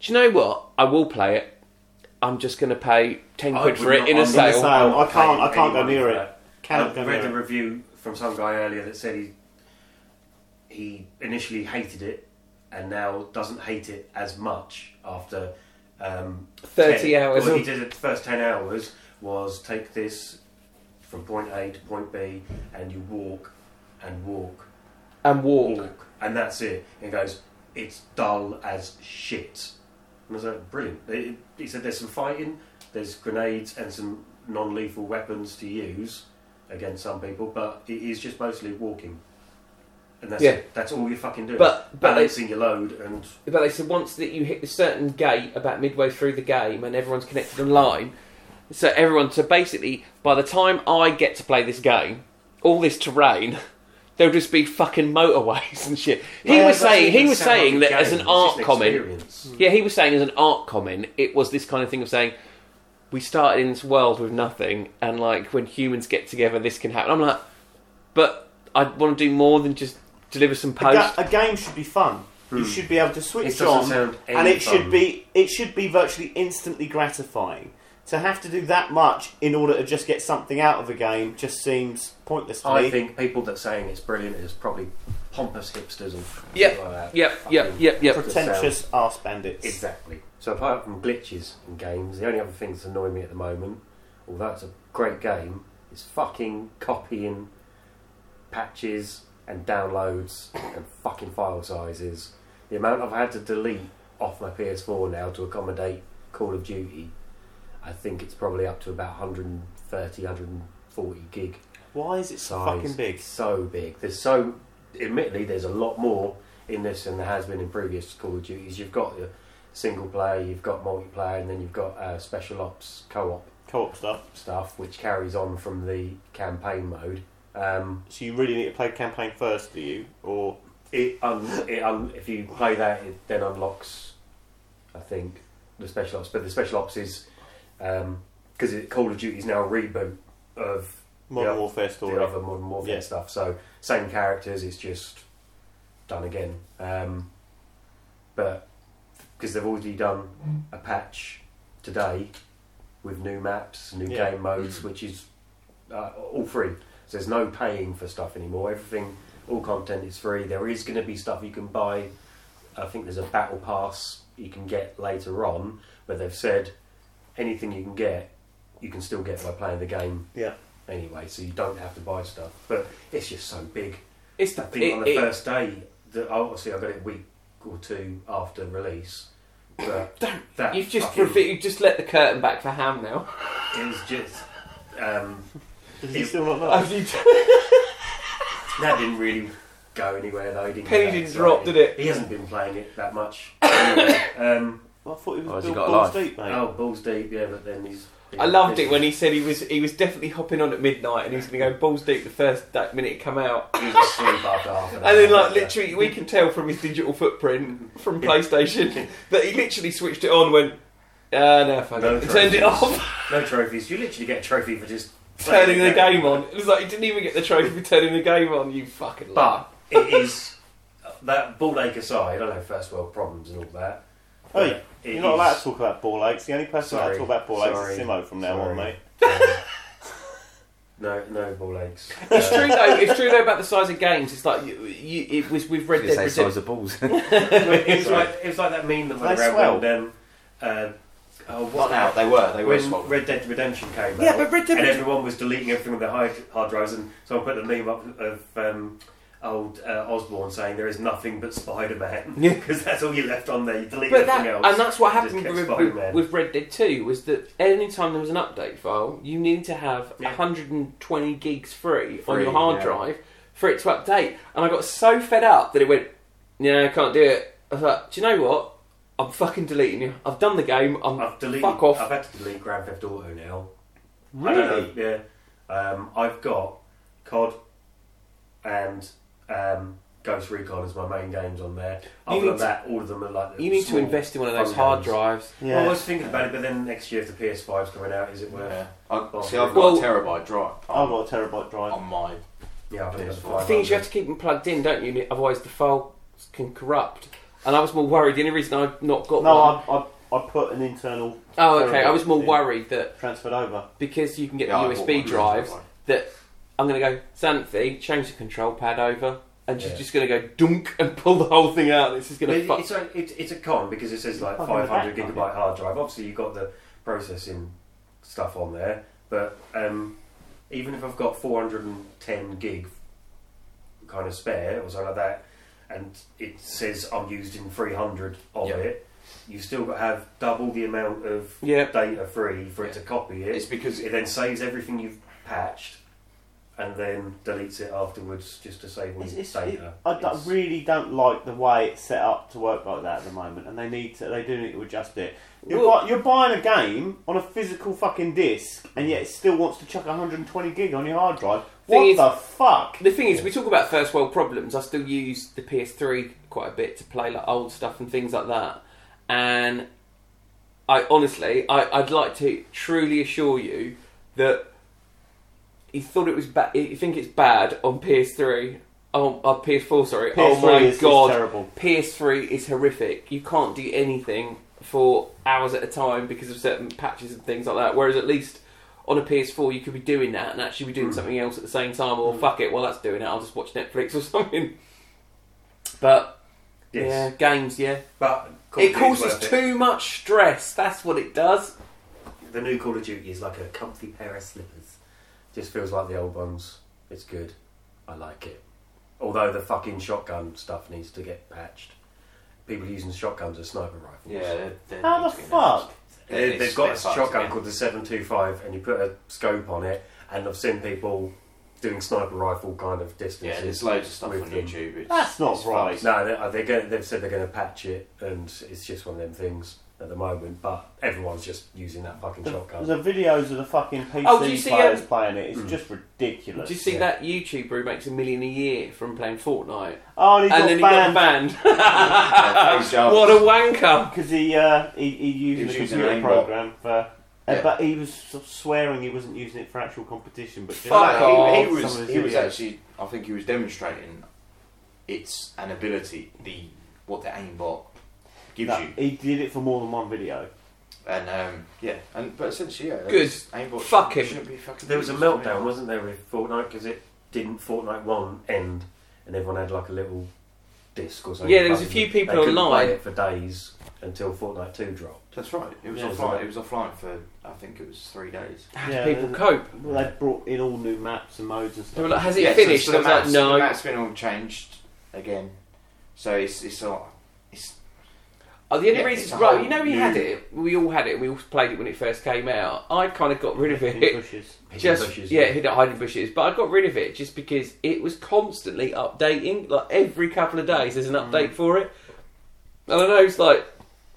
Speaker 2: Do you know what? I will play it. I'm just going to pay 10
Speaker 4: I
Speaker 2: quid
Speaker 4: would
Speaker 2: for it
Speaker 4: not-
Speaker 2: in
Speaker 4: I
Speaker 2: a
Speaker 4: would
Speaker 5: In the
Speaker 4: not
Speaker 2: sale.
Speaker 5: sale. I can't, I can't go
Speaker 4: Anyone
Speaker 5: near
Speaker 4: for
Speaker 5: it.
Speaker 4: that.
Speaker 5: Cannot
Speaker 4: I
Speaker 5: go
Speaker 4: read a
Speaker 5: near it.
Speaker 4: review from some guy earlier that said he he initially hated it and now doesn't hate it as much after um,
Speaker 2: 30 hours
Speaker 4: All
Speaker 2: of-
Speaker 4: he did at the first ten hours was take this from point A to point B, and you walk and walk,
Speaker 2: And walk.
Speaker 4: walk, and that's it. And he goes, "It's dull as shit." And I was like, "Brilliant." He- He said, "There's some fighting, there's grenades, and some non-lethal weapons to use against some people, but it is just mostly walking." And that's
Speaker 2: Yeah.
Speaker 4: it. that's all you fucking do.
Speaker 2: But- but they-
Speaker 4: balancing your load and
Speaker 2: But they said once that you hit a certain gate about midway through the game and everyone's connected online, so everyone, so basically, by the time I get to play this game, all this terrain, there'll just be fucking motorways and shit. He
Speaker 4: Yeah,
Speaker 2: was
Speaker 4: but it
Speaker 2: saying,
Speaker 4: doesn't
Speaker 2: he
Speaker 4: even
Speaker 2: was
Speaker 4: sound
Speaker 2: saying
Speaker 4: like a
Speaker 2: that as
Speaker 4: game,
Speaker 2: an
Speaker 4: it's just
Speaker 2: art
Speaker 4: an
Speaker 2: comment,
Speaker 5: Mm.
Speaker 4: experience.
Speaker 2: Yeah, he was saying as an art comment, it was this kind of thing of saying, we started in this world with nothing, and like when humans get together, this can happen. I'm like, but I want to do more than just deliver some
Speaker 5: A,
Speaker 2: post.
Speaker 5: ga- a game should be fun. You should be able to
Speaker 4: It
Speaker 5: switch
Speaker 4: doesn't
Speaker 5: on,
Speaker 4: sound any
Speaker 5: um, and it
Speaker 4: fun.
Speaker 5: should be it should be virtually instantly gratifying. To have to do that much in order to just get something out of a game just seems pointless to me.
Speaker 4: I think people that saying it's brilliant is probably pompous hipsters and
Speaker 2: Yep,
Speaker 4: like that.
Speaker 2: yep, yep,
Speaker 4: Fucking-
Speaker 2: yep, yep.
Speaker 5: Pretentious arse bandits.
Speaker 4: Exactly. So apart from glitches in games, the only other things that annoy me at the moment, although it's a great game, is fucking copying patches and downloads and fucking file sizes. The amount I've had to delete off my PS4 now to accommodate Call of Duty. I think it's probably up to about 130, 140 gig
Speaker 5: Why is it so
Speaker 4: size.
Speaker 5: fucking big?
Speaker 4: So big. There's so, admittedly, there's a lot more in this than there has been in previous Call of Duties. You've got the single player, you've got multiplayer, and then you've got uh, special ops co-op
Speaker 5: Co-op stuff.
Speaker 4: stuff, which carries on from the campaign mode. Um,
Speaker 5: So you really need to play campaign first, do you? Or
Speaker 4: it, un- it un- if you play that, it then unlocks, I think, the special ops. But the special ops is because it, Call of Duty is now a reboot of
Speaker 5: Modern
Speaker 4: Yeah.
Speaker 5: Warfare
Speaker 4: the
Speaker 5: story?
Speaker 4: other modern warfare
Speaker 5: Yeah.
Speaker 4: stuff. So same characters, it's just done again. Um, but because they've already done a patch today with new maps, new
Speaker 5: Yeah.
Speaker 4: game modes, which is uh, all free. So there's no paying for stuff anymore. Everything, all content is free. There is going to be stuff you can buy. I think there's a battle pass you can get later on, but they've said anything you can get, you can still get by playing the game
Speaker 5: Yeah.
Speaker 4: anyway, so you don't have to buy stuff. But it's just so big.
Speaker 2: It's
Speaker 4: I
Speaker 2: the
Speaker 4: think on
Speaker 2: it,
Speaker 4: the
Speaker 2: it,
Speaker 4: first day, that obviously I got it a week or two after release. But that
Speaker 2: You've just
Speaker 4: fucking-
Speaker 2: refi- you've just let the curtain back for ham now.
Speaker 4: it was just um,
Speaker 5: Does
Speaker 4: It-
Speaker 5: he still not know?
Speaker 2: Have you-
Speaker 4: that didn't really go anywhere though. Didn't
Speaker 2: Penny
Speaker 4: get that
Speaker 2: didn't drop,
Speaker 4: excited.
Speaker 2: did it?
Speaker 4: He hasn't been playing it that much. anyway. um,
Speaker 5: Well, I thought it
Speaker 6: Oh, has
Speaker 5: was
Speaker 6: he
Speaker 5: Bill
Speaker 6: got a
Speaker 5: Balls
Speaker 6: life?
Speaker 5: Deep, mate.
Speaker 4: oh, balls deep, yeah, but then he's.
Speaker 2: I loved it when he said he was he was definitely hopping on at midnight and he was going to go balls deep the first that minute it come out.
Speaker 4: he was asleep after half an hour.
Speaker 2: And then, like literally, we can tell from his digital footprint from PlayStation that he literally switched it on, went, ah, no, fuck
Speaker 4: No
Speaker 2: it, and turned it
Speaker 4: trophies.
Speaker 2: off,
Speaker 4: no trophies. You literally get a trophy for just
Speaker 2: turning the
Speaker 4: playing
Speaker 2: game on. It was like he didn't even get the trophy for turning the game on. You fucking
Speaker 4: But
Speaker 2: lar.
Speaker 4: it is that ball ache aside. I know first world problems and all that.
Speaker 5: Hey,
Speaker 4: but it
Speaker 5: You're not allowed
Speaker 4: is-
Speaker 5: to talk about ball aches. The only person allowed
Speaker 4: Sorry.
Speaker 5: to talk about ball aches
Speaker 4: Sorry.
Speaker 5: is Simo from now
Speaker 4: Sorry.
Speaker 5: on, mate.
Speaker 4: um, No, no Uh, ball aches.
Speaker 2: It's true though. It's true though about the size of games. It's like you, you, it was with Red
Speaker 6: Did
Speaker 2: Dead
Speaker 6: say size
Speaker 2: Redemption.
Speaker 6: of balls?
Speaker 4: it, was like, it was like that meme that went
Speaker 5: They
Speaker 4: around when um, uh, oh,
Speaker 6: Not
Speaker 4: what
Speaker 6: now. They were. They were.
Speaker 4: when
Speaker 6: swollen.
Speaker 4: Red Dead Redemption came
Speaker 2: Yeah,
Speaker 4: out,
Speaker 2: but Red Dead
Speaker 4: and
Speaker 2: Redemption-
Speaker 4: everyone was deleting everything on their hard, hard drives, and so I put a meme up of um, old uh, Osborne saying there is nothing but Spider Man
Speaker 2: Yeah.
Speaker 4: because that's all you left on there. You delete
Speaker 2: But
Speaker 4: everything
Speaker 2: that,
Speaker 4: else,
Speaker 2: and that's what
Speaker 4: Just
Speaker 2: happened
Speaker 4: kept
Speaker 2: with, with,
Speaker 4: Spider-Man.
Speaker 2: with Red Dead 2 was that any time there was an update file, you needed to have
Speaker 4: Yeah.
Speaker 2: 120 gigs free, on
Speaker 6: Free,
Speaker 2: your hard
Speaker 6: yeah.
Speaker 2: drive for it to update. And I got so fed up that it went, no, I can't do it. I was like, do you know what? I'm fucking deleting you. I've done the game. I'm
Speaker 4: I've deleted.
Speaker 2: fuck off.
Speaker 4: I've had to delete Grand Theft Auto now. I don't know, yeah. Um, I've got COD and um, Ghost Recon as my main games on there.
Speaker 2: You
Speaker 4: Other
Speaker 2: need
Speaker 4: than
Speaker 2: to-
Speaker 4: that, all of them are like. the
Speaker 2: you need to
Speaker 4: small
Speaker 2: invest in one of those
Speaker 4: fun
Speaker 2: hard
Speaker 4: games.
Speaker 2: drives.
Speaker 5: Yeah.
Speaker 4: Well, I was thinking about it, but then next year if the PS5's coming out, is it worth?
Speaker 6: Yeah.
Speaker 4: Yeah,
Speaker 6: I, see, I've got
Speaker 2: Well-
Speaker 6: a terabyte drive
Speaker 5: I've got a terabyte drive.
Speaker 6: on my.
Speaker 4: I've got
Speaker 6: PS5.
Speaker 2: The thing is, you have to keep them plugged in, don't you? Otherwise, the files can corrupt. And I was more worried. The only reason I've not got
Speaker 4: Oh,
Speaker 5: No,
Speaker 2: one.
Speaker 5: I, I, I put an internal
Speaker 2: oh, okay. I was more
Speaker 5: Yeah.
Speaker 2: worried that
Speaker 5: transferred over.
Speaker 2: because you can get
Speaker 6: Yeah, I
Speaker 2: the
Speaker 6: bought one
Speaker 2: USB
Speaker 6: of those,
Speaker 2: drives
Speaker 6: didn't
Speaker 2: that I'm going to go Xanthi, change the control pad over, and she's
Speaker 4: Yeah.
Speaker 2: just going to go dunk and pull the whole thing out. This is
Speaker 4: But
Speaker 2: going to
Speaker 4: it-
Speaker 2: fuck.
Speaker 4: it's, a, it, it's a con because it says like
Speaker 5: Fucking the
Speaker 4: 500
Speaker 5: back,
Speaker 4: gigabyte hard drive. Obviously, you've got the processing stuff on there, but um, even if I've got 410 gig kind of spare or something like that, and it says I'm used in 300 of
Speaker 6: Yeah.
Speaker 4: it, you've still got to have double the amount of
Speaker 2: Yeah.
Speaker 4: data free for it to copy it.
Speaker 6: It's because
Speaker 4: it then saves everything you've patched and then deletes it afterwards just to save all
Speaker 5: It's,
Speaker 4: your
Speaker 5: it's, it,
Speaker 4: data.
Speaker 5: I, don't-
Speaker 4: It's-
Speaker 5: really don't like the way it's set up to work like that at the moment, and they need to. They do need to adjust it. You're,
Speaker 2: Well-
Speaker 5: buy, you're buying a game on a physical fucking disc, and yet it still wants to chuck 120 gig on your hard drive.
Speaker 2: Thing
Speaker 5: What
Speaker 2: is-
Speaker 5: the fuck?
Speaker 2: The thing is, we talk about first world problems. I still use the PS3 quite a bit to play like old stuff and things like that. And I honestly, I, I'd like to truly assure you that he thought it was bad. You think it's bad on PS3? Oh, uh, PS4, sorry. oh
Speaker 5: PS3
Speaker 2: my
Speaker 5: is- is
Speaker 2: god,
Speaker 5: terrible.
Speaker 2: PS3 is horrific. You can't do anything for hours at a time because of certain patches and things like that. Whereas at least on a PS4 you could be doing that and actually be
Speaker 5: Hmm.
Speaker 2: doing something else at the same time. Or fuck it, well that's doing it. I'll just watch Netflix or something. But
Speaker 4: Yes.
Speaker 2: yeah, games. Yeah,
Speaker 4: But Call
Speaker 2: it
Speaker 4: of Duty's
Speaker 2: causes
Speaker 4: worth it.
Speaker 2: too much stress. That's what it does.
Speaker 4: The new Call of Duty is like a comfy pair of slippers. Just feels like the old ones. It's good. I like it. Although the fucking shotgun stuff needs to get patched. people using shotguns as sniper rifles.
Speaker 2: Yeah, they're, they're
Speaker 5: How the
Speaker 2: need to get announced.
Speaker 5: fuck?
Speaker 2: They-
Speaker 4: They,
Speaker 2: they
Speaker 4: have got a
Speaker 2: split parts
Speaker 4: shotgun
Speaker 2: again.
Speaker 4: called the 725, and you put a scope on it, and I've seen people doing sniper rifle kind of distances.
Speaker 2: Yeah, there's loads of stuff on
Speaker 4: with them.
Speaker 2: YouTube. It's,
Speaker 5: That's not
Speaker 2: it's
Speaker 5: right.
Speaker 4: No, uh, they're, they're going, they've said they're going to patch it, and it's just one of them things at the moment. But everyone's just using that fucking
Speaker 5: The,
Speaker 4: shotgun.
Speaker 5: the videos of the fucking PC
Speaker 2: Oh, do you see,
Speaker 5: players
Speaker 2: um,
Speaker 5: playing it is just ridiculous.
Speaker 2: Do you see
Speaker 4: Yeah.
Speaker 2: that YouTuber who makes a million a year from playing Fortnite?
Speaker 5: Oh, and he
Speaker 2: and then
Speaker 5: got
Speaker 2: he got
Speaker 5: banned Oh.
Speaker 2: banned.
Speaker 6: Yeah, thanks, Jarvis.
Speaker 2: what a wanker!
Speaker 5: because he, uh, he he used
Speaker 6: He was
Speaker 5: a
Speaker 6: using
Speaker 5: computer
Speaker 6: an aimbot.
Speaker 5: program for. uh,
Speaker 6: Yeah.
Speaker 5: But he was sort of swearing he wasn't using it for actual competition, but just
Speaker 2: Fuck
Speaker 6: No, he, he
Speaker 2: off.
Speaker 5: Some of
Speaker 6: was
Speaker 5: his
Speaker 6: he was
Speaker 5: videos.
Speaker 6: actually I think he was demonstrating it's an ability the what the aimbot gives
Speaker 5: No,
Speaker 6: you
Speaker 5: he did it for more than one video.
Speaker 6: and um, yeah and but essentially yeah
Speaker 2: Good.
Speaker 6: it's aimbot
Speaker 2: Fuck
Speaker 6: shouldn't-
Speaker 2: him.
Speaker 6: shouldn't be fucking
Speaker 4: There was a
Speaker 6: used, shouldn't
Speaker 4: meltdown,
Speaker 6: it?
Speaker 4: wasn't there, with Fortnite because it didn't Fortnite one end, and everyone had like a little disc or something.
Speaker 2: Yeah, there was a
Speaker 4: button.
Speaker 2: few people
Speaker 4: they couldn't
Speaker 2: online.
Speaker 4: play it for days until Fortnite two dropped.
Speaker 6: That's right. It was
Speaker 5: Yeah,
Speaker 6: offline.
Speaker 5: so-
Speaker 6: It was offline for I think it was three days.
Speaker 2: How
Speaker 5: Yeah,
Speaker 2: do people
Speaker 5: and-
Speaker 2: cope?
Speaker 5: Well, they brought in all new maps and modes and
Speaker 2: They
Speaker 5: stuff.
Speaker 2: were like, "Has it
Speaker 6: Yeah, so-
Speaker 2: finished?"
Speaker 6: So,
Speaker 2: and I
Speaker 6: the,
Speaker 2: was like,
Speaker 6: map's,
Speaker 2: "No."
Speaker 6: the map's been all changed again. So it's it's all it's
Speaker 2: Oh, the only
Speaker 6: Yeah, it's a
Speaker 2: reason, right?
Speaker 6: whole
Speaker 2: You know, we
Speaker 6: new-
Speaker 2: had it. We all had it. We all played it when it first came out. I kind of got rid of
Speaker 5: in
Speaker 2: it.
Speaker 5: bushes.
Speaker 2: Just
Speaker 4: bushes,
Speaker 2: yeah,
Speaker 4: yeah.
Speaker 2: hid at hiding bushes. But I got rid of it just because it was constantly updating. Like every couple of days, there's an
Speaker 6: Mm.
Speaker 2: update for it. And I know it's like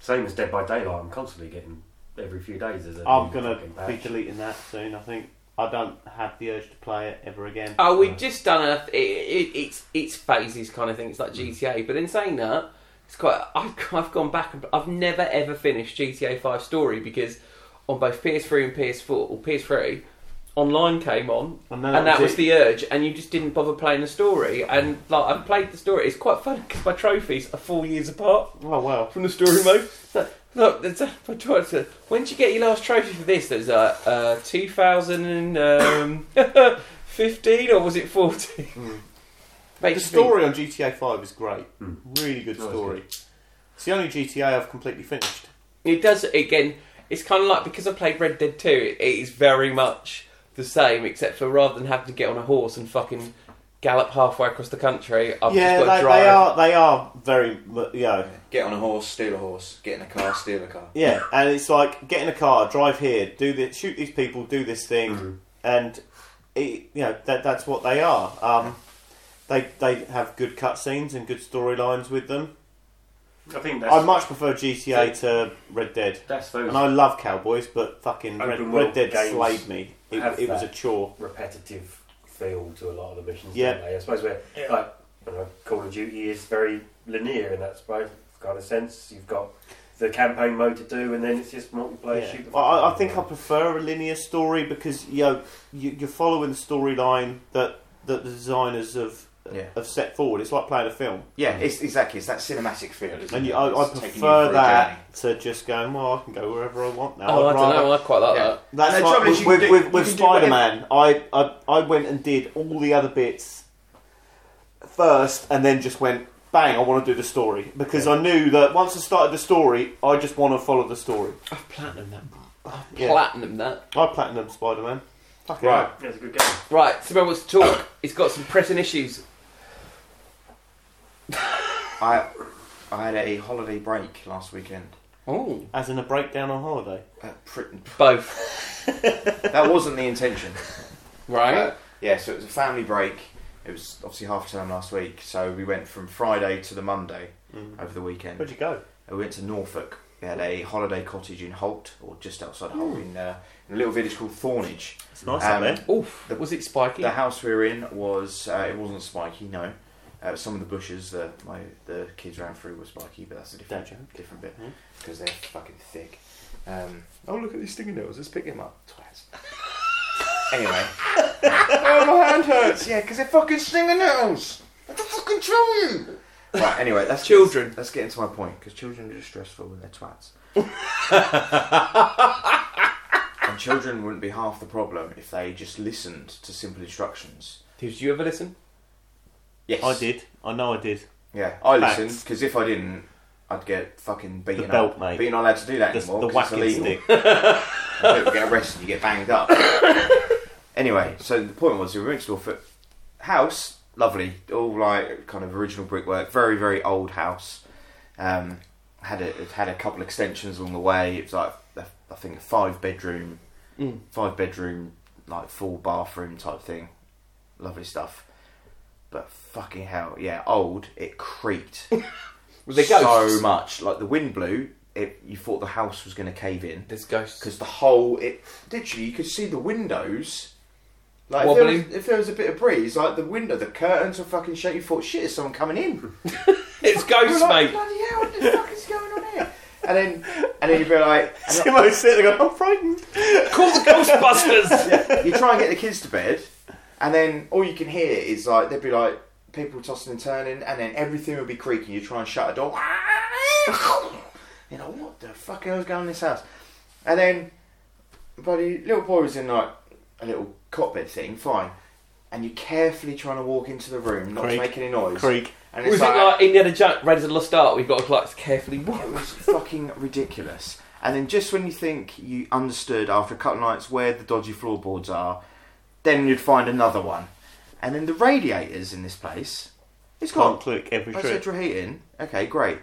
Speaker 4: Same as Dead by Daylight. I'm constantly getting every few days. There's a
Speaker 5: I'm
Speaker 4: new
Speaker 5: gonna
Speaker 4: fucking
Speaker 5: be
Speaker 4: patch.
Speaker 5: deleting that soon. I think I don't have the urge to play it ever again.
Speaker 2: Oh, we've just done a. It, it, it's it's phases kind of thing. It's
Speaker 6: Mm.
Speaker 2: like GTA, but in saying that, it's quite. I've, I've gone back. and I've never ever finished GTA Five story because on both PS3 and PS4 or PS3, online came on,
Speaker 5: And then
Speaker 2: and
Speaker 5: that
Speaker 2: that
Speaker 5: was
Speaker 2: was,
Speaker 5: it.
Speaker 2: the urge, and you just didn't bother playing the story. And like I've played the story. It's quite funny because my trophies are four years apart
Speaker 5: Oh well.
Speaker 2: from the story mode. Look, Look, there's a, I tried to. When did you get your last trophy for this? There's a uh, 2015 um, or was it 14?
Speaker 5: Hmm. The story on GTA Five is great. Mm. Really good
Speaker 4: No, it's
Speaker 5: story. It's the only GTA I've completely finished.
Speaker 2: It does again. It's kind of like because I played Red Dead 2. It, it is very much the same, except for rather than having to get on a horse and fucking gallop halfway across the country, I've
Speaker 5: yeah,
Speaker 2: just got
Speaker 5: they,
Speaker 2: to drive.
Speaker 5: they are. They are very. mu- You know,
Speaker 6: get on a horse, steal a horse, get in a car, steal a car.
Speaker 5: yeah, and it's like get in a car, drive here, do this, shoot these people, do this thing,
Speaker 4: Mm-hmm. Hmm.
Speaker 5: and it, you know that that's what they are. Um, they they have good cutscenes and good storylines with them.
Speaker 4: I think that's
Speaker 5: I much prefer GTA to Red Dead.
Speaker 4: that's those
Speaker 5: And I love cowboys, but fucking Red,
Speaker 4: Open world
Speaker 5: Red Dead
Speaker 4: games
Speaker 5: slayed me. It,
Speaker 4: have
Speaker 5: it was a
Speaker 4: that.
Speaker 5: chore.
Speaker 4: repetitive feel to a lot of the missions.
Speaker 5: Yeah.
Speaker 4: don't they? I suppose where like you know, Call of Duty is very linear in that suppose kind of sense. You've got the campaign mode to do, and then it's just multiplayer.
Speaker 5: Yeah.
Speaker 4: Shoot the
Speaker 5: Well, I, I
Speaker 4: fucking
Speaker 5: think I
Speaker 4: thing.
Speaker 5: prefer a linear story because you know you, you're following the storyline that that the designers have
Speaker 6: Yeah.
Speaker 5: have set forward. It's like playing a film,
Speaker 6: Yeah, it's exactly it's that cinematic feel. Isn't
Speaker 5: and
Speaker 6: it?
Speaker 5: you, I, I
Speaker 6: It's taking you for
Speaker 5: prefer
Speaker 6: a journey.
Speaker 5: that to just going. Well, I can go wherever I want now.
Speaker 2: Oh, I
Speaker 5: I'd
Speaker 2: don't
Speaker 5: rather-
Speaker 2: know. I quite like
Speaker 6: Yeah.
Speaker 2: that.
Speaker 5: That's
Speaker 6: And the
Speaker 5: like
Speaker 6: trouble is you
Speaker 5: with,
Speaker 6: can do-
Speaker 5: with,
Speaker 6: you
Speaker 5: with
Speaker 6: can do
Speaker 5: Spider Man. I, I I went and did all the other bits first, and then just went bang. I want to do the story because I knew that once I started the story, I just want to follow the story.
Speaker 2: I've platinum that. I've
Speaker 5: Yeah.
Speaker 2: platinum that.
Speaker 5: I platinum Spider Man. Fuck
Speaker 6: Right.
Speaker 4: Yeah, it's a good game.
Speaker 2: Right, Simon wants to talk. He's got some pressing issues.
Speaker 6: I I had a holiday break last weekend.
Speaker 2: Oh,
Speaker 5: As in a breakdown on holiday.
Speaker 6: Uh, pr-
Speaker 2: both.
Speaker 6: that wasn't the intention.
Speaker 2: Right.
Speaker 6: Uh, yeah, so it was a family break. It was obviously half term last week, so we went from Friday to the Monday over the weekend.
Speaker 5: Where'd you go?
Speaker 6: Uh, We went to Norfolk. We had a holiday cottage in Holt, or just outside Holt, in, uh, in a little village called Thornage.
Speaker 5: It's nice
Speaker 6: Um,
Speaker 5: out there.
Speaker 2: Oof.
Speaker 6: The-
Speaker 2: was it spiky?
Speaker 6: The house we were in was uh, it wasn't spiky, no. Uh, some of the bushes that my the kids ran through were spiky, but that's a different
Speaker 5: Dad
Speaker 6: different bit because they're fucking thick. Um, oh look at these stinging needles! Let's pick them up, twats. anyway, oh my hand hurts. Yeah, because they're fucking stinging needles. What the fucking trouble you? Right, anyway, that's
Speaker 2: Children.
Speaker 6: let's get into my point because children are just stressful when they're twats. and children wouldn't be half the problem if they just listened to simple instructions.
Speaker 2: Did you ever listen?
Speaker 6: Yes,
Speaker 5: I did. I know I did.
Speaker 6: Yeah, I
Speaker 5: Facts.
Speaker 6: listened because if I didn't, I'd get fucking beaten
Speaker 5: belt,
Speaker 6: up.
Speaker 5: mate.
Speaker 6: But you're not allowed to do that
Speaker 5: The,
Speaker 6: anymore.
Speaker 5: the
Speaker 6: 'cause it's
Speaker 5: whacking
Speaker 6: illegal.
Speaker 5: stick.
Speaker 6: People get arrested, you get banged up. anyway, so the point was, we went to Norfolk house, lovely, all like kind of original brickwork, very very old house. Um, had a, it had a couple extensions along the way. It was like I think a five bedroom,
Speaker 2: Mm.
Speaker 6: five bedroom like full bathroom type thing. Lovely stuff. But fucking hell, yeah, old. It creaked
Speaker 2: Was there
Speaker 6: so
Speaker 2: ghosts?
Speaker 6: much. Like the wind blew, it you thought the house was going to cave in
Speaker 2: There's ghosts.
Speaker 6: because the whole it literally you could see the windows. Like if there,
Speaker 2: Wobbling.
Speaker 6: was, if there was a bit of breeze, like the window, the curtains were fucking shaking. You thought, shit, is someone coming in?
Speaker 7: It's
Speaker 6: You were
Speaker 7: ghosts,
Speaker 6: like,
Speaker 7: mate.
Speaker 6: bloody hell, what the fuck is going on here? And then, and then you'd be like, and
Speaker 5: Timo's sitting there going, I'm frightened.
Speaker 7: Call the Ghostbusters.
Speaker 6: you try and get the kids to bed, and then all you can hear is like there'd be like people tossing and turning, and then everything would be creaking. You try and shut a door, you know what the fuck hell's going on in this house? And then, buddy, little boy was in like a little cot bed thing, fine, and you're carefully trying to walk into the room, not
Speaker 5: Creak.
Speaker 6: to make any noise.
Speaker 5: Creak.
Speaker 6: And it's
Speaker 2: Was it
Speaker 6: like,
Speaker 2: like Indiana Jones, Raiders of the Lost Ark? We've got to like carefully walk.
Speaker 6: it was fucking ridiculous. And then just when you think you understood after a couple of nights where the dodgy floorboards are, then you'd find another one. And then the radiators in this place, it's
Speaker 5: Can't
Speaker 6: got
Speaker 5: click every trip.
Speaker 6: central heating. Oh, Okay, great.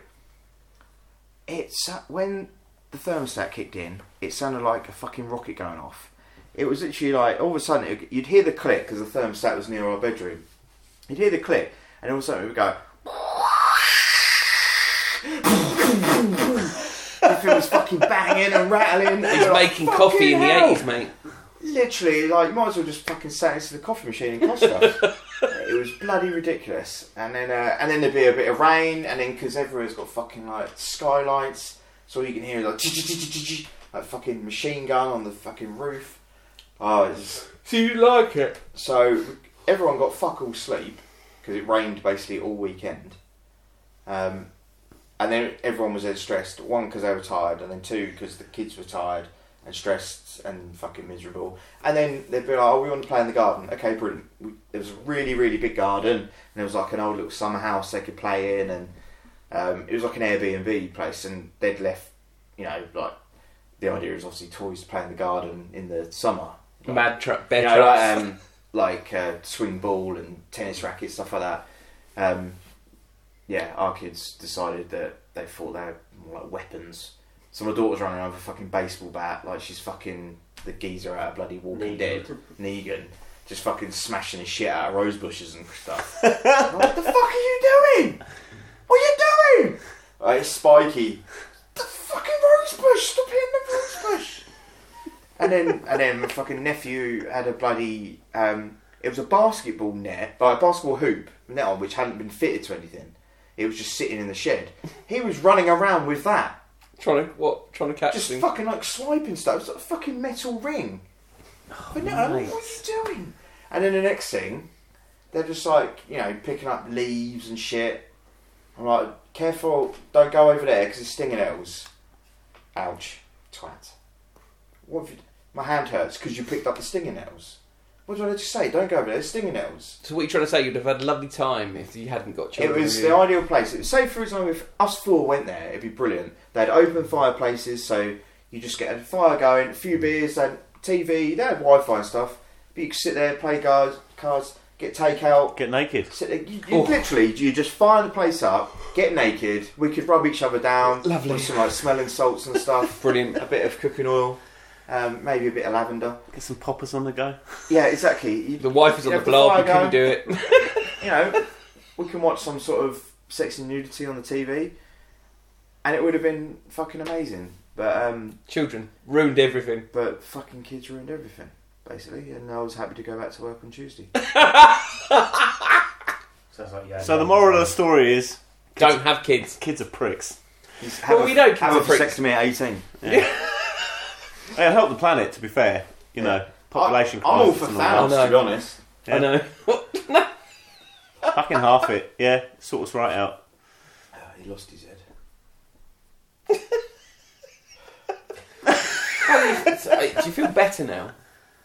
Speaker 6: It's when the thermostat kicked in, it sounded like a fucking rocket going off. It was literally like all of a sudden it, you'd hear the click because the thermostat was near our bedroom. You'd hear the click, and all of a sudden it would go. if it was fucking banging and rattling, and
Speaker 7: He's
Speaker 6: you're like,
Speaker 7: making coffee in the
Speaker 6: "Fucking hell."
Speaker 7: 80s, mate.
Speaker 6: Literally, like, might as well just fucking sat into the coffee machine in Costco. it was bloody ridiculous. And then, uh, and then there'd be a bit of rain, and then because everywhere's got fucking like skylights, so all you can hear is like, "Tch-tch-tch-tch-tch-tch," like fucking machine gun on the fucking roof. Oh, it's
Speaker 2: Do you like it?
Speaker 6: so everyone got fuck all sleep because it rained basically all weekend. Um, and then everyone was then stressed. One because they were tired, and then two because the kids were tired and stressed and fucking miserable. And then they'd be like, "Oh, we want to play in the garden." Okay, brilliant. We, there was a really, really big garden, and there was like an old little summer house they could play in, and um, it was like an Airbnb place. And they'd left, you know, like the idea is obviously toys to play in the garden in the summer. Like,
Speaker 2: Mad truck, bear
Speaker 6: you know, like,
Speaker 2: traps.
Speaker 6: um, like uh, swing ball and tennis racket stuff like that. Um, yeah, our kids decided that they thought they were more like weapons. So my daughter's running around with a fucking baseball bat, like she's fucking the geezer out of bloody Walking
Speaker 4: Negan.
Speaker 6: Dead, Negan, just fucking smashing the shit out of rose bushes and stuff. I'm like, what the fuck are you doing? What are you doing? Like, it's spiky. The fucking rose bush. Stop hitting the rose bush. And then, and then my fucking nephew had a bloody. Um, it was a basketball net, like a basketball hoop net on, which hadn't been fitted to anything. It was just sitting in the shed. He was running around with that,
Speaker 2: trying to what? Trying to catch
Speaker 6: just
Speaker 2: things.
Speaker 6: fucking like swiping stuff. It was like a fucking metal ring. but no, I'm like, what are you doing? And then the next thing, they're just like you know picking up leaves and shit. I'm like, careful, don't go over there because it's stinging nettles. Ouch, twat. What have you? My hand hurts because you picked up the stinging nettles. What did I just say? Don't go over there. It's stinging nettles.
Speaker 2: So what are you trying to say? You'd have had a lovely time if you hadn't got
Speaker 6: It
Speaker 2: children.
Speaker 6: was
Speaker 2: with you.
Speaker 6: the ideal place. It- Say, for example, if us four went there, it'd be brilliant. They had open fireplaces, so you just get a fire going, a few beers, they had TV, they had Wi Fi and stuff. But you could sit there, play guards, cards, get takeout.
Speaker 5: Get naked.
Speaker 6: Sit there. You,
Speaker 2: Oh.
Speaker 6: you literally, you just fire the place up, get naked. We could rub each other down.
Speaker 2: Lovely.
Speaker 6: with some like smelling salts and stuff.
Speaker 2: Brilliant.
Speaker 6: a bit of cooking oil, um, maybe a bit of lavender.
Speaker 5: Get some poppers on the go.
Speaker 6: Yeah, exactly. You-
Speaker 2: The wife was on
Speaker 6: you
Speaker 2: the
Speaker 6: have
Speaker 2: blob.
Speaker 6: fire
Speaker 2: You couldn't
Speaker 6: going
Speaker 2: do it.
Speaker 6: you know, we can watch some sort of sex and nudity on the TV, and it would have been fucking amazing. But um,
Speaker 2: Children ruined everything.
Speaker 6: but fucking kids ruined everything basically, and I was happy to go back to work on Tuesday.
Speaker 4: Sounds like you had
Speaker 5: So the
Speaker 4: one
Speaker 5: moral of
Speaker 4: time.
Speaker 5: the story is
Speaker 2: Don't have kids.
Speaker 5: kids are pricks.
Speaker 6: Have
Speaker 2: Well, we know kids
Speaker 6: have
Speaker 2: are
Speaker 6: a
Speaker 2: pricks.
Speaker 6: vasectomy at eighteen.
Speaker 5: It'll help the planet, to be fair. You know, population.
Speaker 6: I, am all
Speaker 5: crisis
Speaker 6: for
Speaker 5: and all
Speaker 6: Thanos,
Speaker 5: that.
Speaker 2: that.
Speaker 6: to be honest.
Speaker 2: I know. no.
Speaker 5: Fucking half it. Yeah, sorts right out.
Speaker 6: Oh, he lost his head.
Speaker 2: So, hey, do you feel better now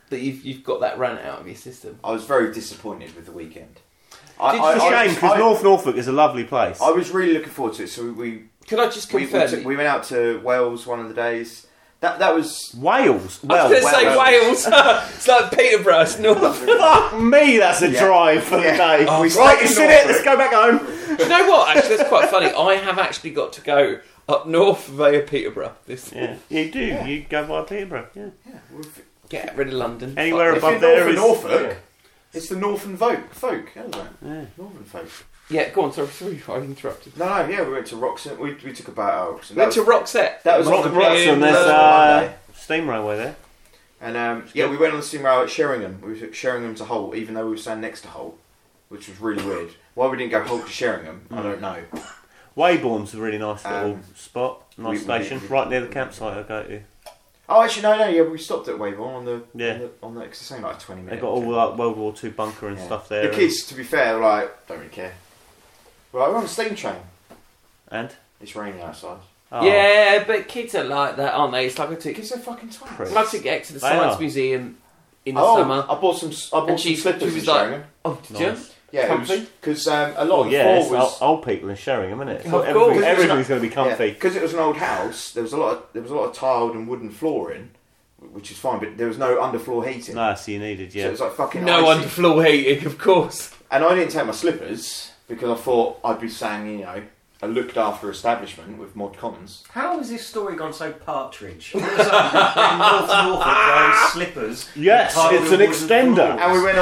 Speaker 2: that you've you've got that rant out of your system?
Speaker 6: I was very disappointed with the weekend.
Speaker 2: Did
Speaker 5: It's a
Speaker 6: I-
Speaker 5: shame because
Speaker 6: I-
Speaker 5: North Norfolk is a lovely place.
Speaker 6: I was really looking forward to it, so we
Speaker 2: Can I just
Speaker 6: we, we,
Speaker 2: confirm?
Speaker 6: took-
Speaker 2: that-
Speaker 6: we went out to Wales one of the days, That that was
Speaker 5: Wales.
Speaker 2: I
Speaker 5: Well,
Speaker 2: was going to say
Speaker 5: well,
Speaker 2: Wales. it's like Peterborough, it's north.
Speaker 5: Fuck me, that's a
Speaker 6: Yeah.
Speaker 5: drive for
Speaker 6: Yeah.
Speaker 5: the day.
Speaker 6: Oh,
Speaker 5: right,
Speaker 6: right,
Speaker 5: you
Speaker 6: in
Speaker 5: said it.
Speaker 6: Norfolk.
Speaker 5: Let's go back home.
Speaker 2: you know what? Actually, that's quite funny. I have actually got to go up north via Peterborough. This
Speaker 5: Yeah, you do. You go by Peterborough. Yeah.
Speaker 2: get rid of London.
Speaker 5: Anywhere
Speaker 2: Fuck
Speaker 5: above-
Speaker 2: this.
Speaker 6: if
Speaker 5: there
Speaker 6: you're
Speaker 5: is-
Speaker 6: north of Norfolk. It's the northern folk. Folk, yeah, that? northern folk.
Speaker 2: Yeah, go on. Sorry, sorry, I interrupted.
Speaker 6: No, no, yeah, we went to Roxham. We, we took a boat out of Roxham.
Speaker 2: Went to Roxette.
Speaker 6: that was
Speaker 5: Rock-
Speaker 6: on the
Speaker 5: Wrexham,
Speaker 6: plane,
Speaker 5: there's
Speaker 6: uh,
Speaker 5: uh,
Speaker 6: Monday.
Speaker 5: steam railway there.
Speaker 6: and um, yeah, we went on the steam rail at Sheringham. We took Sheringham to Hull, even though we were staying next to Hull, which was really weird. Why we didn't go Hull to Sheringham,
Speaker 5: Mm.
Speaker 6: I don't know.
Speaker 5: Waybourne's a really nice little
Speaker 6: Um,
Speaker 5: spot. Nice
Speaker 6: we-
Speaker 5: station,
Speaker 6: we-
Speaker 5: right near the campsite I go to.
Speaker 6: Oh, actually, no, no, yeah, we stopped at Wavon on the
Speaker 5: Yeah.
Speaker 6: on the, on the 'cause it's only like a twenty
Speaker 5: They
Speaker 6: minutes.
Speaker 5: got all like World War Two bunker and stuff there.
Speaker 6: The
Speaker 5: and-
Speaker 6: kids, to be fair, were like don't really care. Right, we're on a steam train.
Speaker 5: And,
Speaker 6: It's raining outside.
Speaker 5: oh,
Speaker 2: Yeah, but kids are like that, aren't they? It's like I took,
Speaker 6: Because they're fucking twats.
Speaker 5: Pricks.
Speaker 2: when I took X to the
Speaker 5: They
Speaker 2: Science
Speaker 5: are.
Speaker 2: Museum in the
Speaker 6: Oh,
Speaker 2: summer.
Speaker 6: I bought some. I bought
Speaker 2: And
Speaker 6: some
Speaker 2: she-
Speaker 6: slippers.
Speaker 2: she was
Speaker 6: in
Speaker 2: like-
Speaker 6: Sheringham.
Speaker 2: Oh, did
Speaker 5: Nice.
Speaker 6: yeah,
Speaker 2: comfy?
Speaker 6: because um, a lot
Speaker 5: Oh
Speaker 6: of
Speaker 5: yeah,
Speaker 6: the
Speaker 5: it's
Speaker 6: floor was.
Speaker 5: old, old people in Sheringham, isn't it?
Speaker 2: Of
Speaker 5: Everything-
Speaker 2: course.
Speaker 5: everything's going to be comfy.
Speaker 6: Because it was an old house, there was a lot. Of, there was a lot of tiled and wooden flooring, which is fine, but there was no underfloor heating.
Speaker 5: No, so you needed,
Speaker 6: So it
Speaker 5: yeah.
Speaker 6: was like
Speaker 2: you?
Speaker 6: fucking
Speaker 2: No
Speaker 6: icy.
Speaker 2: underfloor heating, of course.
Speaker 6: And I didn't take my slippers because I thought I'd be saying, you know, a looked after establishment with Mod Commons.
Speaker 4: How has this story gone so partridge? All of a sudden, in North Norfolk wearing slippers.
Speaker 5: Yes,
Speaker 4: with
Speaker 5: it's an
Speaker 4: hardwood
Speaker 5: extender.
Speaker 4: floors.
Speaker 6: And we went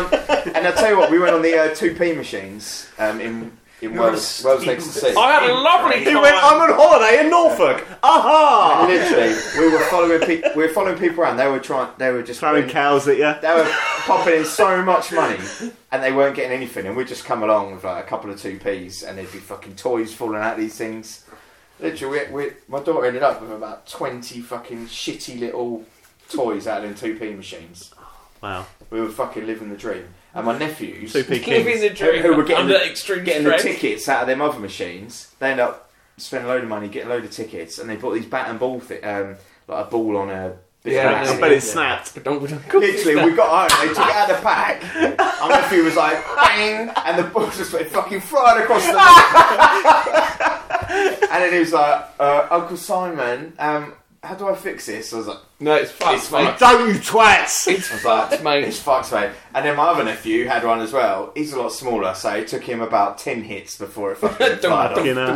Speaker 6: on. and I tell you what, we went on the uh, two P machines um, in in
Speaker 4: You're a
Speaker 6: Wales, Wales next to sea.
Speaker 2: I had a lovely
Speaker 5: He
Speaker 2: time.
Speaker 5: went, I'm on holiday in Norfolk! Aha!
Speaker 6: And literally, we were following people. We were following people around. They were trying. They were just
Speaker 5: Throwing
Speaker 6: putting-
Speaker 5: cows at you.
Speaker 6: They were popping in so much money, and they weren't getting anything. And we'd just come along with like a couple of two p's, and there'd be fucking toys falling out of these things. Literally, we, we, my daughter ended up with about twenty fucking shitty little toys out of them two p machines.
Speaker 5: Wow.
Speaker 6: We were fucking living the dream. And my nephews,
Speaker 5: Two P
Speaker 2: Living
Speaker 5: Kings.
Speaker 2: the dream
Speaker 6: Who were getting
Speaker 2: under
Speaker 6: the-
Speaker 2: extreme
Speaker 6: getting the
Speaker 2: stress.
Speaker 6: tickets out of them other machines. They end up spending a load of money, getting a load of tickets, and they bought these bat and ball, thi- um, like a ball on a. bit of
Speaker 2: Yeah,
Speaker 6: plastic.
Speaker 5: I bet it snapped.
Speaker 6: Literally, we got home, they took it out of the pack, and nephew was like, bang, and the ball just went fucking flying across the room. and then he was like, uh, Uncle Simon, um, how do I fix this? I was like,
Speaker 2: No, it's fucked,
Speaker 6: It's
Speaker 2: mate.
Speaker 6: fucked.
Speaker 5: Don't you twats!
Speaker 2: It's
Speaker 6: I was like,
Speaker 2: fucked, mate.
Speaker 6: It's fucked, mate. And then my other nephew had one as well. He's a lot smaller, so it took him about 10 hits before it fucking
Speaker 2: Dum,
Speaker 6: fired off.
Speaker 5: You know.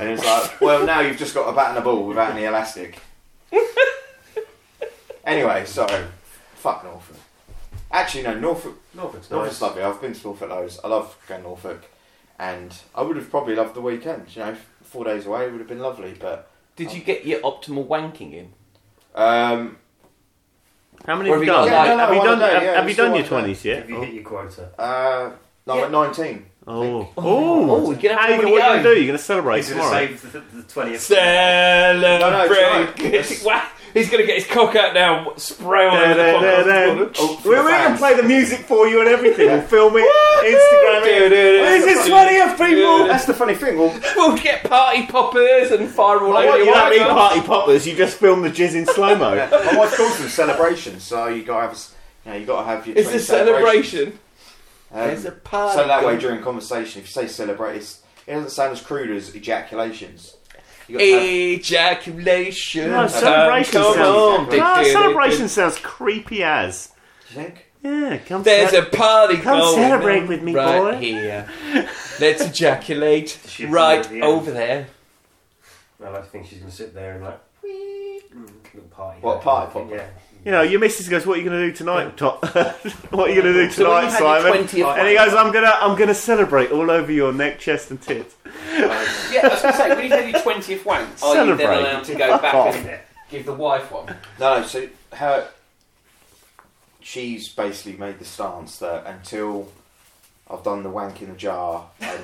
Speaker 6: And it's like, well, now you've just got a bat and a ball without any elastic. anyway, so, fuck Norfolk. Actually, no, Norfolk.
Speaker 4: Norfolk's
Speaker 6: Norfolk's
Speaker 4: nice.
Speaker 6: lovely. I've been to Norfolk loads. I love going to Norfolk, and I would have probably loved the weekend. You know, four days away would have been lovely, but
Speaker 2: Did you get your optimal wanking in?
Speaker 6: um,
Speaker 5: How many
Speaker 2: Or
Speaker 5: have
Speaker 2: have
Speaker 5: you
Speaker 2: you got
Speaker 5: done?
Speaker 2: like-
Speaker 5: Have you
Speaker 6: Yeah, no,
Speaker 5: done
Speaker 6: no,
Speaker 5: have-
Speaker 6: yeah,
Speaker 5: have you
Speaker 6: it's still
Speaker 5: done your
Speaker 6: like that.
Speaker 5: 20s yet?
Speaker 4: If you hit your quota.
Speaker 6: uh, no, I'm at nineteen.
Speaker 5: Oh. Oh.
Speaker 2: Oh, you're gonna have
Speaker 5: How you,
Speaker 2: to
Speaker 5: what are you going
Speaker 2: go.
Speaker 5: to do? You're going to celebrate
Speaker 4: He's going to
Speaker 5: Oh, tomorrow?
Speaker 4: save the, the 20th.
Speaker 6: No,
Speaker 2: Celebrate!
Speaker 6: no, it's
Speaker 2: Wow, He's gonna get his cock out now, spray on
Speaker 5: Da,
Speaker 2: over the
Speaker 5: da, da, da.
Speaker 2: podcast.
Speaker 6: Oh, for
Speaker 5: We're
Speaker 6: the
Speaker 5: going to
Speaker 6: fans.
Speaker 5: play the music for you and everything. We'll film it, Instagram
Speaker 2: Do, do,
Speaker 5: it.
Speaker 2: do.
Speaker 5: Where's his 20th, people?
Speaker 6: That's the funny thing. Well,
Speaker 2: We'll get party poppers and fire all over
Speaker 5: you
Speaker 2: your
Speaker 5: don't need
Speaker 2: wife.
Speaker 5: party poppers, you just film the jizz in Ah, slow mo.
Speaker 6: my wife calls them celebrations, so you got to have, s- you know, you got to have your.
Speaker 2: It's
Speaker 6: 20
Speaker 2: a celebration.
Speaker 6: celebrations. Um,
Speaker 2: party.
Speaker 6: so that way, during conversation, if you say celebrate, it's, it doesn't sound as crude as ejaculations. You got to have-
Speaker 2: Ejaculation.
Speaker 5: No, celebration
Speaker 2: Come
Speaker 5: sounds-
Speaker 2: on.
Speaker 5: No, celebration sounds creepy as.
Speaker 6: do you think?
Speaker 5: Yeah, come
Speaker 2: There's a
Speaker 5: cele-
Speaker 2: party
Speaker 5: Come
Speaker 2: going
Speaker 5: celebrate
Speaker 2: on
Speaker 5: with me,
Speaker 2: right
Speaker 5: boy.
Speaker 2: here. Let's ejaculate
Speaker 4: She's
Speaker 2: right
Speaker 4: at the end.
Speaker 2: over there.
Speaker 4: I like to think she's going to sit there and like, wee, little party.
Speaker 6: What, party pop?
Speaker 4: Yeah.
Speaker 5: You know, your missus goes, "What are you going to do tonight, Tot? what are you going to do
Speaker 2: So when you
Speaker 5: tonight,
Speaker 2: had your
Speaker 5: Simon?"
Speaker 2: 20th
Speaker 5: And he goes, "I'm gonna, I'm gonna celebrate all over your neck, chest, and tits."
Speaker 6: Um,
Speaker 2: Yeah, I was going to say, when you had your 20th wanks, are you then
Speaker 5: Celebrate.
Speaker 2: allowed to go back
Speaker 6: off.
Speaker 2: and give the wife one?
Speaker 6: No, no. So her, she's basically made the stance that until I've done the wank in the jar and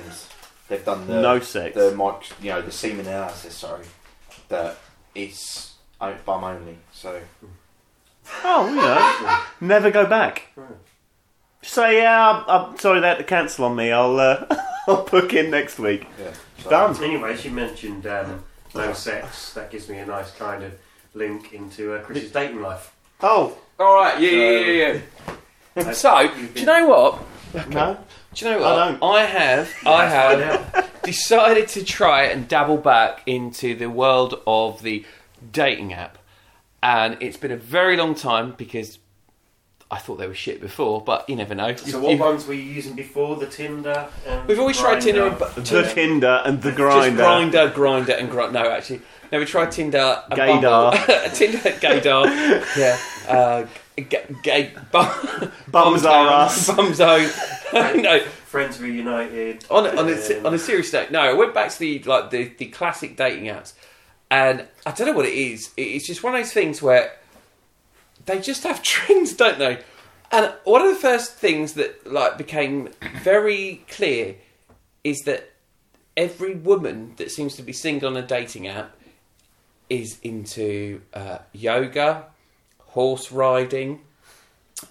Speaker 6: they've done the
Speaker 5: no sex.
Speaker 6: the mic, you know, the semen analysis. Sorry, that it's o- bum only. So
Speaker 5: Oh, you know, never go back. Just say, "Yeah, I'm, I'm sorry they had to cancel on me. I'll, uh, I'll book in next week."
Speaker 6: yeah, so-
Speaker 5: Done.
Speaker 4: Um, Anyway, she mentioned um, no sex. That gives me a nice kind of link into uh, Chris's dating life. Uh,
Speaker 5: Oh
Speaker 2: All right, yeah, yeah, yeah, yeah. So, do you know what?
Speaker 5: no,
Speaker 2: Do you know
Speaker 5: I
Speaker 2: what?
Speaker 5: don't.
Speaker 2: I, have, I have decided to try and dabble back into the world of the dating app, and it's been a very long time because I thought they were shit before, but you never know.
Speaker 4: So
Speaker 2: You-
Speaker 4: what
Speaker 2: you-
Speaker 4: ones were you using before the Tinder? And
Speaker 2: We've always tried Tinder, and,
Speaker 4: Grindr?
Speaker 2: bu-
Speaker 5: The Tinder and the
Speaker 2: just
Speaker 5: Grinder.
Speaker 2: grinder, grinder, and grind. No, actually, no. We tried Tinder, and
Speaker 5: Gaydar.
Speaker 2: Bumble. Tinder, Gaydar. yeah. Uh, g- gay bum,
Speaker 5: Bums are us.
Speaker 2: bum zone. no,
Speaker 4: Friends reunited.
Speaker 2: on a, on, a, se-
Speaker 4: um,
Speaker 2: on a serious note, no. I went back to the like the, the classic dating apps, and I don't know what it is. It- It's just one of those things where they just have trends, don't they? And one of the first things that like became very clear is that every woman that seems to be single on a dating app is into uh, yoga, horse riding.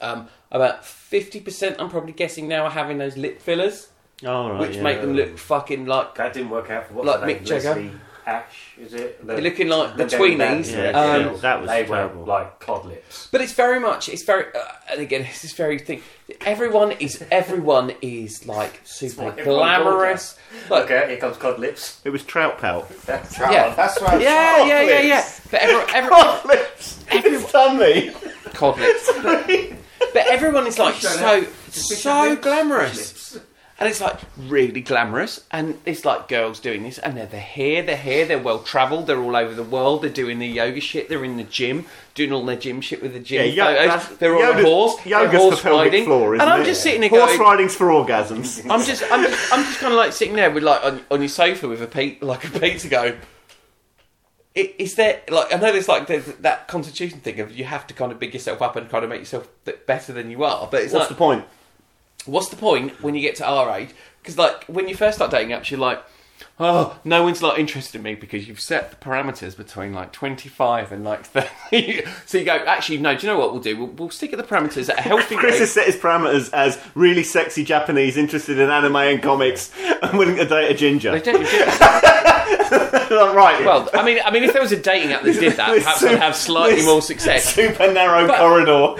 Speaker 2: Um, about fifty percent, I'm probably guessing now, are having those lip fillers
Speaker 5: All right,
Speaker 2: which
Speaker 5: yeah.
Speaker 2: make them look fucking like
Speaker 4: That didn't work out for what's
Speaker 2: Like
Speaker 4: her name?
Speaker 2: Mick Jagger.
Speaker 4: Leslie Ash, is it?
Speaker 2: They're looking like the
Speaker 4: Them going back
Speaker 2: tweenies.
Speaker 4: to
Speaker 5: Yeah,
Speaker 4: the
Speaker 5: um,
Speaker 4: hills,
Speaker 5: that was
Speaker 4: they
Speaker 5: terrible.
Speaker 4: Were like cod lips.
Speaker 2: But it's very much. It's very. Uh, and again, this is very thing. Everyone is. Everyone is like super
Speaker 4: what everyone
Speaker 2: glamorous. Like,
Speaker 4: Okay, here comes cod lips.
Speaker 5: It was Trout Pal.
Speaker 4: That's
Speaker 2: Yeah.
Speaker 6: That's right.
Speaker 2: Yeah, yeah, yeah, yeah. But everyone, everyone,
Speaker 5: Oh, It's tummy.
Speaker 2: cod lips. But everyone is like so, so glamorous. And it's like really glamorous, and it's like girls doing this, and they're, they're here, they're here, they're well travelled, they're all over the world, they're doing the yoga shit, they're in the gym, doing all their gym shit with the gym
Speaker 5: Yeah, yo-
Speaker 2: photos,
Speaker 5: that's-
Speaker 2: they're on a
Speaker 5: yoga's-
Speaker 2: horse, they're
Speaker 5: yoga's
Speaker 2: horse
Speaker 5: the pelvic
Speaker 2: riding,
Speaker 5: floor, isn't
Speaker 2: and I'm
Speaker 5: it?
Speaker 2: just sitting there
Speaker 5: Horse
Speaker 2: going,
Speaker 5: riding's for orgasms.
Speaker 2: I'm just, I'm just, I'm just kind of like sitting there with like on, on your sofa with a pe- like a pizza going. "I- Is there like I know there's like there's that constitution thing of you have to kind of big yourself up and kind of make yourself th- better than you are, but it's
Speaker 5: What's
Speaker 2: like,
Speaker 5: the point?
Speaker 2: what's the point when you get to our age? Because like when you first start dating apps, you're like, oh, no one's like interested in me because you've set the parameters between like 25 and like 30. so you go, actually, no. Do you know what we'll do? We'll, we'll stick at the parameters at a healthy
Speaker 5: Chris
Speaker 2: rate.
Speaker 5: has set his parameters as really sexy Japanese, interested in anime and comics, and willing to date a ginger.
Speaker 2: They don't-
Speaker 5: right.
Speaker 2: Well, I mean, I mean, if there was a dating app that did that,
Speaker 5: This
Speaker 2: perhaps I'd
Speaker 5: super-
Speaker 2: have slightly
Speaker 5: this
Speaker 2: more success.
Speaker 5: super narrow
Speaker 2: But-
Speaker 5: corridor.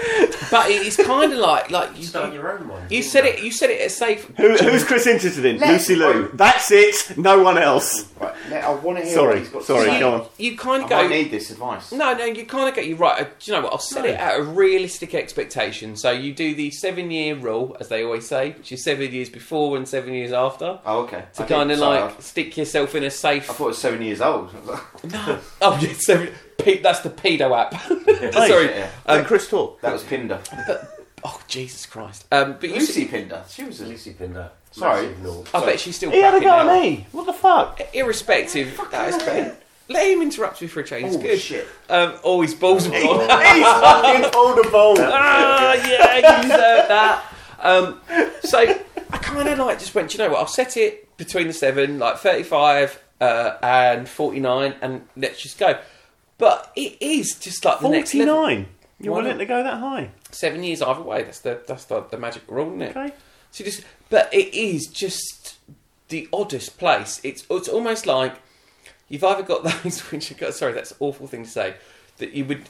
Speaker 2: But it's kind of like, like you,
Speaker 4: Start your own one.
Speaker 2: you said it, you said it as safe.
Speaker 5: Who, who's Chris interested in?
Speaker 6: Let's-
Speaker 5: Lucy Lou. That's it. No one else.
Speaker 6: Right, let- I want to hear what
Speaker 5: Sorry,
Speaker 6: he's got to
Speaker 5: sorry.
Speaker 6: say.
Speaker 5: Go on.
Speaker 2: You kind
Speaker 6: I
Speaker 2: of go.
Speaker 6: might need this advice.
Speaker 2: No, no, you kind of go. You're right. uh, Do you know what? I'll set it at a realistic expectation. So you do the seven year rule, as they always say, which is seven years before and seven years after.
Speaker 6: Oh, okay.
Speaker 2: To
Speaker 6: I did-
Speaker 2: kind of
Speaker 6: sorry,
Speaker 2: like
Speaker 6: I
Speaker 2: stick yourself in a safe.
Speaker 6: I thought it was seven years old.
Speaker 2: No. oh, yeah, seven. Pe- that's the pedo app. Sorry.
Speaker 6: yeah.
Speaker 5: Um, Chris talk.
Speaker 6: That was Pinder.
Speaker 2: Oh Jesus Christ. Um, but you. See,
Speaker 6: Lucy Pinder. She was a.
Speaker 4: Lucy Pinder.
Speaker 6: Sorry.
Speaker 4: uh, Massive lord.
Speaker 2: I bet she's still.
Speaker 5: He had a
Speaker 2: backing
Speaker 5: go
Speaker 2: out.
Speaker 5: at me. What the fuck?
Speaker 2: irrespective, that is great. Let him interrupt you for a change. It's
Speaker 6: Oh,
Speaker 2: good.
Speaker 6: shit.
Speaker 2: Um, oh, his balls were gone.
Speaker 5: He's fucking older ball.
Speaker 2: ah, yeah, you deserve that. Um, so I kind of like just went. Do you know what? I'll set it between the seven, like thirty-five uh, and forty-nine, and let's just go. But it is just like the next level.
Speaker 5: Forty-nine. You're
Speaker 2: Why
Speaker 5: willing
Speaker 2: not?
Speaker 5: to go that high?
Speaker 2: Seven years either way. That's the that's the, the magic rule, isn't it?
Speaker 5: Okay.
Speaker 2: So you just, but it is just the oddest place. It's it's almost like you've either got those which you got. Sorry, that's an awful thing to say. That you would,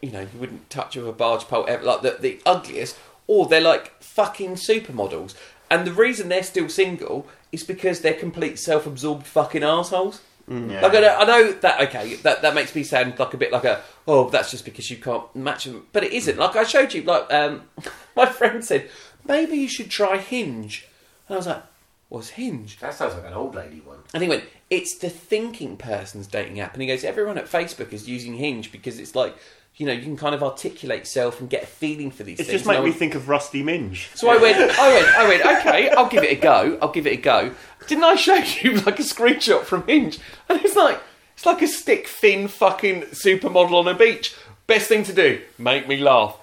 Speaker 2: you know, you wouldn't touch with a barge pole ever, like the the ugliest, or they're like fucking supermodels. And the reason they're still single is because they're complete self-absorbed fucking assholes.
Speaker 6: Yeah.
Speaker 2: Like I know, I know that okay, that that makes me sound like a bit like a oh, that's just because you can't match them, but it isn't. Like I showed you, like um, my friend said, maybe you should try Hinge, and I was like, what's Hinge?
Speaker 4: That sounds like an old lady one.
Speaker 2: And he went, it's the thinking person's dating app, and he goes, everyone at Facebook is using Hinge because it's like, you know, you can kind of articulate yourself and get a feeling for these
Speaker 5: It
Speaker 2: things.
Speaker 5: just
Speaker 2: And I
Speaker 5: made me
Speaker 2: went-
Speaker 5: think of Rusty Minge.
Speaker 2: so I went, I went, I went, okay, I'll give it a go. I'll give it a go. Didn't I show you like a screenshot from Hinge? And it's like, it's like a stick thin fucking supermodel on a beach. Best thing to do, make me laugh.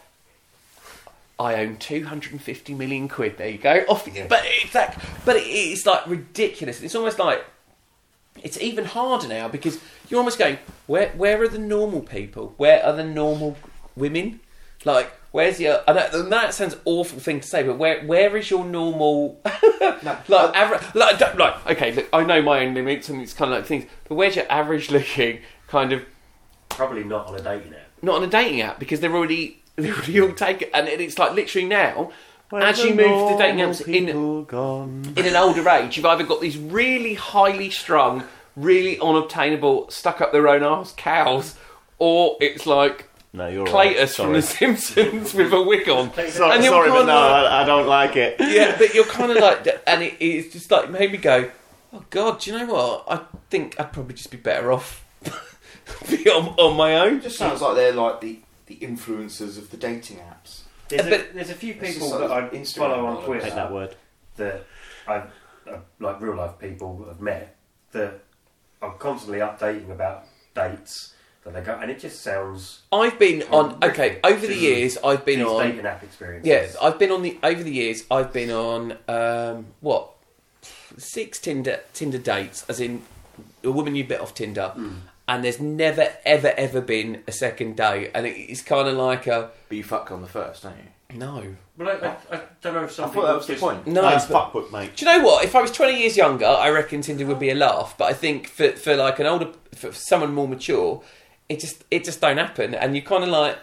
Speaker 2: I own 250 million quid. There you go. Off, but it's like, but it's like ridiculous. It's almost like it's even harder now because you're almost going, where where are the normal people? Where are the normal women? Like, where's your? I know, and that sounds awful thing to say, but where where is your normal? like, average, like, don't- like, okay, look, I know my own limits and it's kind of like things, but where's your average looking kind of
Speaker 4: Probably not on a dating app.
Speaker 2: not on a dating app because they're already they're already all taken, and it's like literally now.
Speaker 5: Where
Speaker 2: as
Speaker 5: the
Speaker 2: you move to dating
Speaker 5: normal
Speaker 2: apps in
Speaker 5: people gone?
Speaker 2: in an older age, you've either got these really highly strung, really unobtainable, stuck up their own arse cows, or it's like
Speaker 5: No, you're
Speaker 2: Claytus
Speaker 5: right.
Speaker 2: from The Simpsons with a wig on.
Speaker 5: Sorry,
Speaker 2: And you're
Speaker 5: sorry but
Speaker 2: kinda
Speaker 5: no, I, I don't like it.
Speaker 2: yeah, but you're kind of like, and it, it's just like made me go, oh god, do you know what? I think I'd probably just be better off be on, on my own.
Speaker 6: It just sounds like they're like the, the influencers of the dating apps.
Speaker 4: There's a,
Speaker 2: But-
Speaker 4: there's a few
Speaker 6: This is
Speaker 4: people
Speaker 6: sort
Speaker 4: that
Speaker 6: of
Speaker 4: I
Speaker 6: Instagram
Speaker 4: follow on
Speaker 6: knowledge.
Speaker 4: Twitter
Speaker 5: Take that word.
Speaker 4: that I, I like real life people have met that I'm constantly updating about dates that they go, and it just sounds
Speaker 2: I've been on okay over the
Speaker 4: These-
Speaker 2: years. I've been
Speaker 4: these
Speaker 2: on
Speaker 4: dating app experiences.
Speaker 2: yeah. I've been on the over the years. I've been on um, what six Tinder Tinder dates, as in a woman you bit off Tinder, and there's never ever ever been a second date, and it, it's kind of like a
Speaker 6: But you fuck on the first, don't you?
Speaker 2: no,
Speaker 4: Well, I, I, I don't know if some
Speaker 6: I
Speaker 4: people
Speaker 6: thought that was the
Speaker 4: just,
Speaker 6: point.
Speaker 2: no.
Speaker 5: That's
Speaker 2: but-
Speaker 5: fuckbook, mate.
Speaker 2: Do you know what? If I was 20 years younger, I reckon Tinder would be a laugh. But I think for, for like an older, for someone more mature, it just it just don't happen. And you kind of like,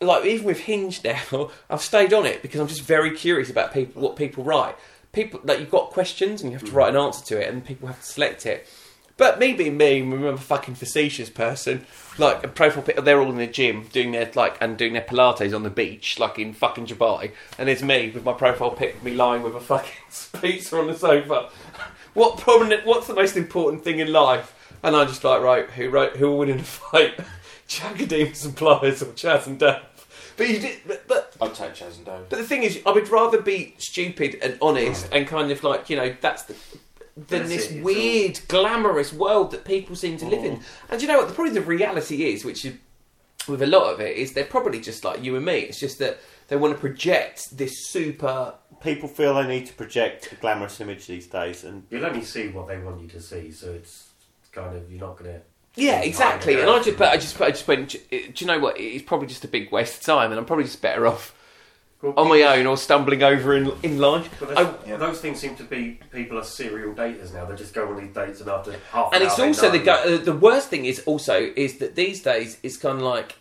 Speaker 2: like even with Hinge now, I've stayed on it because I'm just very curious about people what people write. People like you've got questions and you have to write an answer to it, and people have to select it. But me being me, remember a fucking facetious person, like a profile pic, they're all in the gym doing their like and doing their Pilates on the beach, like in fucking Dubai, and it's me with my profile pic, me lying with a fucking pizza on the sofa. What prominent? What's the most important thing in life? And I'm just like, right, who wrote? Who will win in a fight? Jagademus and Pliers or Chaz and Dave? But you did, but, but
Speaker 6: I'd take Chaz and Dave.
Speaker 2: but the thing is, I would rather be stupid and honest and kind of like, you know, that's the. Than
Speaker 4: That's
Speaker 2: this
Speaker 4: it, it's Mm.
Speaker 2: weird, glamorous world that people seem to live in. And do you know what? Probably the reality is, which is with a lot of it, is they're probably just like you and me. It's just that they want to project this super.
Speaker 5: People feel they need to project a glamorous image these days, and
Speaker 4: You'll only see what they want you to see, so it's kind of you're not gonna.
Speaker 2: Yeah, exactly. And I just, but I just, I just went. Do you know what? It's probably just a big waste of time, and I'm probably just better off on Oh my own or stumbling over in in life.
Speaker 4: But
Speaker 2: I-
Speaker 4: that's- Those things seem to be people are serial daters now. They just go on these dates and after half. an
Speaker 2: and it's
Speaker 4: hour they
Speaker 2: also the
Speaker 4: know.
Speaker 2: go- uh, the worst thing is also is that these days it's kind of like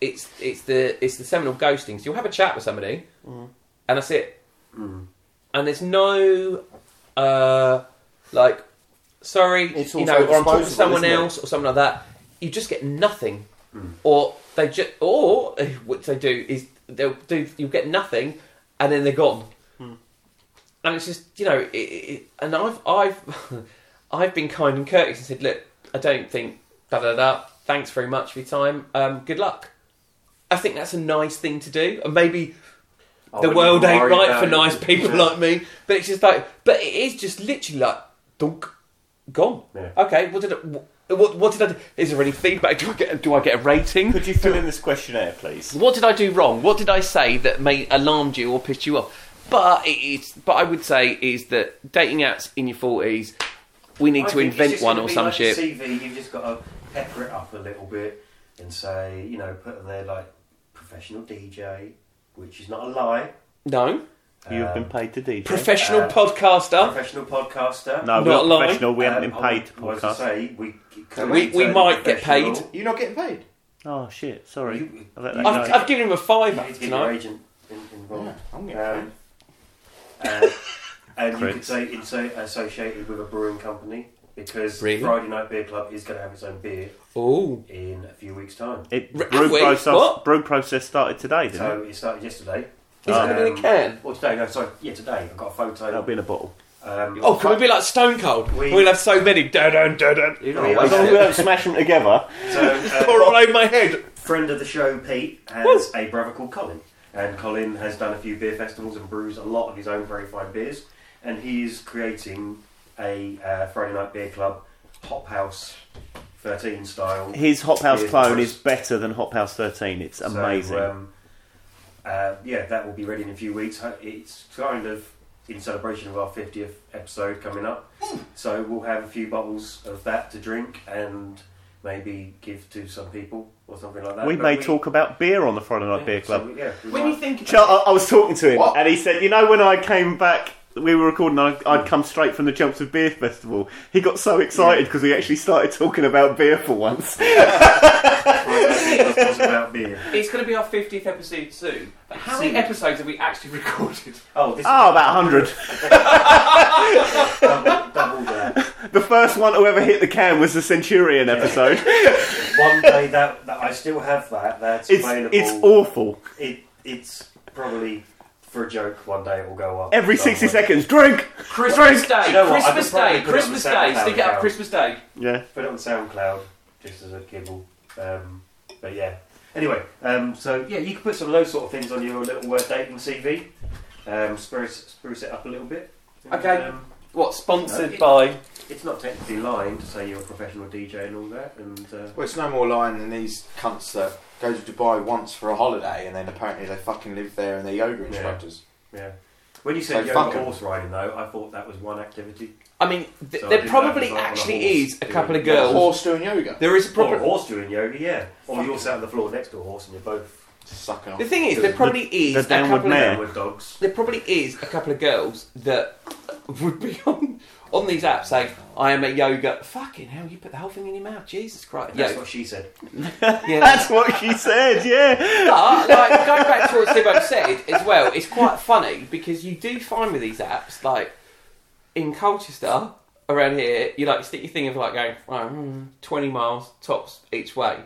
Speaker 2: it's it's the it's the seminal ghosting. So you'll have a chat with somebody,
Speaker 5: Mm.
Speaker 2: and that's it. And there's no uh, like sorry,
Speaker 5: It's
Speaker 2: you
Speaker 5: also
Speaker 2: know, or I'm talking to
Speaker 5: disposable,
Speaker 2: someone
Speaker 5: isn't it? Mm.
Speaker 2: else or something like that. You just get nothing, or they just or uh, what they do is they'll do you get nothing, and then they're gone and it's just you know, it, it, and I've I've I've been kind and courteous and said, look, I don't think da da da. Thanks very much for your time. Um, good luck. I think that's a nice thing to do, and maybe
Speaker 4: I
Speaker 2: the
Speaker 4: wouldn't
Speaker 2: world ain't
Speaker 4: worry
Speaker 2: right
Speaker 4: about
Speaker 2: for
Speaker 4: it.
Speaker 2: nice people
Speaker 4: Yeah.
Speaker 2: like me. But it's just like, but it is just literally like, dunk, gone.
Speaker 4: Yeah.
Speaker 2: Okay, what did I, wh- what what did I do? Is there any feedback? Do I get do I get a rating?
Speaker 5: could you fill in this questionnaire, please?
Speaker 2: What did I do wrong? What did I say that may alarmed you or pissed you off? But it is, but I would say is that dating apps in your forties, we need
Speaker 4: I
Speaker 2: to
Speaker 4: think it's
Speaker 2: invent
Speaker 4: just
Speaker 2: one
Speaker 4: gonna
Speaker 2: or
Speaker 4: be
Speaker 2: some
Speaker 4: like
Speaker 2: shit.
Speaker 4: the CV, you've just got to pepper it up a little bit and say, you know, put in there like professional DJ, which is not a lie.
Speaker 2: No,
Speaker 5: You've been
Speaker 4: Um,
Speaker 5: paid to DJ.
Speaker 2: professional
Speaker 4: Uh,
Speaker 2: podcaster.
Speaker 4: professional podcaster.
Speaker 5: no,
Speaker 2: Not
Speaker 5: we're
Speaker 2: lying.
Speaker 5: not professional. We haven't been
Speaker 4: Um,
Speaker 5: paid to
Speaker 4: I was to
Speaker 5: podcast.
Speaker 4: say, we, could
Speaker 2: We- we
Speaker 4: turn
Speaker 2: might get paid.
Speaker 4: professional.
Speaker 6: You're not getting paid.
Speaker 5: Oh shit! Sorry,
Speaker 4: You-
Speaker 5: I let that
Speaker 4: you- No.
Speaker 2: I've,
Speaker 5: go.
Speaker 2: I've given him a five
Speaker 4: You need to get your
Speaker 2: tonight.
Speaker 4: agent in,
Speaker 6: Yeah,
Speaker 4: involved.
Speaker 6: I'm getting
Speaker 4: Um,
Speaker 6: paid.
Speaker 4: uh, and you
Speaker 5: Chris.
Speaker 4: could say it's so associated with a brewing company because
Speaker 2: Really?
Speaker 4: Friday Night Beer Club is going to have its own beer
Speaker 2: Oh,
Speaker 4: in a few weeks' time.
Speaker 5: It,
Speaker 2: Have
Speaker 5: brew,
Speaker 2: we?
Speaker 5: process,
Speaker 2: What?
Speaker 5: brew process started today, didn't
Speaker 4: So
Speaker 5: it?
Speaker 4: it started yesterday.
Speaker 2: is it going to be a can?
Speaker 4: Well, today, no, sorry, yeah, today. I've got a
Speaker 5: That'll
Speaker 4: photo.
Speaker 5: be in a bottle.
Speaker 4: Um,
Speaker 2: Oh, can we be like Stone Cold?
Speaker 4: We-
Speaker 2: We, will have so many. Dun, dun, dun, dun.
Speaker 4: you
Speaker 5: As long as we don't smash them together.
Speaker 2: Pour
Speaker 4: Oh, so,
Speaker 2: all over my head.
Speaker 4: uh, friend of the show, Pete, has a brother called Colin, and Colin has done a few beer festivals and brews a lot of his own very fine beers, and he is creating a uh, Friday Night Beer Club Hop House 13 style.
Speaker 5: His Hop House
Speaker 4: beer
Speaker 5: clone
Speaker 4: fest.
Speaker 5: is better than Hop House 13. It's
Speaker 4: So,
Speaker 5: amazing.
Speaker 4: um, uh, yeah, that will be ready in a few weeks. Ho- It's kind of in celebration of our 50th episode coming up. So we'll have a few bottles of that to drink and maybe give to some people or something like that.
Speaker 5: we
Speaker 4: But
Speaker 5: may talk about beer on the Friday Night Beer
Speaker 4: so
Speaker 5: Club.
Speaker 4: we- yeah, we
Speaker 2: When
Speaker 4: might-
Speaker 2: you think
Speaker 5: Ch- I I was talking to him,
Speaker 6: What?
Speaker 5: and he said, "You know, when I came back, we were recording. I, I'd come straight from the Jumps of Beer Festival. He got so excited because we actually started talking about beer for once.
Speaker 4: It's about beer.
Speaker 2: it's going to be our fiftieth episode soon. But how
Speaker 4: many
Speaker 2: episodes have we actually recorded?
Speaker 4: Oh, this
Speaker 5: oh, about hundred.
Speaker 4: is double, double that.
Speaker 5: the first one who ever hit the can was the Centurion episode.
Speaker 4: One day that, that I still have that. That's
Speaker 5: it's
Speaker 4: available.
Speaker 5: it's awful.
Speaker 4: It, it's probably for a joke. One day it will go up
Speaker 5: Every
Speaker 4: somewhere.
Speaker 5: sixty seconds, drink.
Speaker 2: Christmas Day,
Speaker 4: You know what, I could
Speaker 2: Christmas
Speaker 4: probably
Speaker 2: Day,
Speaker 4: put it on the
Speaker 2: Christmas Day.
Speaker 4: SoundCloud
Speaker 2: Stick it up
Speaker 4: now.
Speaker 2: Christmas Day.
Speaker 5: Yeah,
Speaker 4: Put it on SoundCloud just as a gibble. Um, but yeah. Anyway, um, so yeah, you can put some of those sort of things on your little uh, dating CV. Um, spruce, spruce it up a little bit. And,
Speaker 2: Okay.
Speaker 4: um,
Speaker 2: What sponsored
Speaker 4: No.
Speaker 2: by?
Speaker 4: it's not technically lying to say you're a professional DJ and all that, and uh,
Speaker 6: Well, it's no more lying than these cunts that go to Dubai once for a holiday and then apparently they fucking live there and they're yoga instructors.
Speaker 4: yeah. When you
Speaker 6: So
Speaker 4: said
Speaker 6: fuck
Speaker 4: yoga
Speaker 6: 'em.
Speaker 4: horse riding, though, I thought that was one activity.
Speaker 2: I mean, th-
Speaker 4: So I
Speaker 2: there
Speaker 4: did
Speaker 2: probably
Speaker 4: that as I was on a
Speaker 2: actually
Speaker 4: horse
Speaker 2: is a
Speaker 4: doing
Speaker 2: couple of
Speaker 4: the
Speaker 6: A
Speaker 4: Girls.
Speaker 2: girls.
Speaker 6: horse doing yoga.
Speaker 2: There is a
Speaker 4: Or a
Speaker 2: problem.
Speaker 4: horse doing yoga, yeah. Or you're sat on the floor next to a horse and you're both
Speaker 6: Sucking off.
Speaker 2: The thing is, there probably is
Speaker 5: the
Speaker 2: a
Speaker 5: downward
Speaker 2: couple
Speaker 5: mare.
Speaker 2: of,
Speaker 4: down with dogs.
Speaker 2: there probably is a couple of girls that would be on on these apps saying, "I am a yoga." Fucking hell, you put the whole thing in your mouth, Jesus Christ!
Speaker 4: That's
Speaker 2: Yeah,
Speaker 4: what she said.
Speaker 2: yeah.
Speaker 5: that's what she said. Yeah,
Speaker 2: But like going back to what Sibbo said as well, it's quite funny because you do find with these apps, like in Colchester around here, you like stick your thing of like going right, hmm, twenty miles tops each way,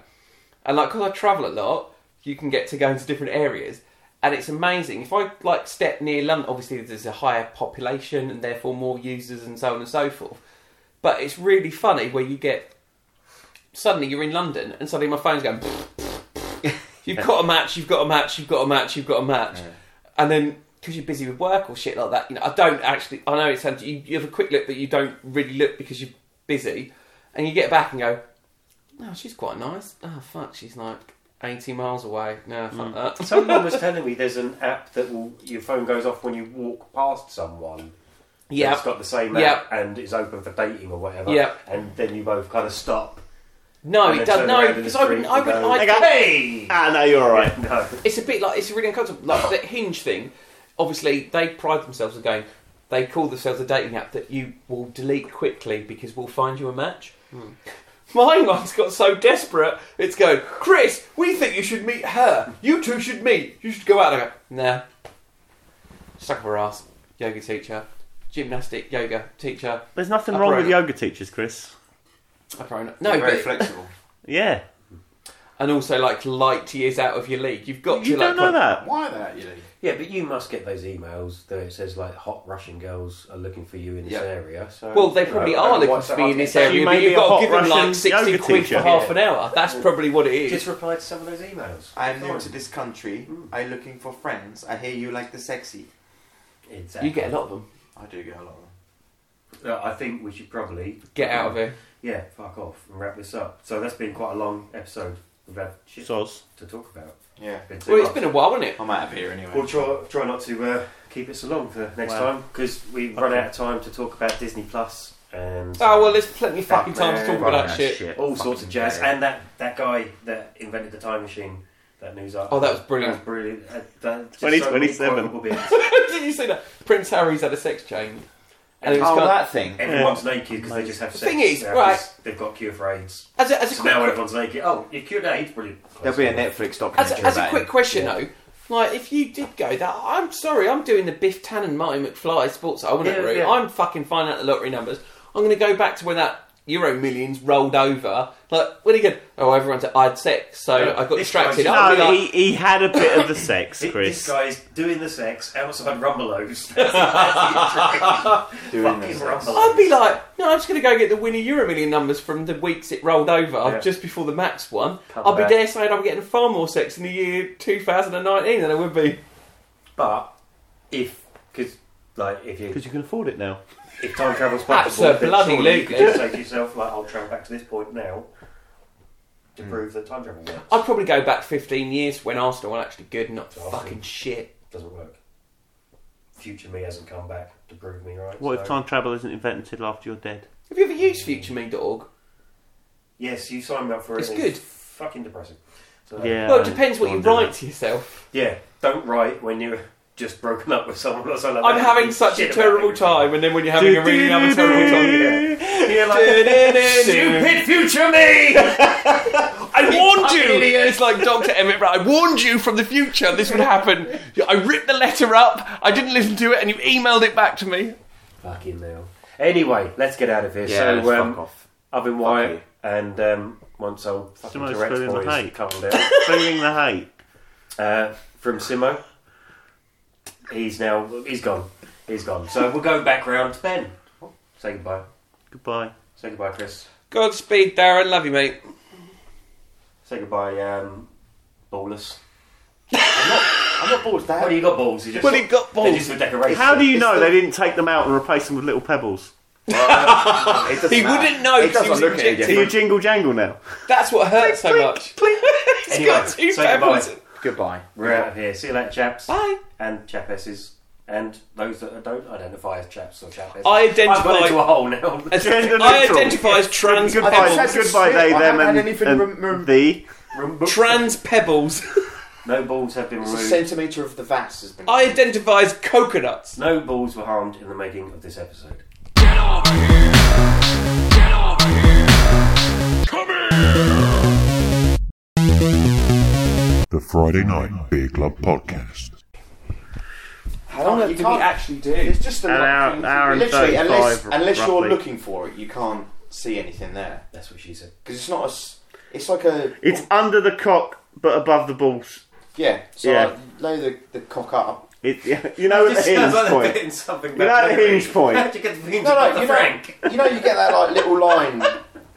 Speaker 2: and like because I travel a lot, you can get to go into different areas. And it's amazing. If I like step near London, obviously there's a higher population and therefore more users and so on and so forth. But it's really funny where you get suddenly you're in London and suddenly my phone's going. You've got a match, you've got a match, you've got a match, you've got a match. And then, because you're busy with work or shit like that, you know, I don't actually, I know it sounds, you, you have a quick look, but you don't really look because you're busy. And you get back and go, no, she's quite nice. Oh, fuck, she's like 80 miles away. No,
Speaker 4: Hmm.
Speaker 2: fuck that.
Speaker 4: Someone was telling me there's an app that will your phone goes off when you walk past someone.
Speaker 2: Yeah.
Speaker 4: it's got the same
Speaker 2: Yeah.
Speaker 4: app and it's open for dating or whatever.
Speaker 2: Yeah.
Speaker 4: and then you both kind of stop.
Speaker 2: No,
Speaker 4: and
Speaker 2: it
Speaker 4: then
Speaker 2: does
Speaker 4: turn
Speaker 2: no,
Speaker 4: around in the
Speaker 2: because I wouldn't,
Speaker 4: street
Speaker 2: I
Speaker 4: and
Speaker 2: wouldn't,
Speaker 4: go,
Speaker 2: I
Speaker 5: They go,
Speaker 4: Hey,
Speaker 5: ah, no, you're all right.
Speaker 4: no,
Speaker 2: it's a bit like it's really uncomfortable. Like that hinge thing. Obviously, they pride themselves on going. They call themselves a dating app that you will delete quickly because we'll find you a match.
Speaker 5: Hmm.
Speaker 2: My one's got so desperate, it's going, Chris, we think you should meet her. You two should meet. You should go out. And I go, nah. Stuck up her ass. Yoga teacher. Gymnastic yoga teacher.
Speaker 5: There's nothing
Speaker 2: I've
Speaker 5: wrong with
Speaker 2: grown
Speaker 5: yoga teachers, Chris.
Speaker 2: I probably not. No,
Speaker 6: very
Speaker 2: but,
Speaker 6: flexible.
Speaker 5: Yeah,
Speaker 2: and also like light years out of your league. You've got
Speaker 5: you
Speaker 2: to like
Speaker 5: don't know
Speaker 2: quite-
Speaker 5: that.
Speaker 6: Why that, you know?
Speaker 4: yeah, but you must get those emails that it says like hot Russian girls are looking for you in this
Speaker 6: Yeah.
Speaker 4: area. So
Speaker 2: Well, they probably
Speaker 4: You know,
Speaker 2: are looking
Speaker 4: Uh, what's
Speaker 2: for
Speaker 4: that
Speaker 2: me
Speaker 4: hot
Speaker 2: in this
Speaker 4: thing?
Speaker 5: You
Speaker 2: area,
Speaker 5: may
Speaker 2: but
Speaker 5: be
Speaker 2: you've
Speaker 5: a
Speaker 2: got
Speaker 5: hot
Speaker 2: to give them
Speaker 5: Russian
Speaker 2: like 60
Speaker 5: yoga
Speaker 2: quid
Speaker 5: teacher.
Speaker 2: for half
Speaker 4: Yeah.
Speaker 2: an hour. That's probably what it is.
Speaker 4: Just reply to some of those emails.
Speaker 6: I am new
Speaker 4: Fine.
Speaker 6: to this country. I'm looking for friends. I hear you like the sexy.
Speaker 4: Exactly.
Speaker 2: You get a lot of them.
Speaker 6: I do get a lot of them.
Speaker 4: No, I think we should probably
Speaker 2: Get out of here.
Speaker 4: Yeah, fuck off and wrap this up. So that's been quite a long episode. We've had shit
Speaker 5: Soz.
Speaker 4: to talk about.
Speaker 6: Yeah.
Speaker 4: too
Speaker 2: Well, it's
Speaker 4: much.
Speaker 2: been a while, hasn't it?
Speaker 6: I'm out of here anyway. Oh,
Speaker 4: We'll try, try not to uh, keep it so long for next
Speaker 5: Wow.
Speaker 4: time because we've run out of time to talk about Disney Plus and
Speaker 2: Oh, well, there's plenty of fucking time to talk
Speaker 4: Batman,
Speaker 5: Ah,
Speaker 2: about that Oh, shit.
Speaker 4: all sorts of jazz.
Speaker 6: And
Speaker 4: And that, that guy that invented the time machine, that news article.
Speaker 2: Oh, that was brilliant.
Speaker 4: That was brilliant. Uh, that- just so many
Speaker 5: 2027.
Speaker 4: quotable bits.
Speaker 2: Did you see that? Prince Harry's had a sex change. And it was
Speaker 6: oh,
Speaker 2: kind of,
Speaker 6: that thing.
Speaker 4: Everyone's naked because they just have
Speaker 2: The
Speaker 4: sex.
Speaker 2: thing is,
Speaker 4: now 'cause
Speaker 2: right.
Speaker 4: They've got a cure for AIDS.
Speaker 2: as a, as a
Speaker 4: So
Speaker 2: quick,
Speaker 4: now everyone's naked. Oh, you're cured of AIDS? Brilliant.
Speaker 6: There'll be a Netflix
Speaker 2: as
Speaker 6: documentary
Speaker 2: a, as a
Speaker 6: about
Speaker 2: quick
Speaker 6: it.
Speaker 2: question, though, like, if you did go that, I'm sorry, I'm doing the Biff Tannen, Martin McFly sports almanac
Speaker 4: Yeah,
Speaker 2: route.
Speaker 4: yeah.
Speaker 2: I'm fucking finding out the lottery numbers. I'm going to go back to when that Euro Millions rolled over. Like, when he go, oh, everyone's I had sex, so
Speaker 4: Yeah.
Speaker 2: I got
Speaker 4: This
Speaker 2: distracted.
Speaker 4: guy's-
Speaker 2: I'll be
Speaker 5: No,
Speaker 2: like,
Speaker 5: he, he had a bit of the sex,
Speaker 4: Th- This
Speaker 5: Chris.
Speaker 4: guy's doing the sex outside Rumbelows. That's the
Speaker 6: Doing
Speaker 4: fucking
Speaker 6: this.
Speaker 4: Rumbelows.
Speaker 2: I'd be like, no, I'm just going to go get the winner Euro Million numbers from the weeks it rolled over
Speaker 4: Yeah.
Speaker 2: just before the Max one.
Speaker 4: Come
Speaker 2: I'll
Speaker 4: back.
Speaker 2: be there saying I'm getting far more sex in the year 2019 than I would be.
Speaker 4: but if because like if you
Speaker 5: Because you can afford it now.
Speaker 4: if time travel's possible, then
Speaker 2: bloody eh?
Speaker 4: surely you could
Speaker 2: loot.
Speaker 4: just say to yourself like I'll travel back to this point now to prove that time travel works.
Speaker 2: I'd probably go back 15 years when Arsenal were actually good, not
Speaker 4: Arsenal.
Speaker 2: fucking shit.
Speaker 4: Doesn't work. Future me hasn't come back to prove me right.
Speaker 5: What if
Speaker 4: so-
Speaker 5: time travel isn't invented until after you're dead?
Speaker 2: Have you ever used futureme.org?
Speaker 4: Yes, you signed me up for it.
Speaker 2: It's
Speaker 4: and
Speaker 2: good.
Speaker 4: Fucking depressing. So, uh,
Speaker 5: Yeah.
Speaker 2: well, it depends what you
Speaker 5: Can't do
Speaker 2: write
Speaker 5: that.
Speaker 2: to yourself.
Speaker 4: Yeah. Don't write when you're just broken up with someone or something like
Speaker 2: I'm
Speaker 4: that.
Speaker 2: having such a
Speaker 4: Shit about
Speaker 2: terrible
Speaker 4: everything.
Speaker 2: time, and then when you're having a really other terrible time.
Speaker 4: Yeah. You're like,
Speaker 2: I
Speaker 4: stupid future me.
Speaker 2: warned you! It's like Dr. Emmett Brown. I warned you from the future this would happen. I ripped the letter up, I didn't listen to it, and you emailed it back to me.
Speaker 4: Fucking hell. Anyway, let's get out of here. so
Speaker 6: Yeah, fuck
Speaker 4: um,
Speaker 6: off.
Speaker 4: I've been
Speaker 6: you.
Speaker 4: Wyatt, and um, once old fucking
Speaker 8: Simo's
Speaker 4: direct
Speaker 8: feeling the
Speaker 4: boys
Speaker 8: hate.
Speaker 4: calm down.
Speaker 8: Feeling the hate.
Speaker 4: uh, from Simo, he's now he's gone. He's gone. So we'll go back round to Ben. Say goodbye.
Speaker 8: Goodbye.
Speaker 4: Say goodbye, Chris.
Speaker 7: Godspeed, Darren. Love you, mate.
Speaker 4: Say goodbye, um, Ballers.
Speaker 6: I'm not bored with
Speaker 4: What
Speaker 6: that.
Speaker 4: do you got, balls? You just,
Speaker 7: Well, he got
Speaker 4: They're
Speaker 7: balls.
Speaker 4: just for decoration.
Speaker 8: How do you know they didn't take them out and replace them with little pebbles?
Speaker 6: It doesn't
Speaker 7: He
Speaker 6: matter.
Speaker 7: wouldn't know
Speaker 6: It
Speaker 7: 'cause he
Speaker 6: doesn't
Speaker 7: was
Speaker 6: look any
Speaker 7: injected.
Speaker 8: Do you
Speaker 6: different.
Speaker 8: jingle jangle now?
Speaker 7: That's what hurts so much. He's
Speaker 4: Anyway,
Speaker 7: got two
Speaker 4: say goodbye.
Speaker 7: pebbles.
Speaker 6: Goodbye.
Speaker 4: We're out of here. See you later, chaps.
Speaker 7: Bye.
Speaker 4: And chapesses. And those that don't identify as chaps or chapesses.
Speaker 7: I
Speaker 4: I've gone into a
Speaker 7: identify.
Speaker 4: hole now.
Speaker 7: As,
Speaker 8: Gender
Speaker 7: I
Speaker 8: neutral.
Speaker 7: identify as trans
Speaker 8: Goodbye,
Speaker 6: I've
Speaker 7: pebbles.
Speaker 6: had some
Speaker 8: goodbye
Speaker 6: shit.
Speaker 8: they,
Speaker 6: I
Speaker 8: them,
Speaker 6: haven't had
Speaker 8: and,
Speaker 6: anything
Speaker 8: and
Speaker 6: rem- rem-
Speaker 8: the.
Speaker 7: Trans pebbles.
Speaker 4: no balls have been
Speaker 6: It's a
Speaker 4: removed.
Speaker 6: centimetre of the vase has been.
Speaker 7: I identify as coconuts.
Speaker 4: No balls were harmed in the making of this episode.
Speaker 3: The Friday Night Beer Club Podcast.
Speaker 6: How long
Speaker 7: do we actually do?
Speaker 6: It's just a
Speaker 8: An
Speaker 6: lot of
Speaker 8: hour-
Speaker 6: things.
Speaker 8: hour and
Speaker 6: Literally,
Speaker 8: 35
Speaker 6: unless, unless you're
Speaker 8: roughly.
Speaker 6: looking for it, you can't see anything there
Speaker 4: That's what she said.
Speaker 6: because it's not a. s- It's like a.
Speaker 8: It's under the cock, but above the balls.
Speaker 6: yeah. So
Speaker 8: yeah.
Speaker 6: yeah. lay the, the cock up.
Speaker 8: It, yeah, you know the hinge point.
Speaker 4: something
Speaker 8: You know the hinge point.
Speaker 4: How'd you get the hinge
Speaker 6: No,
Speaker 4: about
Speaker 6: no,
Speaker 4: the
Speaker 6: you know,
Speaker 4: Frank?
Speaker 6: you know, you get that like little line,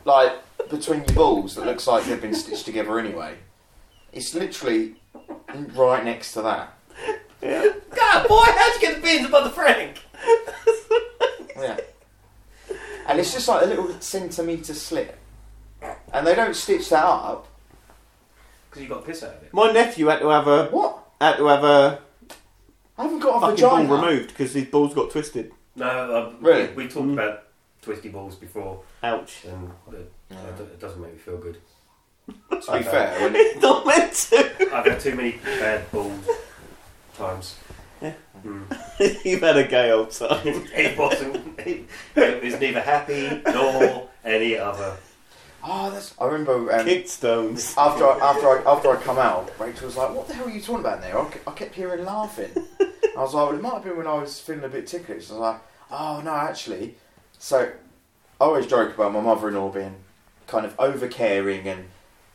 Speaker 6: like between your balls that looks like they've been stitched together anyway. It's literally right next to that.
Speaker 4: God, boy, how'd you get the beans about the Frank?
Speaker 6: Yeah. And it's just like a little centimetre slit. And they don't stitch that up.
Speaker 4: Because you got piss out of it.
Speaker 5: My nephew had to have a
Speaker 6: What?
Speaker 5: had to have a
Speaker 6: I haven't got a
Speaker 5: fucking
Speaker 6: vagina.
Speaker 5: ball removed because his balls got twisted.
Speaker 4: No, uh,
Speaker 6: Really?
Speaker 4: We, we talked about twisty balls before,
Speaker 5: Ouch.
Speaker 4: and uh, it do- it doesn't make me feel good.
Speaker 6: To be fair, when
Speaker 5: It's not meant to.
Speaker 4: I've had too many bad balls times.
Speaker 5: You've had a gay old time.
Speaker 4: It wasn't. It, it was neither happy nor any other.
Speaker 6: oh, that's. I remember um,
Speaker 5: Kick stones.
Speaker 6: after I, after I, after I come out, Rachel was like, "What the hell are you talking about in there?" I ke- I kept hearing laughing. I was like, "Well, it might have been when I was feeling a bit ticklish." I was like, "Oh no, actually." So I always joke about my mother-in-law being kind of over caring, and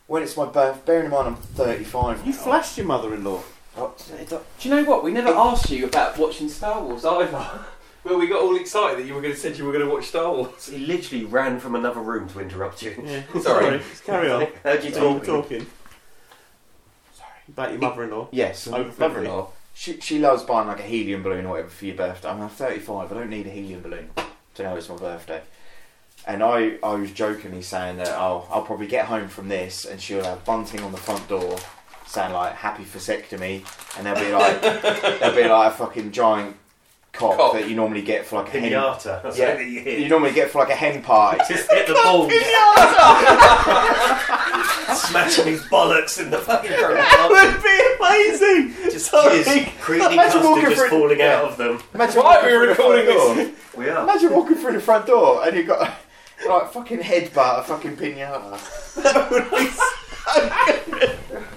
Speaker 6: when it's my birth, bearing in mind I'm 35.
Speaker 5: You
Speaker 6: now.
Speaker 5: flashed your mother-in-law.
Speaker 6: Oh, it don't-
Speaker 7: Do you know what? We never asked you about watching Star Wars either. Well, we got all excited that you were going to said you were going to watch Star Wars.
Speaker 4: He literally ran from another room to interrupt you.
Speaker 7: Sorry.
Speaker 5: Carry on.
Speaker 4: How'd you
Speaker 5: You're
Speaker 4: talk?
Speaker 5: talking. Sorry about your mother-in-law.
Speaker 6: Yes, my
Speaker 5: Over fifty.
Speaker 6: mother-in-law. She, she loves buying like a helium balloon or whatever for your birthday. I mean, I'm 35. I don't need a helium balloon to know it's my birthday. And I, I was jokingly saying that oh, I'll probably get home from this and she'll have bunting on the front door saying like happy vasectomy and they'll be like they'll be like a fucking giant cock,
Speaker 7: Cock.
Speaker 6: that you normally get for like a hen
Speaker 4: Pinata. That's
Speaker 6: yeah
Speaker 4: what you
Speaker 6: you
Speaker 4: hit.
Speaker 6: normally get for like a hen party
Speaker 4: Just hit the balls. Smashing his bollocks in the fucking front.
Speaker 5: Would be amazing.
Speaker 4: Just
Speaker 5: Sorry.
Speaker 4: his creamy
Speaker 6: Imagine
Speaker 4: custard
Speaker 6: walking
Speaker 4: just
Speaker 6: through-
Speaker 4: falling
Speaker 6: yeah.
Speaker 4: out of them.
Speaker 6: imagine why are we recording this
Speaker 4: We are.
Speaker 6: Imagine walking through the front door and you've got a, like fucking headbutt, a fucking pinata.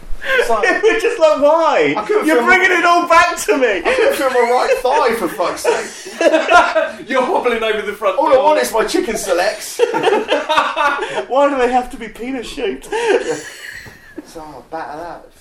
Speaker 6: It's like,
Speaker 5: We're just like, why?
Speaker 6: I couldn't
Speaker 5: You're
Speaker 6: film-
Speaker 5: bringing it all back to me.
Speaker 6: I couldn't feel my right thigh for fuck's sake.
Speaker 7: You're hobbling over the front
Speaker 6: All I
Speaker 7: door.
Speaker 6: want is my chicken selects.
Speaker 5: Why do they have to be penis shaped?
Speaker 6: So I'll batter that.